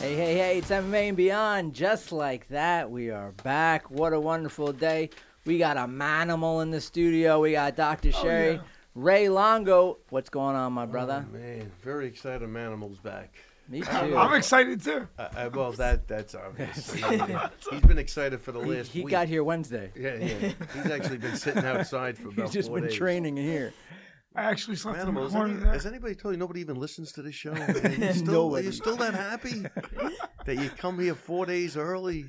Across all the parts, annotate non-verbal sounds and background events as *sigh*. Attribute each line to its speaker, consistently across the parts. Speaker 1: Hey, hey, hey, it's MMA and Beyond. Just like that, we are back. What a wonderful day. We got a manimal in the studio. We got Dr. Sherry.
Speaker 2: yeah.
Speaker 1: Ray Longo. What's going on, my brother?
Speaker 3: Oh, man, very excited. Manimal's back.
Speaker 1: Me
Speaker 2: I'm,
Speaker 1: too.
Speaker 2: I'm excited too.
Speaker 3: I, I, well, that that's obvious.
Speaker 1: *laughs*
Speaker 3: He's been excited for the
Speaker 1: he
Speaker 3: last
Speaker 1: he
Speaker 3: week.
Speaker 1: got here Wednesday.
Speaker 3: yeah,
Speaker 1: *laughs*
Speaker 3: yeah. He's actually been sitting outside for about
Speaker 1: He's just
Speaker 3: four
Speaker 1: been
Speaker 3: days.
Speaker 1: training here.
Speaker 2: I actually slept in
Speaker 3: Manimal,
Speaker 2: the
Speaker 3: has,
Speaker 2: corner
Speaker 3: any-
Speaker 2: there.
Speaker 3: has anybody told you nobody even listens to
Speaker 1: *laughs*
Speaker 3: the show? Are you still, are
Speaker 1: Nobody.
Speaker 3: you still that
Speaker 1: *laughs*
Speaker 3: happy that you come here four days early?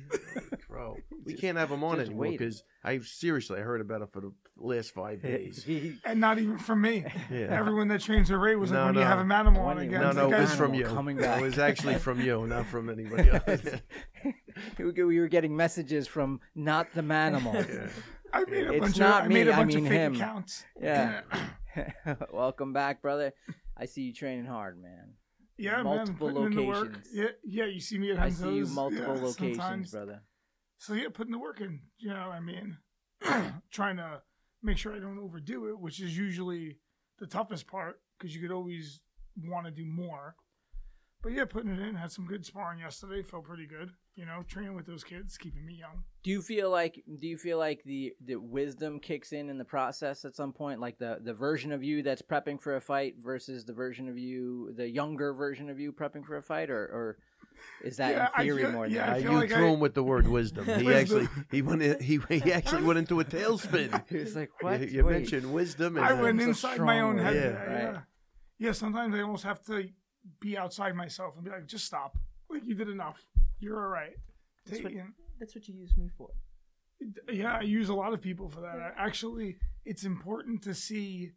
Speaker 3: Bro, we can't have him on
Speaker 1: just
Speaker 3: anymore
Speaker 1: waiting.
Speaker 3: because I seriously I heard about it for the last five days.
Speaker 1: *laughs* He-
Speaker 2: and not even from
Speaker 3: *laughs*
Speaker 2: me.
Speaker 3: Yeah.
Speaker 2: Everyone that trains their rate was like,
Speaker 3: No,
Speaker 2: when
Speaker 3: no.
Speaker 2: you have an animal
Speaker 1: When
Speaker 2: on
Speaker 1: you-
Speaker 2: again.
Speaker 3: No,
Speaker 2: It's
Speaker 3: no,
Speaker 2: like,
Speaker 3: it
Speaker 2: I-
Speaker 3: was from you.
Speaker 1: Coming
Speaker 3: It
Speaker 1: back.
Speaker 3: was actually from you, not from
Speaker 1: *laughs*
Speaker 3: anybody else.
Speaker 1: we we were getting messages from not the manimal.
Speaker 3: *laughs*
Speaker 2: I made a
Speaker 1: It's
Speaker 2: bunch
Speaker 1: not
Speaker 2: of,
Speaker 1: me,
Speaker 2: I made a
Speaker 1: I
Speaker 2: bunch
Speaker 1: mean
Speaker 2: of fake
Speaker 1: him.
Speaker 2: accounts.
Speaker 1: Yeah. *laughs* Welcome back, brother. I see you training hard, man.
Speaker 2: Yeah,
Speaker 1: Multiple
Speaker 2: man, putting in the work.
Speaker 1: locations.
Speaker 2: Yeah, yeah, you see me at
Speaker 1: I see you
Speaker 2: Henzo's,
Speaker 1: multiple
Speaker 2: yeah,
Speaker 1: locations,
Speaker 2: sometimes.
Speaker 1: brother.
Speaker 2: So yeah, putting the work in. You know, I mean, *clears throat* trying to make sure I don't overdo it, which is usually the toughest part because you could always want to do more. But yeah, putting it in. Had some good sparring yesterday. Felt pretty good. You know, training with those kids, keeping me young.
Speaker 1: Do you feel like do you feel like the, the wisdom kicks in in the process at some point? Like the, the version of you that's prepping for a fight versus the version of you, the younger version of you prepping for a fight, or, or is that
Speaker 2: Yeah, I
Speaker 1: in theory
Speaker 2: feel-
Speaker 1: more?
Speaker 2: yeah,
Speaker 1: than
Speaker 2: I
Speaker 3: Uh,
Speaker 2: feel
Speaker 1: *laughs*
Speaker 3: you
Speaker 2: like
Speaker 3: threw
Speaker 2: I-
Speaker 3: him with the word wisdom. He
Speaker 2: *laughs* Wisdom.
Speaker 3: actually he went in, he,
Speaker 2: *laughs*
Speaker 3: he actually went into a tailspin.
Speaker 1: He was like,
Speaker 3: You,
Speaker 1: "What?
Speaker 3: you
Speaker 1: Wait."
Speaker 3: mentioned wisdom. And uh,
Speaker 2: I
Speaker 3: then-
Speaker 2: went
Speaker 1: it's a
Speaker 2: inside
Speaker 1: strong
Speaker 2: my own
Speaker 1: word.
Speaker 2: head.
Speaker 3: Yeah,
Speaker 2: Yeah, yeah.
Speaker 1: right.
Speaker 2: Yeah, sometimes I almost have to be outside myself and be like, just stop. Like you did enough. You're all right.
Speaker 4: That's
Speaker 2: Take
Speaker 4: what-
Speaker 2: it.
Speaker 4: That's what you use me for.
Speaker 2: Yeah, I use a lot of people for that. I- Actually, it's important to see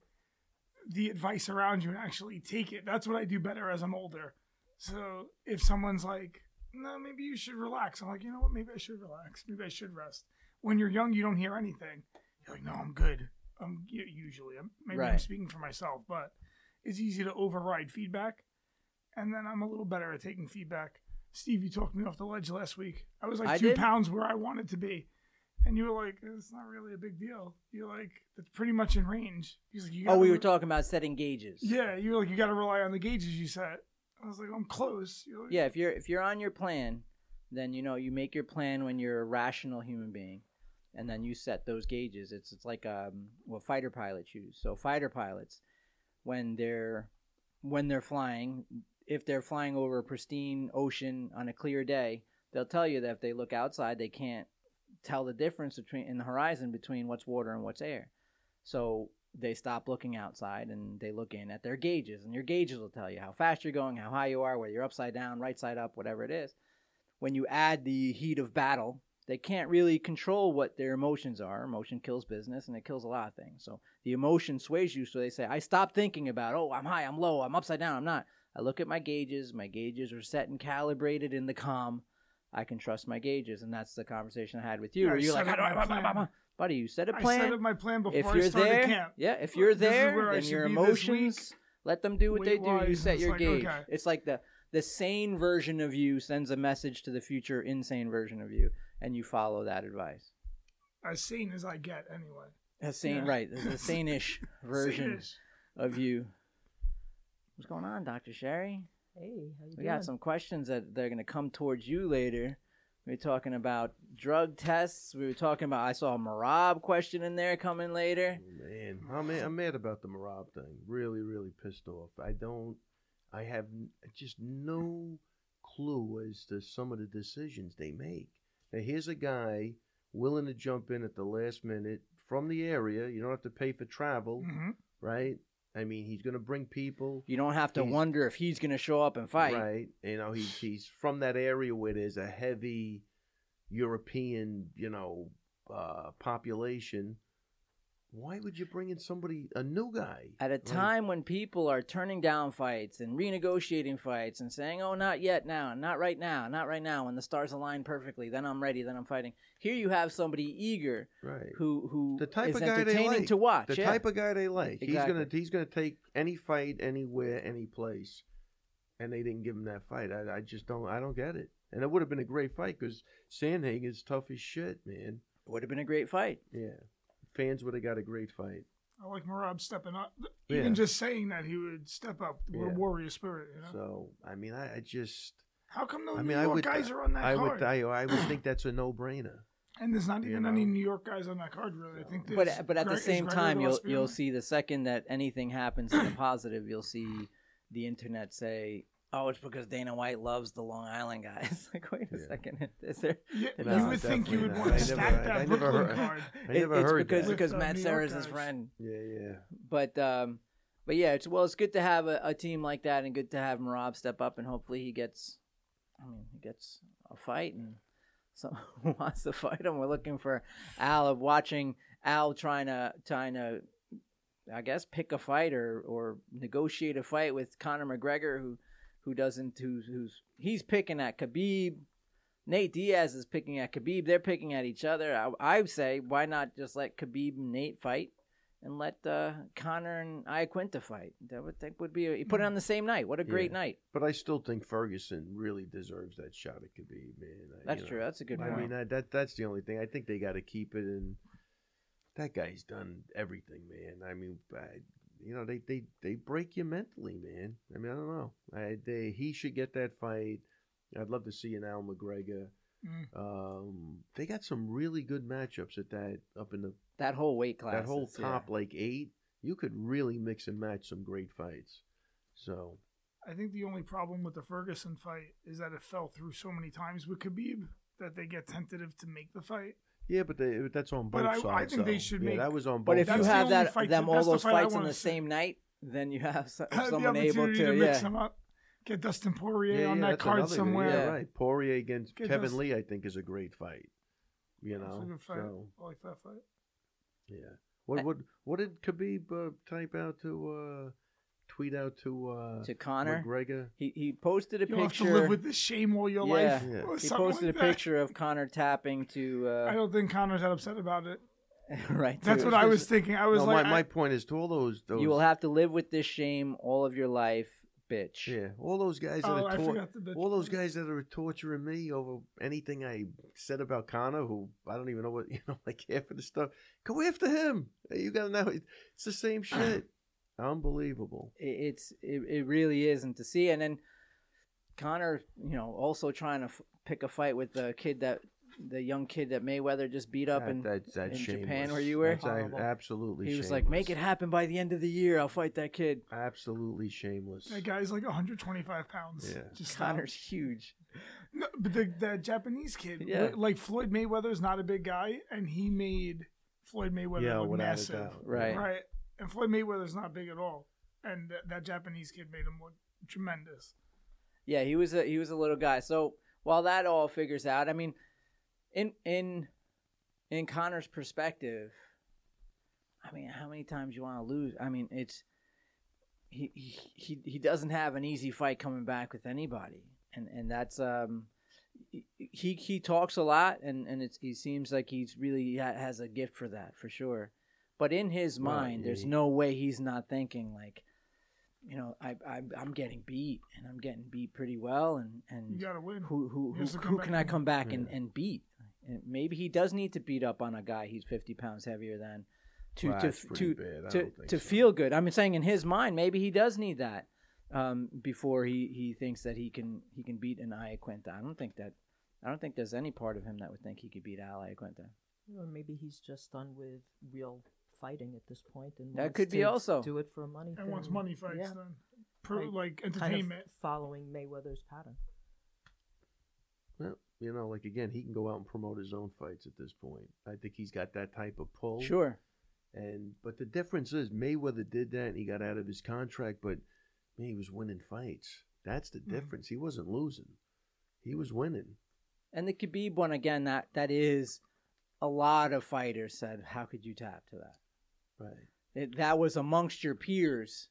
Speaker 2: the advice around you and actually take it. That's what I do better as I'm older. So if someone's like, no, maybe you should relax, I'm like, you know what? Maybe I should relax. Maybe I should rest. When you're young, you don't hear anything. You're like, no, I'm good. I'm u- usually, I'm, maybe I'm
Speaker 1: Right.
Speaker 2: speaking for myself, but it's easy to override feedback. And then I'm a little better at taking feedback. Steve, you talked me off the ledge last week. I was like
Speaker 1: I
Speaker 2: two
Speaker 1: did?
Speaker 2: pounds where I wanted to be. And you were like, it's not really a big deal. You're like, that's pretty much in range. He's like, you
Speaker 1: Oh,
Speaker 2: gotta
Speaker 1: we were
Speaker 2: re-
Speaker 1: talking about setting gauges.
Speaker 2: Yeah, you're like, you got to rely on the gauges you set. I was like, I'm close. You're like,
Speaker 1: Yeah, if you're if you're on your plan, then you know you make your plan when you're a rational human being, and then you set those gauges. It's it's like um what fighter pilots use. So fighter pilots, when they're when they're flying, if they're flying over a pristine ocean on a clear day, they'll tell you that if they look outside, they can't tell the difference between in the horizon between what's water and what's air. So they stop looking outside and they look in at their gauges, and your gauges will tell you how fast you're going, how high you are, whether you're upside down, right side up, whatever it is. When you add the heat of battle, they can't really control what their emotions are. Emotion kills business and it kills a lot of things. So the emotion sways you. So they say, I stop thinking about, oh, I'm high, I'm low, I'm upside down, I'm not. I look at my gauges. My gauges are set and calibrated in the calm. I can trust my gauges. And that's the conversation I had with you,
Speaker 2: Yeah,
Speaker 1: where
Speaker 2: I
Speaker 1: you're like,
Speaker 2: set
Speaker 1: how
Speaker 2: up
Speaker 1: do I,
Speaker 2: my
Speaker 1: blah, blah, blah,
Speaker 2: plan.
Speaker 1: blah." buddy, you set a
Speaker 2: I
Speaker 1: plan
Speaker 2: set up my plan before
Speaker 1: if
Speaker 2: I
Speaker 1: you're
Speaker 2: started
Speaker 1: there,
Speaker 2: camp.
Speaker 1: yeah, if you're
Speaker 2: Look, this is
Speaker 1: there,
Speaker 2: where I
Speaker 1: then
Speaker 2: should
Speaker 1: your
Speaker 2: be this week.
Speaker 1: emotions let them do what they do. You
Speaker 2: Weight-wise,
Speaker 1: set
Speaker 2: it's
Speaker 1: your
Speaker 2: like,
Speaker 1: gauge.
Speaker 2: okay.
Speaker 1: It's like the the sane version of you sends a message to the future insane version of you, and you follow that advice.
Speaker 2: As sane as I get, anyway.
Speaker 1: A sane,
Speaker 2: Yeah.
Speaker 1: right?
Speaker 2: *laughs*
Speaker 1: The sane-ish version
Speaker 2: Sane-ish.
Speaker 1: of you. What's going on, Doctor Sherry?
Speaker 4: Hey, how you
Speaker 1: We
Speaker 4: doing?
Speaker 1: got some questions that they're going to come towards you later. We were talking about drug tests. We were talking about. I saw a Marab question in there coming later.
Speaker 3: Oh, man, I'm, ma- I'm mad about the Marab thing. Really, really pissed off. I don't. I have n- just no clue as to some of the decisions they make. Now here's a guy willing to jump in at the last minute from the area. You don't have to pay for travel,
Speaker 2: Mhm.
Speaker 3: right? I mean, he's going to bring people.
Speaker 1: You don't have to
Speaker 3: He's-
Speaker 1: wonder if he's going to show up and fight.
Speaker 3: Right. You know, he's he's from that area where there's a heavy European, you know, uh, population. Why would you bring in somebody a new guy?
Speaker 1: At a
Speaker 3: Like,
Speaker 1: time when people are turning down fights and renegotiating fights and saying, "Oh, not yet, now, not right now, not right now," when the stars align perfectly, then I'm ready, then I'm fighting. Here you have somebody eager
Speaker 3: right.
Speaker 1: who who
Speaker 3: The type
Speaker 1: is
Speaker 3: of guy they
Speaker 1: entertaining
Speaker 3: like.
Speaker 1: to watch.
Speaker 3: The
Speaker 1: yeah.
Speaker 3: type of guy they like. He's
Speaker 1: Exactly.
Speaker 3: gonna he's gonna take any fight, anywhere, any place. And they didn't give him that fight. I, I just don't I don't get it. And it would have been a great fight because Sandhagen is tough as shit, man.
Speaker 1: would have been a great fight.
Speaker 3: Yeah. Fans would have got a great fight.
Speaker 2: I like Marab stepping up.
Speaker 3: Yeah.
Speaker 2: Even just saying that he would step up with
Speaker 3: Yeah.
Speaker 2: warrior spirit. You know?
Speaker 3: So I mean I, I just
Speaker 2: How come no
Speaker 3: I
Speaker 2: New
Speaker 3: mean, I
Speaker 2: York
Speaker 3: would. uh,
Speaker 2: guys are on that
Speaker 3: I
Speaker 2: card?
Speaker 3: would. I, I would think that's a no-brainer.
Speaker 2: and there's not
Speaker 3: you
Speaker 2: even any
Speaker 3: know.
Speaker 2: New York guys on that card, really. I think. there's
Speaker 1: But but at
Speaker 2: Gre-
Speaker 1: the
Speaker 2: is
Speaker 1: same
Speaker 2: Gregory
Speaker 1: time, you'll
Speaker 2: Gillespie on
Speaker 1: you'll
Speaker 2: there?
Speaker 1: see the second that anything happens in the positive, you'll see the internet say, "Oh, it's because Dana White loves the Long Island guys." *laughs* like, wait a
Speaker 3: Yeah.
Speaker 1: second, is there?
Speaker 2: Yeah,
Speaker 1: No,
Speaker 2: you would think you
Speaker 3: definitely
Speaker 2: would
Speaker 3: not.
Speaker 2: want to
Speaker 1: I
Speaker 2: stack
Speaker 3: never-
Speaker 2: that
Speaker 3: I never
Speaker 2: Brooklyn
Speaker 3: heard- *laughs*
Speaker 2: card.
Speaker 3: I never
Speaker 1: it's
Speaker 3: heard
Speaker 1: because
Speaker 3: that.
Speaker 1: because
Speaker 2: With, uh,
Speaker 1: Matt
Speaker 2: New
Speaker 1: Sarah
Speaker 2: York
Speaker 1: is his
Speaker 2: guys.
Speaker 1: friend.
Speaker 3: Yeah, yeah.
Speaker 1: But um, but yeah, it's well, it's good to have a, a team like that, and good to have Marab step up, and hopefully he gets, I mean, he gets a fight, and *laughs* someone who wants to fight him. We're looking for Al of watching Al trying to trying to, I guess, pick a fight or or negotiate a fight with Conor McGregor, who who doesn't who's who's he's picking at Khabib. Nate Diaz is picking at Khabib. They're picking at each other. I, I say, why not just let Khabib and Nate fight? and let uh, Connor and Iaquinta fight. That would think would be you put it on the same night. What a great
Speaker 3: Hmm. Yeah.
Speaker 1: night!
Speaker 3: But I still think Ferguson really deserves that shot. It could be, man. I- you
Speaker 1: That's
Speaker 3: know,
Speaker 1: true. That's a good
Speaker 3: I
Speaker 1: point.
Speaker 3: mean, I, that that's the only thing. I think they got to keep it in. That guy's done everything, man. I mean, I, you know, they, they they break you mentally, man. I mean, I don't know. I, they, he should get that fight. I'd love to see an Al McGregor.
Speaker 2: Mm.
Speaker 3: Um, they got some really good matchups at that up in the
Speaker 1: that whole weight class.
Speaker 3: that whole
Speaker 1: is- yeah.
Speaker 3: top like eight. You could really mix and match some great fights. So
Speaker 2: I think the only problem with the Ferguson fight is that it fell through so many times with Khabib that they get tentative to make the
Speaker 3: *laughs*
Speaker 2: fight.
Speaker 3: yeah, but they, that's on both
Speaker 2: But I- I
Speaker 3: sides.
Speaker 2: think
Speaker 3: though.
Speaker 2: they should
Speaker 3: Yeah,
Speaker 2: make-
Speaker 3: that was on both.
Speaker 1: But if you
Speaker 2: That's the
Speaker 3: sides.
Speaker 1: have
Speaker 2: only
Speaker 1: that
Speaker 2: fight-
Speaker 1: them all
Speaker 2: that's the
Speaker 1: those
Speaker 2: fight I
Speaker 1: fights on
Speaker 2: wanna
Speaker 1: the
Speaker 2: see.
Speaker 1: same night, then you have so-
Speaker 2: Have the
Speaker 1: someone able
Speaker 2: opportunity
Speaker 1: to,
Speaker 2: mix
Speaker 1: yeah.
Speaker 2: them up, get Dustin Poirier on that
Speaker 3: that's
Speaker 2: card
Speaker 3: another good-
Speaker 2: somewhere.
Speaker 3: Yeah,
Speaker 1: Yeah.
Speaker 3: right. Poirier against
Speaker 2: Get
Speaker 3: Kevin
Speaker 2: those-
Speaker 3: Lee, I think, is a great fight. You
Speaker 2: That's a
Speaker 3: know,
Speaker 2: good fight.
Speaker 3: so
Speaker 2: I like that fight.
Speaker 3: yeah. What
Speaker 1: I-
Speaker 3: what what did Khabib uh, type out to uh, tweet out to uh,
Speaker 1: to Connor.
Speaker 3: McGregor?
Speaker 1: He he posted a
Speaker 2: You'll have to live
Speaker 1: picture.
Speaker 2: with this shame all your
Speaker 1: Yeah.
Speaker 2: life. *laughs*
Speaker 3: Yeah.
Speaker 2: or
Speaker 1: He
Speaker 2: something
Speaker 1: posted
Speaker 2: like
Speaker 1: a
Speaker 2: that.
Speaker 1: picture of Connor tapping to
Speaker 2: I
Speaker 1: uh,
Speaker 2: don't think Connor's that upset about it.
Speaker 1: *laughs* right. to-
Speaker 2: That's what I was thinking. I was
Speaker 3: no,
Speaker 2: like,
Speaker 3: my,
Speaker 2: I-
Speaker 3: my point is to all those those
Speaker 1: You will have to live with this shame all of your life, bitch.
Speaker 3: yeah all those guys that
Speaker 2: oh,
Speaker 3: are
Speaker 2: I
Speaker 3: tor-
Speaker 2: forgot the bitch.
Speaker 3: all those guys that are torturing me over anything I said about Connor, who I don't even know what *laughs* you know, like half of the stuff. Go after him. Hey, You got to know it's
Speaker 1: *clears throat*
Speaker 3: the same shit. Unbelievable.
Speaker 1: it- it's it, it really is and to see and then connor you know also trying to f- pick a fight with the kid that the young kid that mayweather just beat up
Speaker 3: That-
Speaker 1: and
Speaker 3: that's that's
Speaker 1: in Japan
Speaker 3: shameless.
Speaker 1: where you were?
Speaker 3: That's a-
Speaker 1: Horrible.
Speaker 3: absolutely.
Speaker 1: he was like make it
Speaker 3: shameless.
Speaker 1: happen by the end of the year i'll fight that kid
Speaker 3: Absolutely shameless.
Speaker 2: That guy's like 125 pounds.
Speaker 3: Yeah.
Speaker 2: Just stop.
Speaker 1: connor's huge
Speaker 2: No, but the, the Japanese kid,
Speaker 1: Yeah.
Speaker 2: like Floyd Mayweather's not a big guy, and he made Floyd Mayweather
Speaker 3: yeah,
Speaker 2: look
Speaker 3: without a
Speaker 2: massive.
Speaker 3: doubt.
Speaker 1: Right.
Speaker 2: Right. And Floyd Mayweather's not big at all. And th- that Japanese kid made him look tremendous.
Speaker 1: yeah he was a he was a little guy so while that all figures out i mean in in in connor's perspective i mean how many times you want to lose i mean it's he, he he he doesn't have an easy fight coming back with anybody, and and that's um he he talks a lot, and and it's, he seems like he's really ha- has a gift for that for sure. But in his
Speaker 3: Right,
Speaker 1: mind,
Speaker 3: yeah,
Speaker 1: there's
Speaker 3: he-
Speaker 1: no way he's not thinking like, you know, I, I I'm getting beat, and I'm getting beat pretty well, and
Speaker 2: You
Speaker 1: and
Speaker 2: got to win.
Speaker 1: Mm. who who
Speaker 2: He
Speaker 1: who,
Speaker 2: has to come
Speaker 1: who
Speaker 2: back
Speaker 1: can I
Speaker 2: and-
Speaker 1: come back and,
Speaker 3: Yeah.
Speaker 1: and beat? And maybe he does need to beat up on a guy he's 50 pounds heavier than to
Speaker 3: Well,
Speaker 1: to
Speaker 3: that's pretty
Speaker 1: to
Speaker 3: bad. I
Speaker 1: to,
Speaker 3: don't think
Speaker 1: to
Speaker 3: so.
Speaker 1: feel good. I'm saying in his mind, maybe he does need that um, before he, he thinks that he can he can beat an Iaquinta. I don't think that I don't think there's any part of him that would think he could beat Al Iaquinta.
Speaker 4: Or maybe he's just done with real fighting at this point, and
Speaker 1: That
Speaker 4: wants
Speaker 1: could be
Speaker 4: to
Speaker 1: also.
Speaker 4: do it for a money.
Speaker 2: And wants
Speaker 4: thing.
Speaker 2: money fights
Speaker 4: Yeah,
Speaker 2: then. Per,
Speaker 4: Like,
Speaker 2: like
Speaker 4: kind of
Speaker 1: *laughs*
Speaker 2: entertainment.
Speaker 4: following Mayweather's pattern.
Speaker 3: Well, you know, like again, he can go out and promote his own fights at this point. I think he's got that type of pull.
Speaker 1: Sure,
Speaker 3: And but the difference is Mayweather did that and he got out of his contract, but man, he was winning fights. That's the
Speaker 2: Mhm.
Speaker 3: difference. He wasn't losing. He was winning.
Speaker 1: and the Khabib one again. That that is a lot of fighters said, how could you tap to that?
Speaker 3: Right.
Speaker 1: It, that was amongst your peers,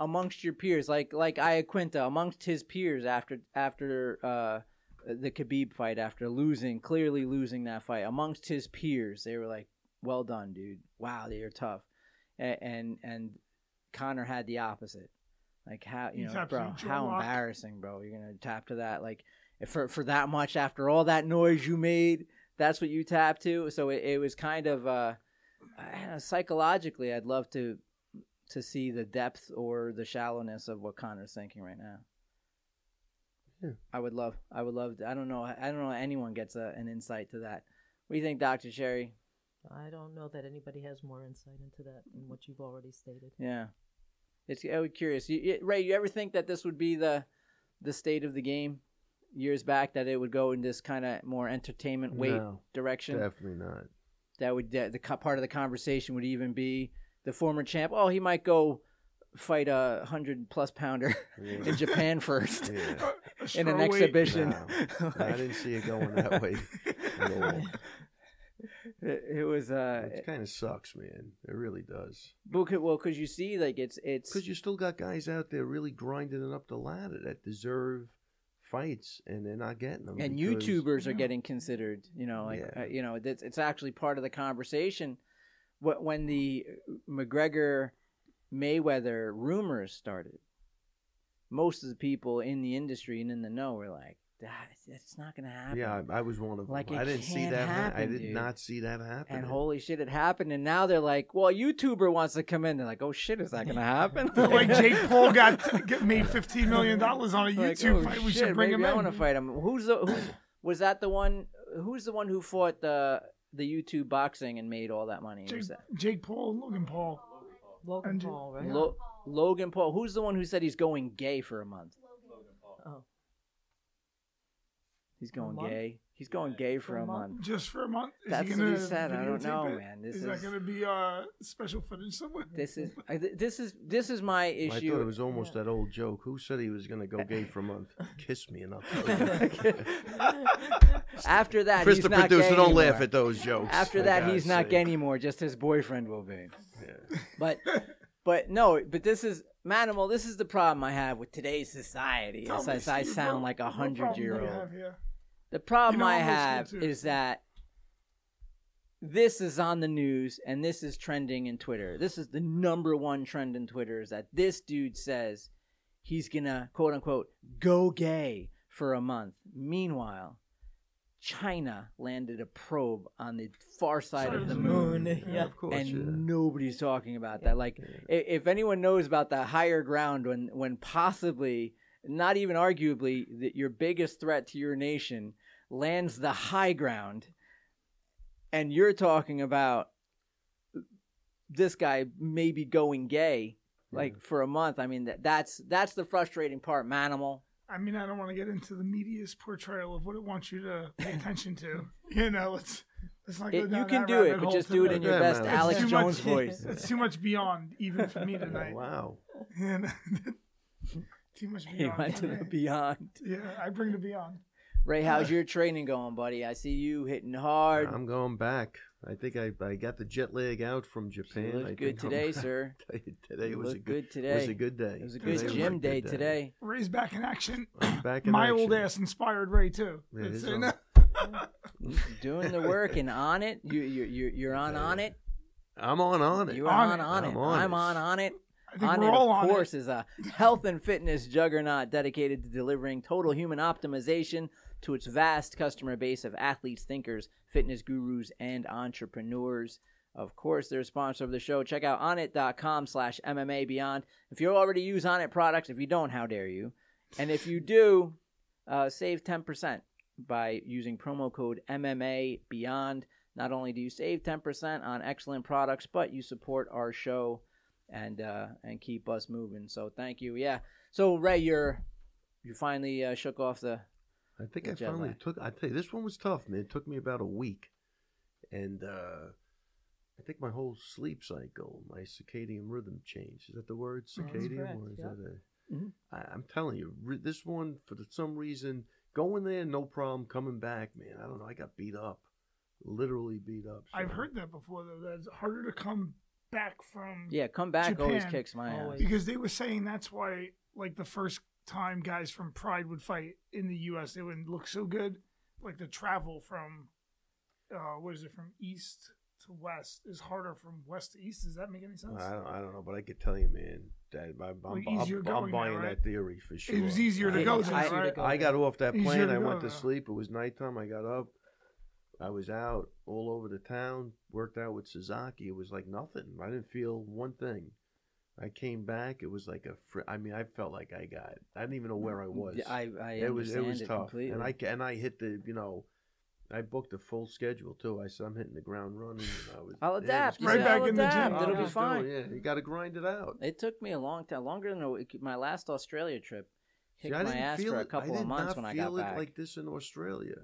Speaker 1: amongst your peers, like like Iaquinta, amongst his peers after after uh, the Khabib fight, after losing, clearly losing that fight, amongst his peers, they were like, "Well done, dude! Wow, you're tough," and and, and Connor had the opposite. Like how you
Speaker 2: He's
Speaker 1: know, bro?
Speaker 2: absolute
Speaker 1: How
Speaker 2: Sherlock.
Speaker 1: embarrassing, bro! You're gonna tap to that like for for that much after all that noise you made. That's what you tap to. So it, it was kind of uh, I don't know, psychologically. I'd love to to see the depth or the shallowness of what Connor's thinking right now.
Speaker 3: Yeah.
Speaker 1: I would love. I would love. I don't know. I don't know. if Anyone gets a, an insight to that. What do you think, Doctor Sherry?
Speaker 4: I don't know that anybody has more insight into that than what you've already stated.
Speaker 1: Yeah, it's. I was curious. You, you- Ray, you ever think that this would be the the state of the game years back? That it would go in this kind of more entertainment weight
Speaker 3: No,
Speaker 1: direction.
Speaker 3: definitely not.
Speaker 1: that would that the co- part of the conversation would even be the former champ. Oh, he might go fight a hundred plus pounder *laughs*
Speaker 3: *laughs* Yeah.
Speaker 1: *laughs* in Japan first
Speaker 3: Yeah.
Speaker 2: Uh, a
Speaker 1: in an
Speaker 2: strawweight-
Speaker 1: exhibition.
Speaker 3: No. I
Speaker 1: *laughs* Like,
Speaker 3: didn't see it going that
Speaker 1: *laughs*
Speaker 3: way. at all.
Speaker 1: It, it was uh,
Speaker 3: It kind of sucks, man. It really does.
Speaker 1: well, could, well, 'cause you see, like it's it's
Speaker 3: Because you still got guys out there really grinding it up the ladder that deserve fights, and they're not getting them.
Speaker 1: and
Speaker 3: because-
Speaker 1: YouTubers are
Speaker 2: Yeah.
Speaker 1: getting considered. You know, like
Speaker 3: Yeah.
Speaker 1: uh, you know, it's, it's actually part of the conversation. Wh- When the McGregor Mayweather rumors started, most of the people in the industry and in the know were like, "That it's not going to happen."
Speaker 3: Yeah, I, I was one of them.
Speaker 1: Like, it
Speaker 3: I didn't see
Speaker 1: can't
Speaker 3: that. ha- I
Speaker 1: happen,
Speaker 3: did
Speaker 1: dude.
Speaker 3: not see that happen.
Speaker 1: And holy shit, it happened. And now they're like, well, a YouTuber wants to come in. They're like, oh shit, is
Speaker 2: *laughs*
Speaker 1: that going to happen? *laughs*
Speaker 2: like Jake Paul got get made fifteen million dollars on a
Speaker 1: Like,
Speaker 2: YouTube
Speaker 1: oh
Speaker 2: fight. We
Speaker 1: shit,
Speaker 2: should bring
Speaker 1: maybe
Speaker 2: him
Speaker 1: I
Speaker 2: in.
Speaker 1: want to fight him. Who's the, who's,
Speaker 2: *clears throat*
Speaker 1: was that the one, who's the one who fought the, the YouTube boxing and made all that money?
Speaker 2: Jake,
Speaker 1: Was that-
Speaker 2: Jake Paul, and Logan Paul.
Speaker 4: Logan
Speaker 2: And-
Speaker 4: Paul, right?
Speaker 1: Lo- Logan Paul. Who's the one who said he's going gay for a month? *laughs*
Speaker 4: oh,
Speaker 1: He's going
Speaker 4: month?
Speaker 1: gay. He's going gay for
Speaker 4: For a
Speaker 1: a
Speaker 4: month?
Speaker 1: month.
Speaker 2: Just for a month. Is
Speaker 1: That's
Speaker 2: he
Speaker 1: what
Speaker 2: gonna
Speaker 1: he said. I don't
Speaker 2: videotape
Speaker 1: know,
Speaker 2: it?
Speaker 1: man. This
Speaker 2: is, that
Speaker 1: is-
Speaker 2: going to be uh, special footage somewhere?
Speaker 1: This is I- th- this is this is my
Speaker 3: I
Speaker 1: issue. Uh,
Speaker 3: thought it was almost
Speaker 4: Yeah.
Speaker 3: that old joke. Who said he was going to go gay for
Speaker 1: *laughs*
Speaker 3: a month? Kiss me and I'll tell you.
Speaker 1: *laughs* After that,
Speaker 3: Chris,
Speaker 1: he's
Speaker 3: the
Speaker 1: not
Speaker 3: producer,
Speaker 1: gay
Speaker 3: don't
Speaker 1: anymore.
Speaker 3: laugh at those jokes.
Speaker 1: After
Speaker 3: for
Speaker 1: that, he's
Speaker 3: God's
Speaker 1: not
Speaker 3: sake.
Speaker 1: gay anymore. Just his boyfriend will be.
Speaker 3: Yeah.
Speaker 1: But but no. But this is Manimal. This is the problem I have with today's society.
Speaker 2: *laughs* Tell
Speaker 1: As
Speaker 2: me,
Speaker 1: as I
Speaker 2: *laughs* Steve,
Speaker 1: sound
Speaker 2: what-
Speaker 1: like a
Speaker 2: what problem do you
Speaker 1: hundred year old.
Speaker 2: have here?
Speaker 1: The problem
Speaker 2: You know,
Speaker 1: I
Speaker 2: I'm old school
Speaker 1: have
Speaker 2: too.
Speaker 1: is that this is on the news and this is trending in Twitter. This is the number one trend in Twitter is that this dude says he's gonna quote unquote go gay for a month. Meanwhile, China landed a probe on the far side of the moon. *laughs*
Speaker 4: yeah.
Speaker 3: Of course.
Speaker 1: And
Speaker 3: yeah.
Speaker 1: nobody's talking about *laughs* that. Like,
Speaker 3: Yeah.
Speaker 1: i- if anyone knows about the higher ground, when when possibly, not even arguably, that your biggest threat to your nation lands the high ground, and you're talking about this guy maybe going gay, like for a month. I mean, that, that's that's the frustrating part, manimal.
Speaker 2: I mean, I don't want to get into the media's portrayal of what it wants you to
Speaker 1: *laughs*
Speaker 2: pay attention to. You know, let's let's not go
Speaker 1: It-
Speaker 2: down
Speaker 1: you can
Speaker 2: that
Speaker 1: do
Speaker 2: rabbit
Speaker 1: it, but
Speaker 2: hole
Speaker 1: just do it
Speaker 2: tonight.
Speaker 1: in your
Speaker 3: Yeah,
Speaker 1: best
Speaker 3: man.
Speaker 1: Alex
Speaker 2: *laughs* It's too
Speaker 1: Jones
Speaker 2: much-
Speaker 1: voice.
Speaker 2: *laughs*
Speaker 1: *laughs*
Speaker 2: It's too much beyond even for me tonight.
Speaker 3: Wow.
Speaker 2: You know? *laughs* too much
Speaker 1: He
Speaker 2: beyond.
Speaker 1: went to the
Speaker 2: *laughs* tonight.
Speaker 1: beyond.
Speaker 2: Yeah, I bring the beyond.
Speaker 1: Ray, how's your training going, buddy? I see you hitting hard.
Speaker 3: I'm going back. I think I, I got the jet lag out from Japan.
Speaker 1: you
Speaker 3: I
Speaker 1: look good
Speaker 3: think I'm-
Speaker 1: today,
Speaker 3: *laughs*
Speaker 2: *laughs*
Speaker 1: sir.
Speaker 3: today
Speaker 1: You
Speaker 3: was a
Speaker 1: look
Speaker 3: good,
Speaker 1: good today.
Speaker 3: was a good day.
Speaker 1: It was a good
Speaker 3: Today was
Speaker 1: gym
Speaker 3: good
Speaker 1: day, today.
Speaker 2: Ray's back in action.
Speaker 3: I'm back in
Speaker 2: My
Speaker 3: action.
Speaker 2: old ass inspired Ray too.
Speaker 3: Yeah, it
Speaker 2: It's-
Speaker 3: is on.
Speaker 1: Doing the work and on it. You you you you're on on it.
Speaker 3: I'm on on it.
Speaker 1: You are on
Speaker 2: On it.
Speaker 1: on it.
Speaker 3: I'm on
Speaker 1: I'm
Speaker 3: it.
Speaker 1: on on it.
Speaker 2: I think
Speaker 1: On
Speaker 2: we're
Speaker 1: it,
Speaker 2: all
Speaker 1: of
Speaker 2: on
Speaker 1: course,
Speaker 2: it.
Speaker 1: is a health and fitness juggernaut dedicated to delivering total human optimization to its vast customer base of athletes, thinkers, fitness gurus, and entrepreneurs. Of course, they're a sponsor of the show. Check out onit.com slash MMA Beyond. If you already use Onit products, if you don't, how dare you? And if you do, uh, save 10% by using promo code MMA Beyond. Not only do you save 10% on excellent products, but you support our show and uh, and keep us moving. So thank you. Yeah. So Ray, you're you finally uh, shook off the
Speaker 3: I think
Speaker 1: The
Speaker 3: I
Speaker 1: jet
Speaker 3: finally
Speaker 1: lag.
Speaker 3: took. I tell you, this one was tough, man. It took me about a week, and uh, I think my whole sleep cycle, my circadian rhythm changed. Is that the word
Speaker 1: Oh,
Speaker 2: Sounds
Speaker 3: circadian,
Speaker 4: correct,
Speaker 3: or is
Speaker 4: yeah.
Speaker 3: that a?
Speaker 1: Mhm.
Speaker 3: I, I'm telling you, re- this one for some reason going there, no problem. Coming back, man. I don't know. I got beat up, literally beat up.
Speaker 2: I've
Speaker 3: so-
Speaker 2: heard that before though. That it's harder to come back from
Speaker 1: yeah. Come back always
Speaker 2: Japan.
Speaker 1: kicks my ass.
Speaker 4: Always.
Speaker 2: because they were saying that's why like the first time guys from pride would fight in the us they wouldn't look so good like the travel from uh what is it from east to west is harder from west to east does that make any sense
Speaker 3: I don't, I don't know, but I could tell you, man. That I'm, I'm,
Speaker 2: Well, easier
Speaker 3: I'm,
Speaker 2: going
Speaker 3: I'm
Speaker 2: now,
Speaker 3: buying
Speaker 2: right?
Speaker 3: that theory for sure.
Speaker 2: it was easier to
Speaker 3: I-
Speaker 2: go
Speaker 1: I-
Speaker 2: to
Speaker 1: I-
Speaker 2: right?
Speaker 4: go
Speaker 3: I got off
Speaker 1: *laughs*
Speaker 3: that
Speaker 2: Easier
Speaker 3: plane.
Speaker 2: to
Speaker 3: I
Speaker 2: go
Speaker 3: went to
Speaker 2: now.
Speaker 3: sleep. It was nighttime. I got up. I was out all over the town. Worked out with Suzaki. It was like nothing. I didn't feel one thing. I came back. It was like a. Fr- I mean, I felt like I got. I didn't even know where I was.
Speaker 1: Yeah, I, I
Speaker 3: it was it
Speaker 1: understand
Speaker 3: was tough,
Speaker 1: completely.
Speaker 3: and I ca- and I hit the you know, I booked a full schedule too. I said I'm hitting the ground running. And I was
Speaker 1: *laughs* I'll
Speaker 3: yeah, it
Speaker 1: adapt.
Speaker 3: was
Speaker 1: you said,
Speaker 2: Right
Speaker 3: good.
Speaker 2: back
Speaker 1: I'll
Speaker 2: in the gym.
Speaker 1: adapt.
Speaker 3: I
Speaker 1: It'll be
Speaker 3: was
Speaker 1: fine.
Speaker 3: doing- yeah, you got to grind it out.
Speaker 1: It took me a long time, longer than a, my last Australia trip.
Speaker 3: See,
Speaker 1: Kicked
Speaker 3: I
Speaker 1: my
Speaker 3: didn't
Speaker 1: ass
Speaker 3: feel
Speaker 1: for
Speaker 3: it.
Speaker 1: a couple
Speaker 3: I
Speaker 1: of
Speaker 3: did
Speaker 1: months
Speaker 3: not
Speaker 1: when I
Speaker 3: feel
Speaker 1: got
Speaker 3: it
Speaker 1: back.
Speaker 3: like this in Australia.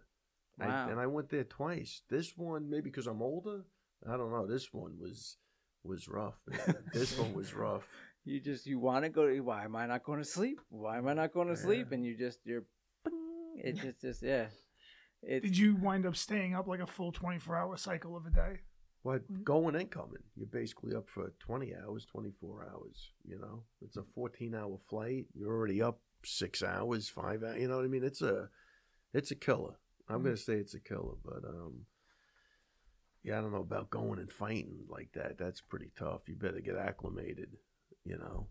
Speaker 3: I-
Speaker 1: Wow.
Speaker 3: and I went there twice. This one maybe because I'm older. I don't know. This one was was rough. man. this
Speaker 2: *laughs*
Speaker 3: one was rough.
Speaker 1: you just you want to go. to Why am I not going to sleep? Why am I not going to sleep? And you just you're, *laughs* bing, it just just yeah. It,
Speaker 2: Did you wind up staying up like a full 24 hour cycle of a day?
Speaker 3: What
Speaker 2: Mhm.
Speaker 3: going and coming? You're basically up for 20 hours, 24 hours. You know, it's a 14 hour flight. You're already up six hours, five hours. You know what I mean? It's a, it's a killer. I'm gonna
Speaker 2: Mm-hmm.
Speaker 3: say it's a killer, but um, yeah, I don't know about going and fighting like that. That's pretty tough. You better get acclimated. You know,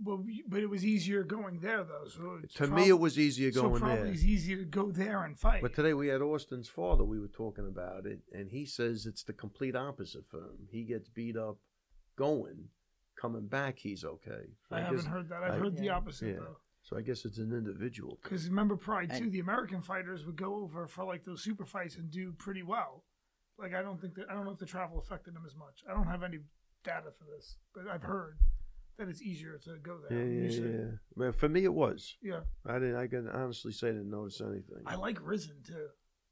Speaker 2: Well, we- but it was easier going there though. So it's
Speaker 3: to
Speaker 2: prob-
Speaker 3: me it was easier
Speaker 2: so
Speaker 3: going
Speaker 2: probably
Speaker 3: there.
Speaker 2: it's easier to go there and fight.
Speaker 3: But today we had Austin's father. We were talking about it, and he says it's the complete opposite for him. He gets beat up going, coming back, he's okay. So
Speaker 2: I haven't
Speaker 3: guess,
Speaker 2: heard that. I've
Speaker 3: I-
Speaker 2: heard the
Speaker 4: Yeah.
Speaker 2: opposite
Speaker 3: Yeah.
Speaker 2: though.
Speaker 3: So I guess it's an individual. thing.
Speaker 2: Because remember, Pride too,
Speaker 1: And-
Speaker 2: the American fighters would go over for like those super fights and do pretty well. Like I don't think that I don't know if the travel affected them as much. I don't have any data for this, but I've heard that it's easier to go
Speaker 3: Yeah,
Speaker 2: there. You
Speaker 3: yeah,
Speaker 2: said-
Speaker 3: yeah. Man, for me, it was.
Speaker 2: yeah.
Speaker 3: I didn't. I can honestly say I didn't notice anything.
Speaker 2: I like Risen too.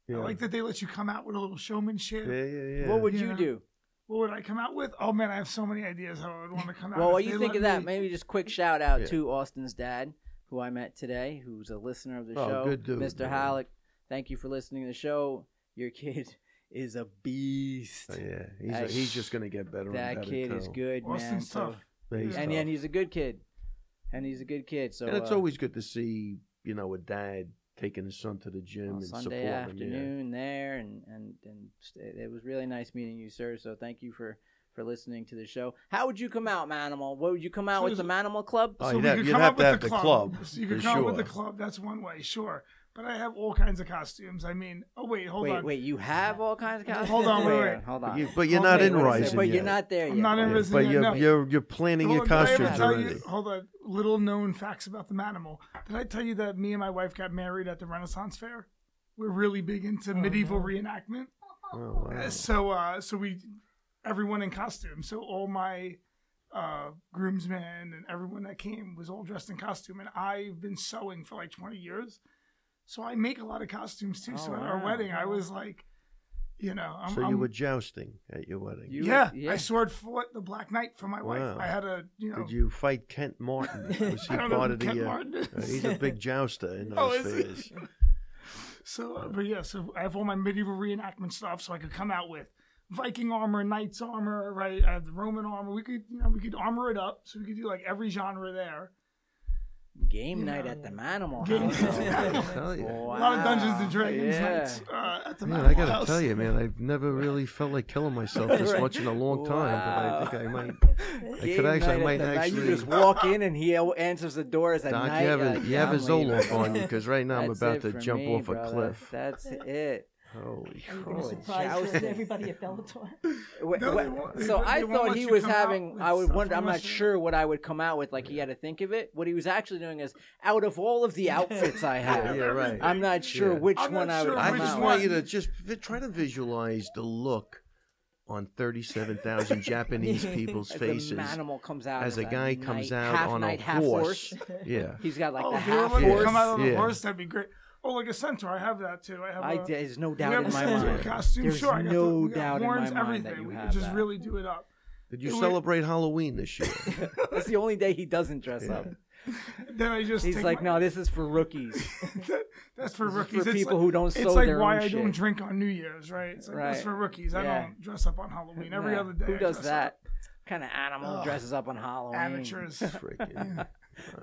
Speaker 3: yeah.
Speaker 2: I like that they let you come out with a little showmanship.
Speaker 3: Yeah, yeah, yeah.
Speaker 1: What would you
Speaker 2: Yeah.
Speaker 1: do?
Speaker 2: What would I come out with? Oh man, I have so many ideas how I would want to come out.
Speaker 1: Well,
Speaker 2: if
Speaker 1: what
Speaker 2: they
Speaker 1: you think
Speaker 2: let
Speaker 1: of that?
Speaker 2: me-
Speaker 1: Maybe just quick shout out
Speaker 3: Yeah.
Speaker 1: to Austin's dad, who I met today, who's a listener of the
Speaker 3: Oh,
Speaker 1: show.
Speaker 3: good dude,
Speaker 1: Mr.
Speaker 3: man.
Speaker 1: Halleck, thank you for listening to the show. Your kid *laughs* is a beast.
Speaker 3: Oh, yeah, he's,
Speaker 1: Hey.
Speaker 3: he's just gonna get better. and
Speaker 1: That
Speaker 3: better
Speaker 1: kid is
Speaker 3: too.
Speaker 1: good, man.
Speaker 2: Austin's
Speaker 1: So,
Speaker 2: tough.
Speaker 3: Yeah, he's
Speaker 1: and
Speaker 3: tough.
Speaker 1: and he's a good kid, and he's a good kid. So
Speaker 3: and it's
Speaker 1: uh,
Speaker 3: always good to see you know a dad taking his son to the gym
Speaker 1: uh, on
Speaker 3: and
Speaker 1: Sunday
Speaker 3: supporting him. Yeah.
Speaker 1: afternoon there, and and and st- it was really nice meeting you, sir. So thank you for. For listening to the show, how would you come out, Manimal? What would you come out
Speaker 2: So
Speaker 1: with
Speaker 2: is
Speaker 1: the
Speaker 2: it-
Speaker 1: Manimal Club?
Speaker 3: Oh,
Speaker 2: so
Speaker 3: you'd
Speaker 2: we
Speaker 3: have-
Speaker 2: could
Speaker 3: you'd
Speaker 2: come
Speaker 3: have
Speaker 2: up
Speaker 3: to
Speaker 2: with
Speaker 3: have
Speaker 2: the
Speaker 3: the
Speaker 2: club.
Speaker 3: club,
Speaker 2: So you could
Speaker 3: for
Speaker 2: come up with the
Speaker 3: sure.
Speaker 2: club. That's one way, sure. But I have all kinds of costumes. I mean, oh wait, hold
Speaker 1: wait,
Speaker 2: on.
Speaker 1: wait, you have all kinds of costumes.
Speaker 2: Hold on, wait, wait.
Speaker 1: hold
Speaker 3: But,
Speaker 1: on.
Speaker 3: you, but you're
Speaker 2: Oh,
Speaker 3: not
Speaker 2: wait,
Speaker 3: in
Speaker 2: what is it?
Speaker 3: rising
Speaker 1: But
Speaker 3: yet.
Speaker 1: you're not there yet.
Speaker 2: I'm not in
Speaker 3: Yeah,
Speaker 2: Rising
Speaker 3: but
Speaker 2: yet,
Speaker 3: you're,
Speaker 2: no.
Speaker 3: you're you're planning
Speaker 2: Hold
Speaker 3: your
Speaker 2: on, did I ever
Speaker 3: costumes
Speaker 2: tell
Speaker 3: already.
Speaker 2: You, hold on, little known facts about the Manimal. Did I tell you that me and my wife got married at the Renaissance Fair? We're really big into medieval reenactment.
Speaker 3: Oh, wow.
Speaker 2: Uh, So, uh, so we, everyone in costume. So all my uh, groomsmen and everyone that came was all dressed in costume, and I've been sewing for like 20 years. So I make a lot of costumes too.
Speaker 1: Oh,
Speaker 2: so at our
Speaker 1: wow.
Speaker 2: wedding, I was like, you know, I'm,
Speaker 3: so
Speaker 2: I'm
Speaker 3: you were jousting at your wedding.
Speaker 1: You-
Speaker 2: yeah,
Speaker 1: yeah.
Speaker 2: I sword fought the Black Knight for my wife.
Speaker 3: Wow.
Speaker 2: I had a, you know,
Speaker 3: Did you fight Kent
Speaker 2: *laughs*
Speaker 3: Martin? Was he
Speaker 2: I don't know
Speaker 3: part
Speaker 2: who
Speaker 3: of the?
Speaker 2: Kent
Speaker 3: uh,
Speaker 2: Martin is.
Speaker 3: uh, he's a big jouster in
Speaker 2: Oh,
Speaker 3: those
Speaker 2: is he? *laughs*
Speaker 3: fairs.
Speaker 2: So, uh, but yeah, so I have all my medieval reenactment stuff, so I could come out with Viking armor, knight's armor, right? I have the Roman armor. We could, you know, we could armor it up, so we could do like every genre there.
Speaker 1: Game
Speaker 2: You
Speaker 1: night
Speaker 4: know.
Speaker 1: at the Manimal
Speaker 2: Game
Speaker 1: House.
Speaker 2: night at the
Speaker 3: I tell you.
Speaker 1: Wow.
Speaker 2: A lot of Dungeons and Dragons
Speaker 1: Yeah.
Speaker 2: knights uh, at the
Speaker 3: Man,
Speaker 2: Mad
Speaker 3: I gotta
Speaker 2: House.
Speaker 3: tell
Speaker 2: *laughs*
Speaker 3: you, man, I've never really felt like killing myself this
Speaker 1: Right.
Speaker 3: much in a long time.
Speaker 1: Wow.
Speaker 3: But I think I
Speaker 2: *laughs*
Speaker 3: might. I
Speaker 1: Game
Speaker 3: could actually,
Speaker 1: night
Speaker 3: I
Speaker 1: at
Speaker 3: might
Speaker 1: the Manimal.
Speaker 3: actually.
Speaker 1: You just walk in and he el- answers the door as a
Speaker 3: Doc,
Speaker 1: night.
Speaker 3: you have
Speaker 1: uh,
Speaker 3: a, you have a
Speaker 1: I'm leaving.
Speaker 3: Zoloft
Speaker 2: *laughs*
Speaker 3: on you because right now I'm
Speaker 1: That's
Speaker 3: about
Speaker 1: it
Speaker 3: to
Speaker 1: for
Speaker 3: jump
Speaker 1: me,
Speaker 3: off a
Speaker 1: brother.
Speaker 3: cliff.
Speaker 1: That's it.
Speaker 3: Holy
Speaker 4: Are you going to
Speaker 3: crap!
Speaker 4: surprise
Speaker 1: jousting.
Speaker 4: everybody at Bellator?
Speaker 1: Wh-
Speaker 2: *laughs* No,
Speaker 1: wh-
Speaker 2: they won't- they
Speaker 1: so
Speaker 2: won't-
Speaker 1: I
Speaker 2: they won't
Speaker 1: thought
Speaker 2: let
Speaker 1: he
Speaker 2: you
Speaker 1: was
Speaker 2: come out
Speaker 1: having.
Speaker 2: with
Speaker 1: I would
Speaker 2: stuff
Speaker 1: wonder. I'm not
Speaker 2: unless you-
Speaker 1: sure what I would come out with. Like he had to think of it. What he was actually doing is, out of all of
Speaker 2: *laughs*
Speaker 1: the outfits I have,
Speaker 3: Yeah, right.
Speaker 1: I'm not sure
Speaker 3: Yeah.
Speaker 1: which
Speaker 2: I'm not
Speaker 1: one I would.
Speaker 2: sure
Speaker 1: come
Speaker 3: I
Speaker 2: which
Speaker 3: just
Speaker 1: out
Speaker 3: want
Speaker 1: with.
Speaker 3: you to just vi- try to visualize the look on 37,000 Japanese people's
Speaker 1: As
Speaker 3: faces
Speaker 1: the animal comes out
Speaker 3: as a
Speaker 1: a
Speaker 3: guy comes
Speaker 1: knight-
Speaker 3: out
Speaker 1: half
Speaker 3: on
Speaker 1: knight,
Speaker 3: a
Speaker 1: half
Speaker 3: horse. Yeah.
Speaker 1: He's got like
Speaker 2: oh,
Speaker 1: the
Speaker 2: if they were
Speaker 1: half
Speaker 2: letting me
Speaker 1: horse.
Speaker 2: come out on a
Speaker 3: Yeah.
Speaker 2: horse, that'd be great. Oh, like a centaur, I have that too. I have.
Speaker 1: I,
Speaker 2: a-
Speaker 1: there's no
Speaker 2: we
Speaker 1: doubt
Speaker 2: have
Speaker 1: in
Speaker 2: a
Speaker 1: my
Speaker 2: centaur
Speaker 1: mind.
Speaker 2: Costume.
Speaker 1: There's
Speaker 2: sure, I got
Speaker 1: no
Speaker 2: the, we got
Speaker 1: doubt in
Speaker 2: horns,
Speaker 1: my mind
Speaker 2: everything.
Speaker 1: that you
Speaker 2: we
Speaker 1: have
Speaker 2: could just
Speaker 1: that.
Speaker 2: really do it up. *laughs*
Speaker 3: Did you
Speaker 2: It would-
Speaker 3: celebrate Halloween this year?
Speaker 1: That's the only day he doesn't dress
Speaker 3: Yeah.
Speaker 1: up.
Speaker 2: Then I just
Speaker 1: He's
Speaker 2: take
Speaker 1: like,
Speaker 2: my- *laughs*
Speaker 1: no, this is for rookies.
Speaker 2: That's for
Speaker 1: This is *laughs*
Speaker 2: rookies.
Speaker 1: for
Speaker 2: It's
Speaker 1: people
Speaker 2: like-
Speaker 1: who don't
Speaker 2: it's
Speaker 1: sew
Speaker 2: like
Speaker 1: their
Speaker 2: why
Speaker 1: own
Speaker 2: I
Speaker 1: shit.
Speaker 2: don't drink on New Year's, right? It's like, That's
Speaker 1: Right.
Speaker 2: for rookies.
Speaker 1: Yeah.
Speaker 2: I don't dress up on Halloween. Every
Speaker 1: Nah.
Speaker 2: other day,
Speaker 1: Who
Speaker 2: I
Speaker 1: does
Speaker 2: dress
Speaker 1: that?
Speaker 2: up.
Speaker 1: kind of animal
Speaker 2: Ugh.
Speaker 1: dresses up on *laughs* Halloween?
Speaker 2: Amateurs.
Speaker 3: Freaking.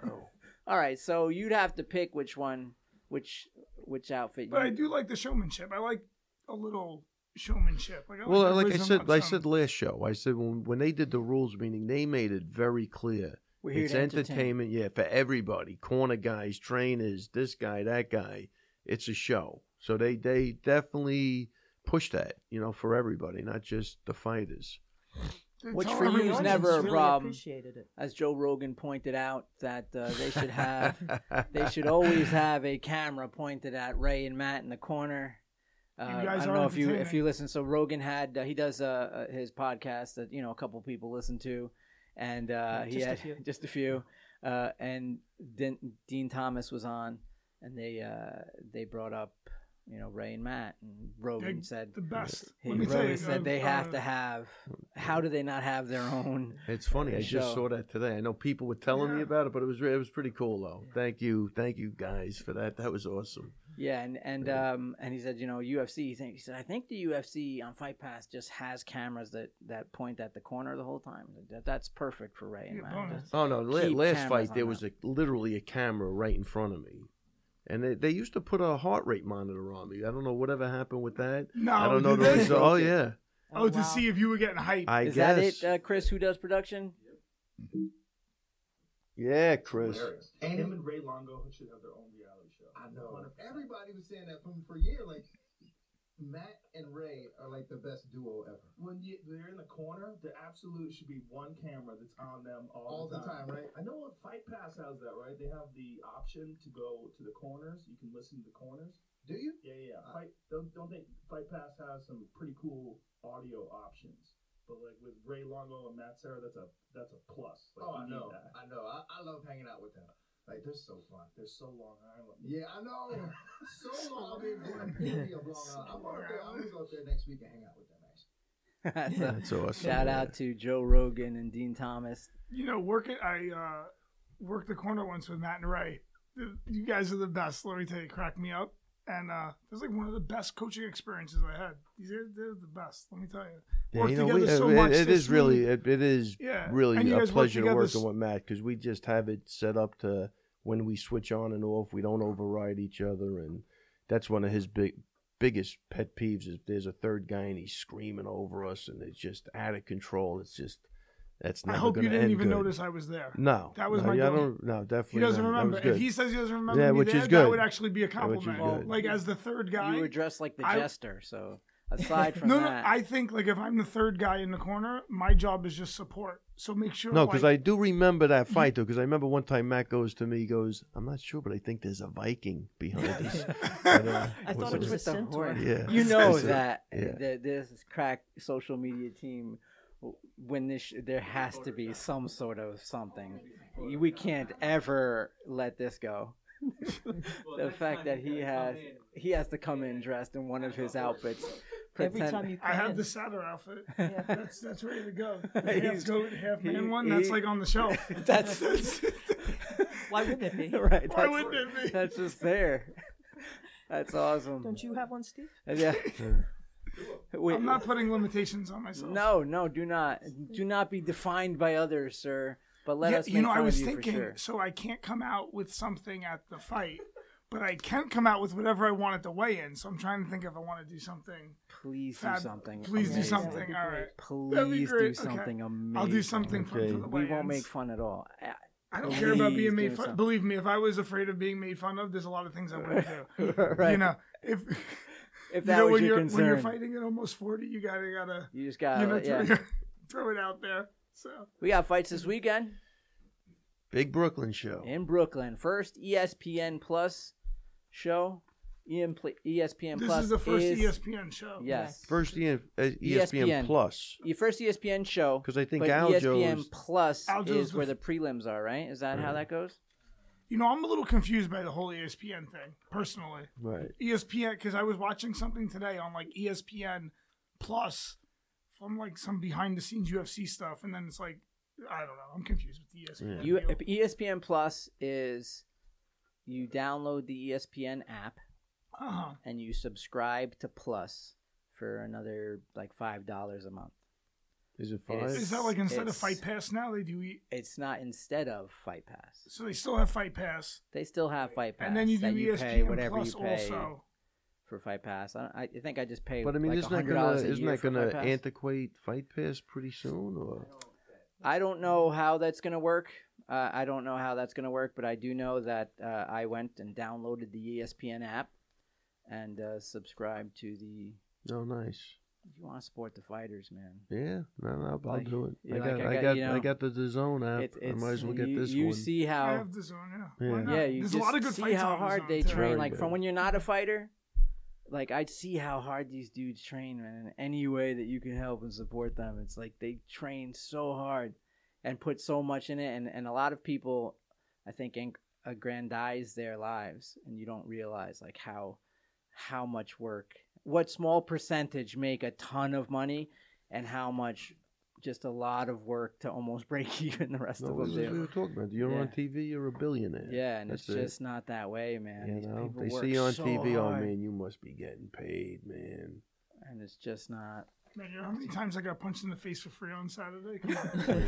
Speaker 3: Wow.
Speaker 1: All right, so you'd have to pick which one, which which outfit.
Speaker 2: but I
Speaker 1: you,
Speaker 2: do like the showmanship. I like a little showmanship. Like, I
Speaker 3: Well,
Speaker 2: the
Speaker 3: like I
Speaker 2: charisma
Speaker 3: said,
Speaker 2: of
Speaker 3: I
Speaker 2: some-
Speaker 3: said last show, I said when, when they did the rules meeting, they made it very clear.
Speaker 1: we're here
Speaker 3: It's
Speaker 1: to entertain.
Speaker 3: entertainment, yeah, for everybody. Corner guys, trainers, this guy, that guy. It's a show. So they, they definitely push that, you know, for everybody, not just the fighters.
Speaker 2: to
Speaker 1: Which
Speaker 2: tell
Speaker 1: for you is
Speaker 2: everyone
Speaker 4: audience
Speaker 1: never a
Speaker 2: it's
Speaker 4: really
Speaker 1: problem.
Speaker 4: Appreciated it.
Speaker 1: as Joe Rogan pointed out, that uh, they should have
Speaker 3: *laughs*
Speaker 1: they should always have a camera pointed at Ray and Matt in the corner. Uh,
Speaker 2: You guys
Speaker 1: I don't
Speaker 2: are
Speaker 1: know if you if
Speaker 2: entertaining.
Speaker 1: you listen. So Rogan had uh, he does uh, uh, his podcast that you know a couple people listen to, and uh,
Speaker 4: Yeah,
Speaker 1: he
Speaker 4: just a
Speaker 1: had
Speaker 4: few.
Speaker 1: *laughs* just a few. Uh, and Den- Dean Thomas was on, and they uh, they brought up you know Ray and Matt, and Rogan
Speaker 2: They-
Speaker 1: said
Speaker 2: The best.
Speaker 1: he
Speaker 2: Let me tell
Speaker 1: Rogan
Speaker 2: you,
Speaker 1: said
Speaker 2: uh,
Speaker 1: they have
Speaker 2: uh,
Speaker 1: to have. How do they not have their own?
Speaker 3: It's funny. I
Speaker 1: show.
Speaker 3: just saw that today. I know people were telling me
Speaker 2: Yeah.
Speaker 3: about it, but it was re- it was pretty cool though. Thank you, thank you guys for that. That was awesome.
Speaker 1: Yeah, and and
Speaker 3: Yeah.
Speaker 1: um and he said, you know, UFC. He, think, he said, I think the UFC on Fight Pass just has cameras that that point at the corner the whole time. That that's perfect for Ray and
Speaker 2: Yeah,
Speaker 1: Matt.
Speaker 2: bonus.
Speaker 1: Just-
Speaker 3: Oh no! La-
Speaker 1: Keep
Speaker 3: last
Speaker 1: cameras
Speaker 3: fight
Speaker 1: on
Speaker 3: there
Speaker 1: that.
Speaker 3: was a, literally a camera right in front of me, and they, they used to put a heart rate monitor on me. I don't know whatever happened with that.
Speaker 2: No,
Speaker 3: I don't know
Speaker 2: did
Speaker 3: the
Speaker 2: they?
Speaker 3: result. Oh yeah,
Speaker 2: *laughs* Oh, to see if you were getting hype.
Speaker 3: I
Speaker 1: Is
Speaker 3: guess.
Speaker 1: that it, uh, Chris? Who does production? *laughs*
Speaker 3: yeah, Chris.
Speaker 5: Hilarious. And him and Ray Longo should have their own reality show.
Speaker 6: I know. Everybody was saying that from for a year. Like Matt and Ray are like the best duo ever.
Speaker 5: When you, they're in the corner, there absolutely should be one camera that's on them all,
Speaker 6: All the time, right?
Speaker 5: I know what Fight Pass has that, right? They have the option to go to the corners. You can listen to the corners.
Speaker 6: Do you? Uh,
Speaker 5: Yeah, yeah. yeah. Fight don't don't think Fight Pass has some pretty cool audio options. But like with Ray Longo and Matt Sarah, that's a that's a plus. Like
Speaker 6: oh, I
Speaker 5: you need
Speaker 6: know.
Speaker 5: that.
Speaker 6: I know. I, I love hanging out with them. Like they're so fun.
Speaker 5: They're so Long Island.
Speaker 6: Yeah, I know. So long. I've been one baby of Long Island. I'm out there. I'm gonna go up there next week and hang out with them. Actually,
Speaker 1: So,
Speaker 3: *laughs* That's awesome.
Speaker 1: shout
Speaker 3: yeah.
Speaker 1: out to Joe Rogan and Dean Thomas.
Speaker 2: You know, work it. I uh, worked the corner once with Matt and Ray. The- You guys are the best. Let me tell you, crack me up. And uh, it was like one of the best coaching experiences I had. These are they're the best. Let me tell you.
Speaker 3: Yeah,
Speaker 2: Work
Speaker 3: you know, we,
Speaker 2: together so
Speaker 3: it-
Speaker 2: much
Speaker 3: it
Speaker 2: this
Speaker 3: is really
Speaker 2: week.
Speaker 3: it, it is
Speaker 2: Yeah. And
Speaker 3: really
Speaker 2: you
Speaker 3: a
Speaker 2: guys work
Speaker 3: pleasure to
Speaker 2: together
Speaker 3: work
Speaker 2: s-
Speaker 3: with Matt because we just have it set up to when we switch on and off, we don't override each other, and that's one of his big biggest pet peeves is there's a third guy and he's screaming over us and it's just out of control. It's just that's
Speaker 2: I
Speaker 3: never
Speaker 2: hope
Speaker 3: going
Speaker 2: you
Speaker 3: to
Speaker 2: didn't
Speaker 3: end
Speaker 2: even
Speaker 3: good.
Speaker 2: notice I was there.
Speaker 3: No,
Speaker 2: That was
Speaker 3: no,
Speaker 2: my
Speaker 3: I
Speaker 2: goal.
Speaker 3: don't- no,
Speaker 2: He
Speaker 3: definitely
Speaker 2: doesn't
Speaker 3: not. That
Speaker 2: remember.
Speaker 3: was good.
Speaker 2: If he says he doesn't remember
Speaker 3: Yeah,
Speaker 2: me
Speaker 3: which is
Speaker 2: there, that
Speaker 3: good.
Speaker 2: would actually be a
Speaker 3: which is
Speaker 2: compliment.
Speaker 1: good.
Speaker 2: Like as the third guy.
Speaker 1: You were dressed like the
Speaker 2: I-
Speaker 1: jester. So aside from
Speaker 2: *laughs* no, no.
Speaker 3: *laughs*
Speaker 1: that,
Speaker 2: I think like if I'm the third guy in the corner, my job is just support. So make sure.
Speaker 3: No, because
Speaker 2: like,
Speaker 3: I do remember
Speaker 1: *laughs*
Speaker 3: that fight though. Because I remember one time Matt goes to me, he goes, "I'm not sure, but I think there's a Viking
Speaker 2: *laughs*
Speaker 1: *laughs*
Speaker 3: behind us." And, uh,
Speaker 4: I thought it
Speaker 1: What's
Speaker 4: was a
Speaker 1: with the
Speaker 4: centaur.
Speaker 1: horn?
Speaker 3: Yeah.
Speaker 1: you know
Speaker 3: Listen,
Speaker 1: that
Speaker 3: yeah.
Speaker 1: the, this crack social media team. When this, sh- there has to be some sort of something. We can't ever let this go. *laughs* the fact that he has he has to come in dressed in one of his outfits.
Speaker 4: Every
Speaker 1: pretend-
Speaker 4: time you
Speaker 2: I
Speaker 4: come
Speaker 2: have
Speaker 4: in.
Speaker 2: the saddle
Speaker 1: *laughs*
Speaker 2: outfit.
Speaker 4: Yeah.
Speaker 2: That's that's ready to go.
Speaker 1: He's-
Speaker 2: Half goat, half man
Speaker 1: he-
Speaker 2: one. That's
Speaker 1: he-
Speaker 2: like on the shelf.
Speaker 4: *laughs*
Speaker 1: That's-
Speaker 4: Why wouldn't it be?
Speaker 1: right.
Speaker 2: Why
Speaker 1: that's-
Speaker 2: wouldn't it be?
Speaker 1: That's just there. That's awesome.
Speaker 4: Don't you have one, Steve?
Speaker 1: Yeah. *laughs* Wait,
Speaker 2: I'm not putting limitations on myself.
Speaker 1: no, no, do not, do not be defined by others, sir. But let
Speaker 2: Yeah,
Speaker 1: us. Make
Speaker 2: you know, I
Speaker 1: fun
Speaker 2: was
Speaker 1: of you for
Speaker 2: thinking,
Speaker 1: sure.
Speaker 2: so I can't come out with something at the fight, but I can come out with whatever I want at the weigh-in. So I'm trying to think if I want to do something.
Speaker 1: Please do
Speaker 2: Fab-
Speaker 1: something.
Speaker 2: Please do
Speaker 1: amazing.
Speaker 2: something. All right. That'd be
Speaker 1: Please do
Speaker 2: great. Okay.
Speaker 1: something amazing.
Speaker 2: I'll do something fun
Speaker 3: Okay.
Speaker 2: for the
Speaker 1: We
Speaker 2: weigh-ins.
Speaker 1: won't make fun at
Speaker 2: *laughs*
Speaker 1: all. I-
Speaker 2: I don't care about
Speaker 1: Please
Speaker 2: being
Speaker 1: do
Speaker 2: made fun.
Speaker 1: something.
Speaker 2: Believe me, if I was afraid of being made fun of, there's a lot of things I wouldn't do.
Speaker 1: *laughs* right.
Speaker 2: You know, if
Speaker 1: if
Speaker 2: *laughs* you
Speaker 1: that
Speaker 2: know
Speaker 1: was
Speaker 2: when
Speaker 1: your
Speaker 2: you're
Speaker 1: concern,
Speaker 2: when you're fighting at almost forty, you gotta gotta
Speaker 1: you just
Speaker 2: you
Speaker 1: got.
Speaker 2: know
Speaker 1: to
Speaker 2: throw,
Speaker 1: yeah.
Speaker 2: your- *laughs* throw it out there. So
Speaker 1: We got fights this weekend
Speaker 3: Big Brooklyn show.
Speaker 1: in Brooklyn. First E ESPN Plus show. E EM pl- ESPN
Speaker 2: this
Speaker 1: Plus
Speaker 2: is the first E
Speaker 1: is-
Speaker 2: ESPN show.
Speaker 1: Yes.
Speaker 3: First E- uh, ESPN,
Speaker 1: ESPN.
Speaker 3: Plus.
Speaker 1: Your first E ESPN show.
Speaker 3: 'Cause I think
Speaker 1: but E
Speaker 3: Aljo's-
Speaker 1: ESPN Plus
Speaker 2: Aljo's
Speaker 1: is
Speaker 2: the
Speaker 1: where
Speaker 2: f-
Speaker 1: the prelims are, right? Is that how that goes?
Speaker 2: You know, I'm a little confused by the whole E ESPN thing personally. E
Speaker 3: Right.
Speaker 2: ESPN because I was watching something today on like E ESPN Plus from like some behind the scenes UFC stuff, and then it's like I don't know. I'm confused with the E ESPN.
Speaker 1: You
Speaker 2: deal.
Speaker 1: if E ESPN Plus is you download the E ESPN app
Speaker 2: uh-huh.
Speaker 1: and you subscribe to Plus for another like five dollars a month.
Speaker 3: Is it
Speaker 1: It
Speaker 3: five?
Speaker 1: is.
Speaker 2: Is that like instead of
Speaker 1: It's-
Speaker 2: Fight Pass now they do E
Speaker 1: It's not instead of Fight Pass.
Speaker 2: so they still have Fight Pass,
Speaker 1: They still have Fight Pass
Speaker 2: and then you do E
Speaker 1: that you
Speaker 2: ESPN
Speaker 1: pay whatever
Speaker 2: Plus
Speaker 1: you pay
Speaker 2: also.
Speaker 1: for Fight Pass. I, I think I just pay.
Speaker 3: but I mean,
Speaker 1: like
Speaker 3: isn't that gonna
Speaker 1: $100 a
Speaker 3: isn't
Speaker 1: year
Speaker 3: that
Speaker 1: for
Speaker 3: gonna
Speaker 1: Fight Pass.
Speaker 3: antiquate Fight Pass pretty soon? Or
Speaker 1: I don't know how that's going to work. Uh, I don't know how that's going to work, but I do know that uh, I went and E downloaded the ESPN app and uh, subscribed to the
Speaker 3: no, nice.
Speaker 1: You want to support the fighters, man.
Speaker 3: Yeah, no, no, I'll
Speaker 1: Like,
Speaker 3: do it.
Speaker 1: you
Speaker 3: I
Speaker 1: like,
Speaker 3: got,
Speaker 1: I
Speaker 3: I
Speaker 1: got-
Speaker 3: got,
Speaker 1: you
Speaker 3: I
Speaker 1: know,
Speaker 3: got the DAZN app.
Speaker 1: It's-
Speaker 3: I might
Speaker 1: it's-
Speaker 3: as well get
Speaker 1: you,
Speaker 3: this
Speaker 1: you
Speaker 3: one.
Speaker 1: see
Speaker 2: I
Speaker 1: how
Speaker 2: have the zone. Yeah. Why
Speaker 3: Yeah.
Speaker 2: not?
Speaker 1: yeah, you
Speaker 2: There's
Speaker 1: just
Speaker 2: a lot of good
Speaker 1: see
Speaker 2: fights
Speaker 1: how
Speaker 2: on the
Speaker 1: hard
Speaker 2: zone,
Speaker 1: they
Speaker 2: too.
Speaker 1: train.
Speaker 3: Very
Speaker 1: Like from
Speaker 3: good.
Speaker 1: when you're not a fighter, like I'd see how hard these dudes train, man. In any way that you can help and support them, it's like they train so hard and put so much in it, and and a lot of people, I think, ang- aggrandize their lives, and you don't realize like how how much work, what small percentage make a ton of money, and how much just a lot of work to almost *laughs* break even the rest
Speaker 3: No,
Speaker 1: of them
Speaker 3: this is
Speaker 1: do.
Speaker 3: what we were talking about. You're
Speaker 1: Yeah.
Speaker 3: on TV, you're a billionaire.
Speaker 1: Yeah, and it's
Speaker 3: That's it.
Speaker 1: just not that way, man.
Speaker 3: You
Speaker 1: These
Speaker 3: know,
Speaker 1: people
Speaker 3: they
Speaker 1: work
Speaker 3: see you on
Speaker 1: so
Speaker 3: TV, oh
Speaker 1: hard,
Speaker 3: man, you must be getting paid, man.
Speaker 1: and it's just
Speaker 2: *laughs*
Speaker 1: not. *laughs*
Speaker 2: Man, you know how many times I got punched in the face for free on Saturday? Come
Speaker 1: *laughs*
Speaker 2: on.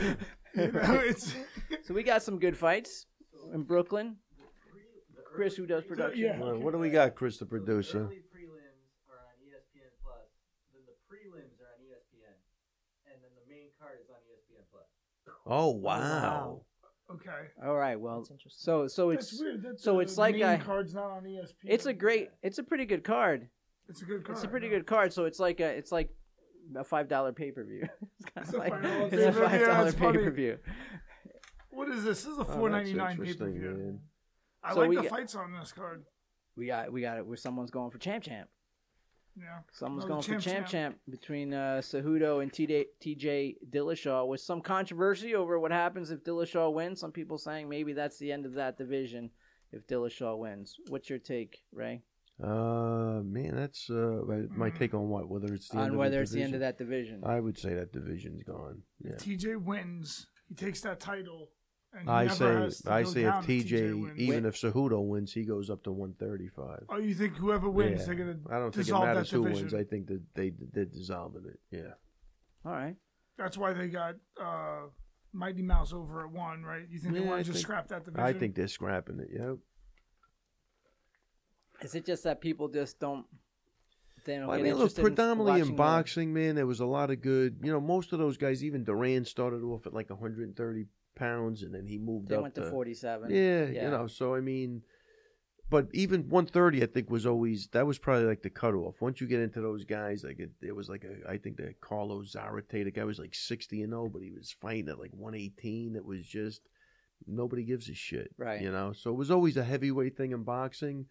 Speaker 2: You know, it's
Speaker 1: So we got some good fights in Brooklyn. Chris, who does production,
Speaker 2: yeah.
Speaker 3: Well, what do we got, Chris, the
Speaker 7: So
Speaker 3: producer?
Speaker 7: the early prelims are on E ESPN Plus. Then the prelims are on E ESPN, and then the main card is on E ESPN Plus.
Speaker 3: Oh wow!
Speaker 2: okay.
Speaker 1: All right, well,
Speaker 4: That's interesting.
Speaker 1: so so
Speaker 2: That's
Speaker 1: it's
Speaker 2: weird. That's
Speaker 1: so
Speaker 2: uh,
Speaker 1: it's like
Speaker 2: main
Speaker 1: I-
Speaker 2: card's not on ESPN.
Speaker 1: it's a great, it's a pretty good card.
Speaker 2: It's a good card.
Speaker 1: It's a pretty
Speaker 2: yeah.
Speaker 1: good card. So it's like a, it's like a five dollar pay per view. *laughs* It's kind
Speaker 2: It's
Speaker 1: of
Speaker 2: a
Speaker 1: like
Speaker 2: $5
Speaker 1: it's a
Speaker 2: pay-per-view,
Speaker 1: five
Speaker 2: yeah,
Speaker 1: dollar
Speaker 2: it's
Speaker 1: pay
Speaker 2: funny.
Speaker 1: per view.
Speaker 2: What is this? This is a
Speaker 3: Oh,
Speaker 2: four ninety
Speaker 3: that's
Speaker 2: nine pay per
Speaker 3: interesting,
Speaker 2: view.
Speaker 3: man.
Speaker 2: I
Speaker 1: So
Speaker 2: like
Speaker 1: we
Speaker 2: the
Speaker 1: get-
Speaker 2: fights on this card.
Speaker 1: We got we got it. Where someone's going for champ champ.
Speaker 2: Yeah.
Speaker 1: Someone's
Speaker 2: Oh,
Speaker 1: going
Speaker 2: champ,
Speaker 1: for champ
Speaker 2: champ.
Speaker 1: champ between uh, Cejudo and TJ, TJ Dillashaw with some controversy over what happens if Dillashaw wins. Some people saying maybe that's the end of that division if Dillashaw wins. What's your take, Ray,
Speaker 3: Uh, man, that's uh, my- my
Speaker 2: Mm.
Speaker 3: take on what whether it's the end
Speaker 1: Hmm. on
Speaker 3: of
Speaker 1: whether
Speaker 3: the
Speaker 1: it's the end of
Speaker 3: division.
Speaker 1: that division?
Speaker 3: I would say that division's gone. Yeah,
Speaker 2: TJ wins. He takes that title. And he
Speaker 3: I
Speaker 2: never
Speaker 3: say
Speaker 2: has to
Speaker 3: I
Speaker 2: go
Speaker 3: say if
Speaker 2: down
Speaker 3: TJ,
Speaker 2: wins.
Speaker 3: even if Cejudo wins, he goes up to 135.
Speaker 2: Oh, you think whoever wins,
Speaker 3: Yeah.
Speaker 2: they're gonna?
Speaker 3: I don't think it
Speaker 2: dissolve that
Speaker 3: matters who
Speaker 2: division.
Speaker 3: wins. I think that they they're dissolving it. Yeah.
Speaker 1: All right.
Speaker 2: That's why they got uh, Mighty Mouse over at one, right? You think they
Speaker 3: Yeah,
Speaker 2: want
Speaker 3: I
Speaker 2: to just
Speaker 3: think-
Speaker 2: scrap that division?
Speaker 3: I think they're scrapping it. Yep.
Speaker 1: Is it just that people just don't? They don't
Speaker 3: I
Speaker 1: get
Speaker 3: mean, look,
Speaker 1: interested in
Speaker 3: predominantly in,
Speaker 1: watching uh, the-
Speaker 3: boxing, man, there was a lot of good. You know, most of those guys, even Duran started off at like 130 pounds, and then he moved
Speaker 1: They
Speaker 3: up
Speaker 1: went to forty-seven.
Speaker 3: Yeah,
Speaker 1: Yeah.
Speaker 3: you know. So I mean, but even 130, I think was always that was probably like the cutoff. Once you get into those guys, like it, it was like a, I think the Carlos Zarate, the guy was like 60 and 0, but he was fighting at like 118. It was just nobody gives a shit,
Speaker 1: Right.
Speaker 3: You know. So it was always a heavyweight thing in boxing,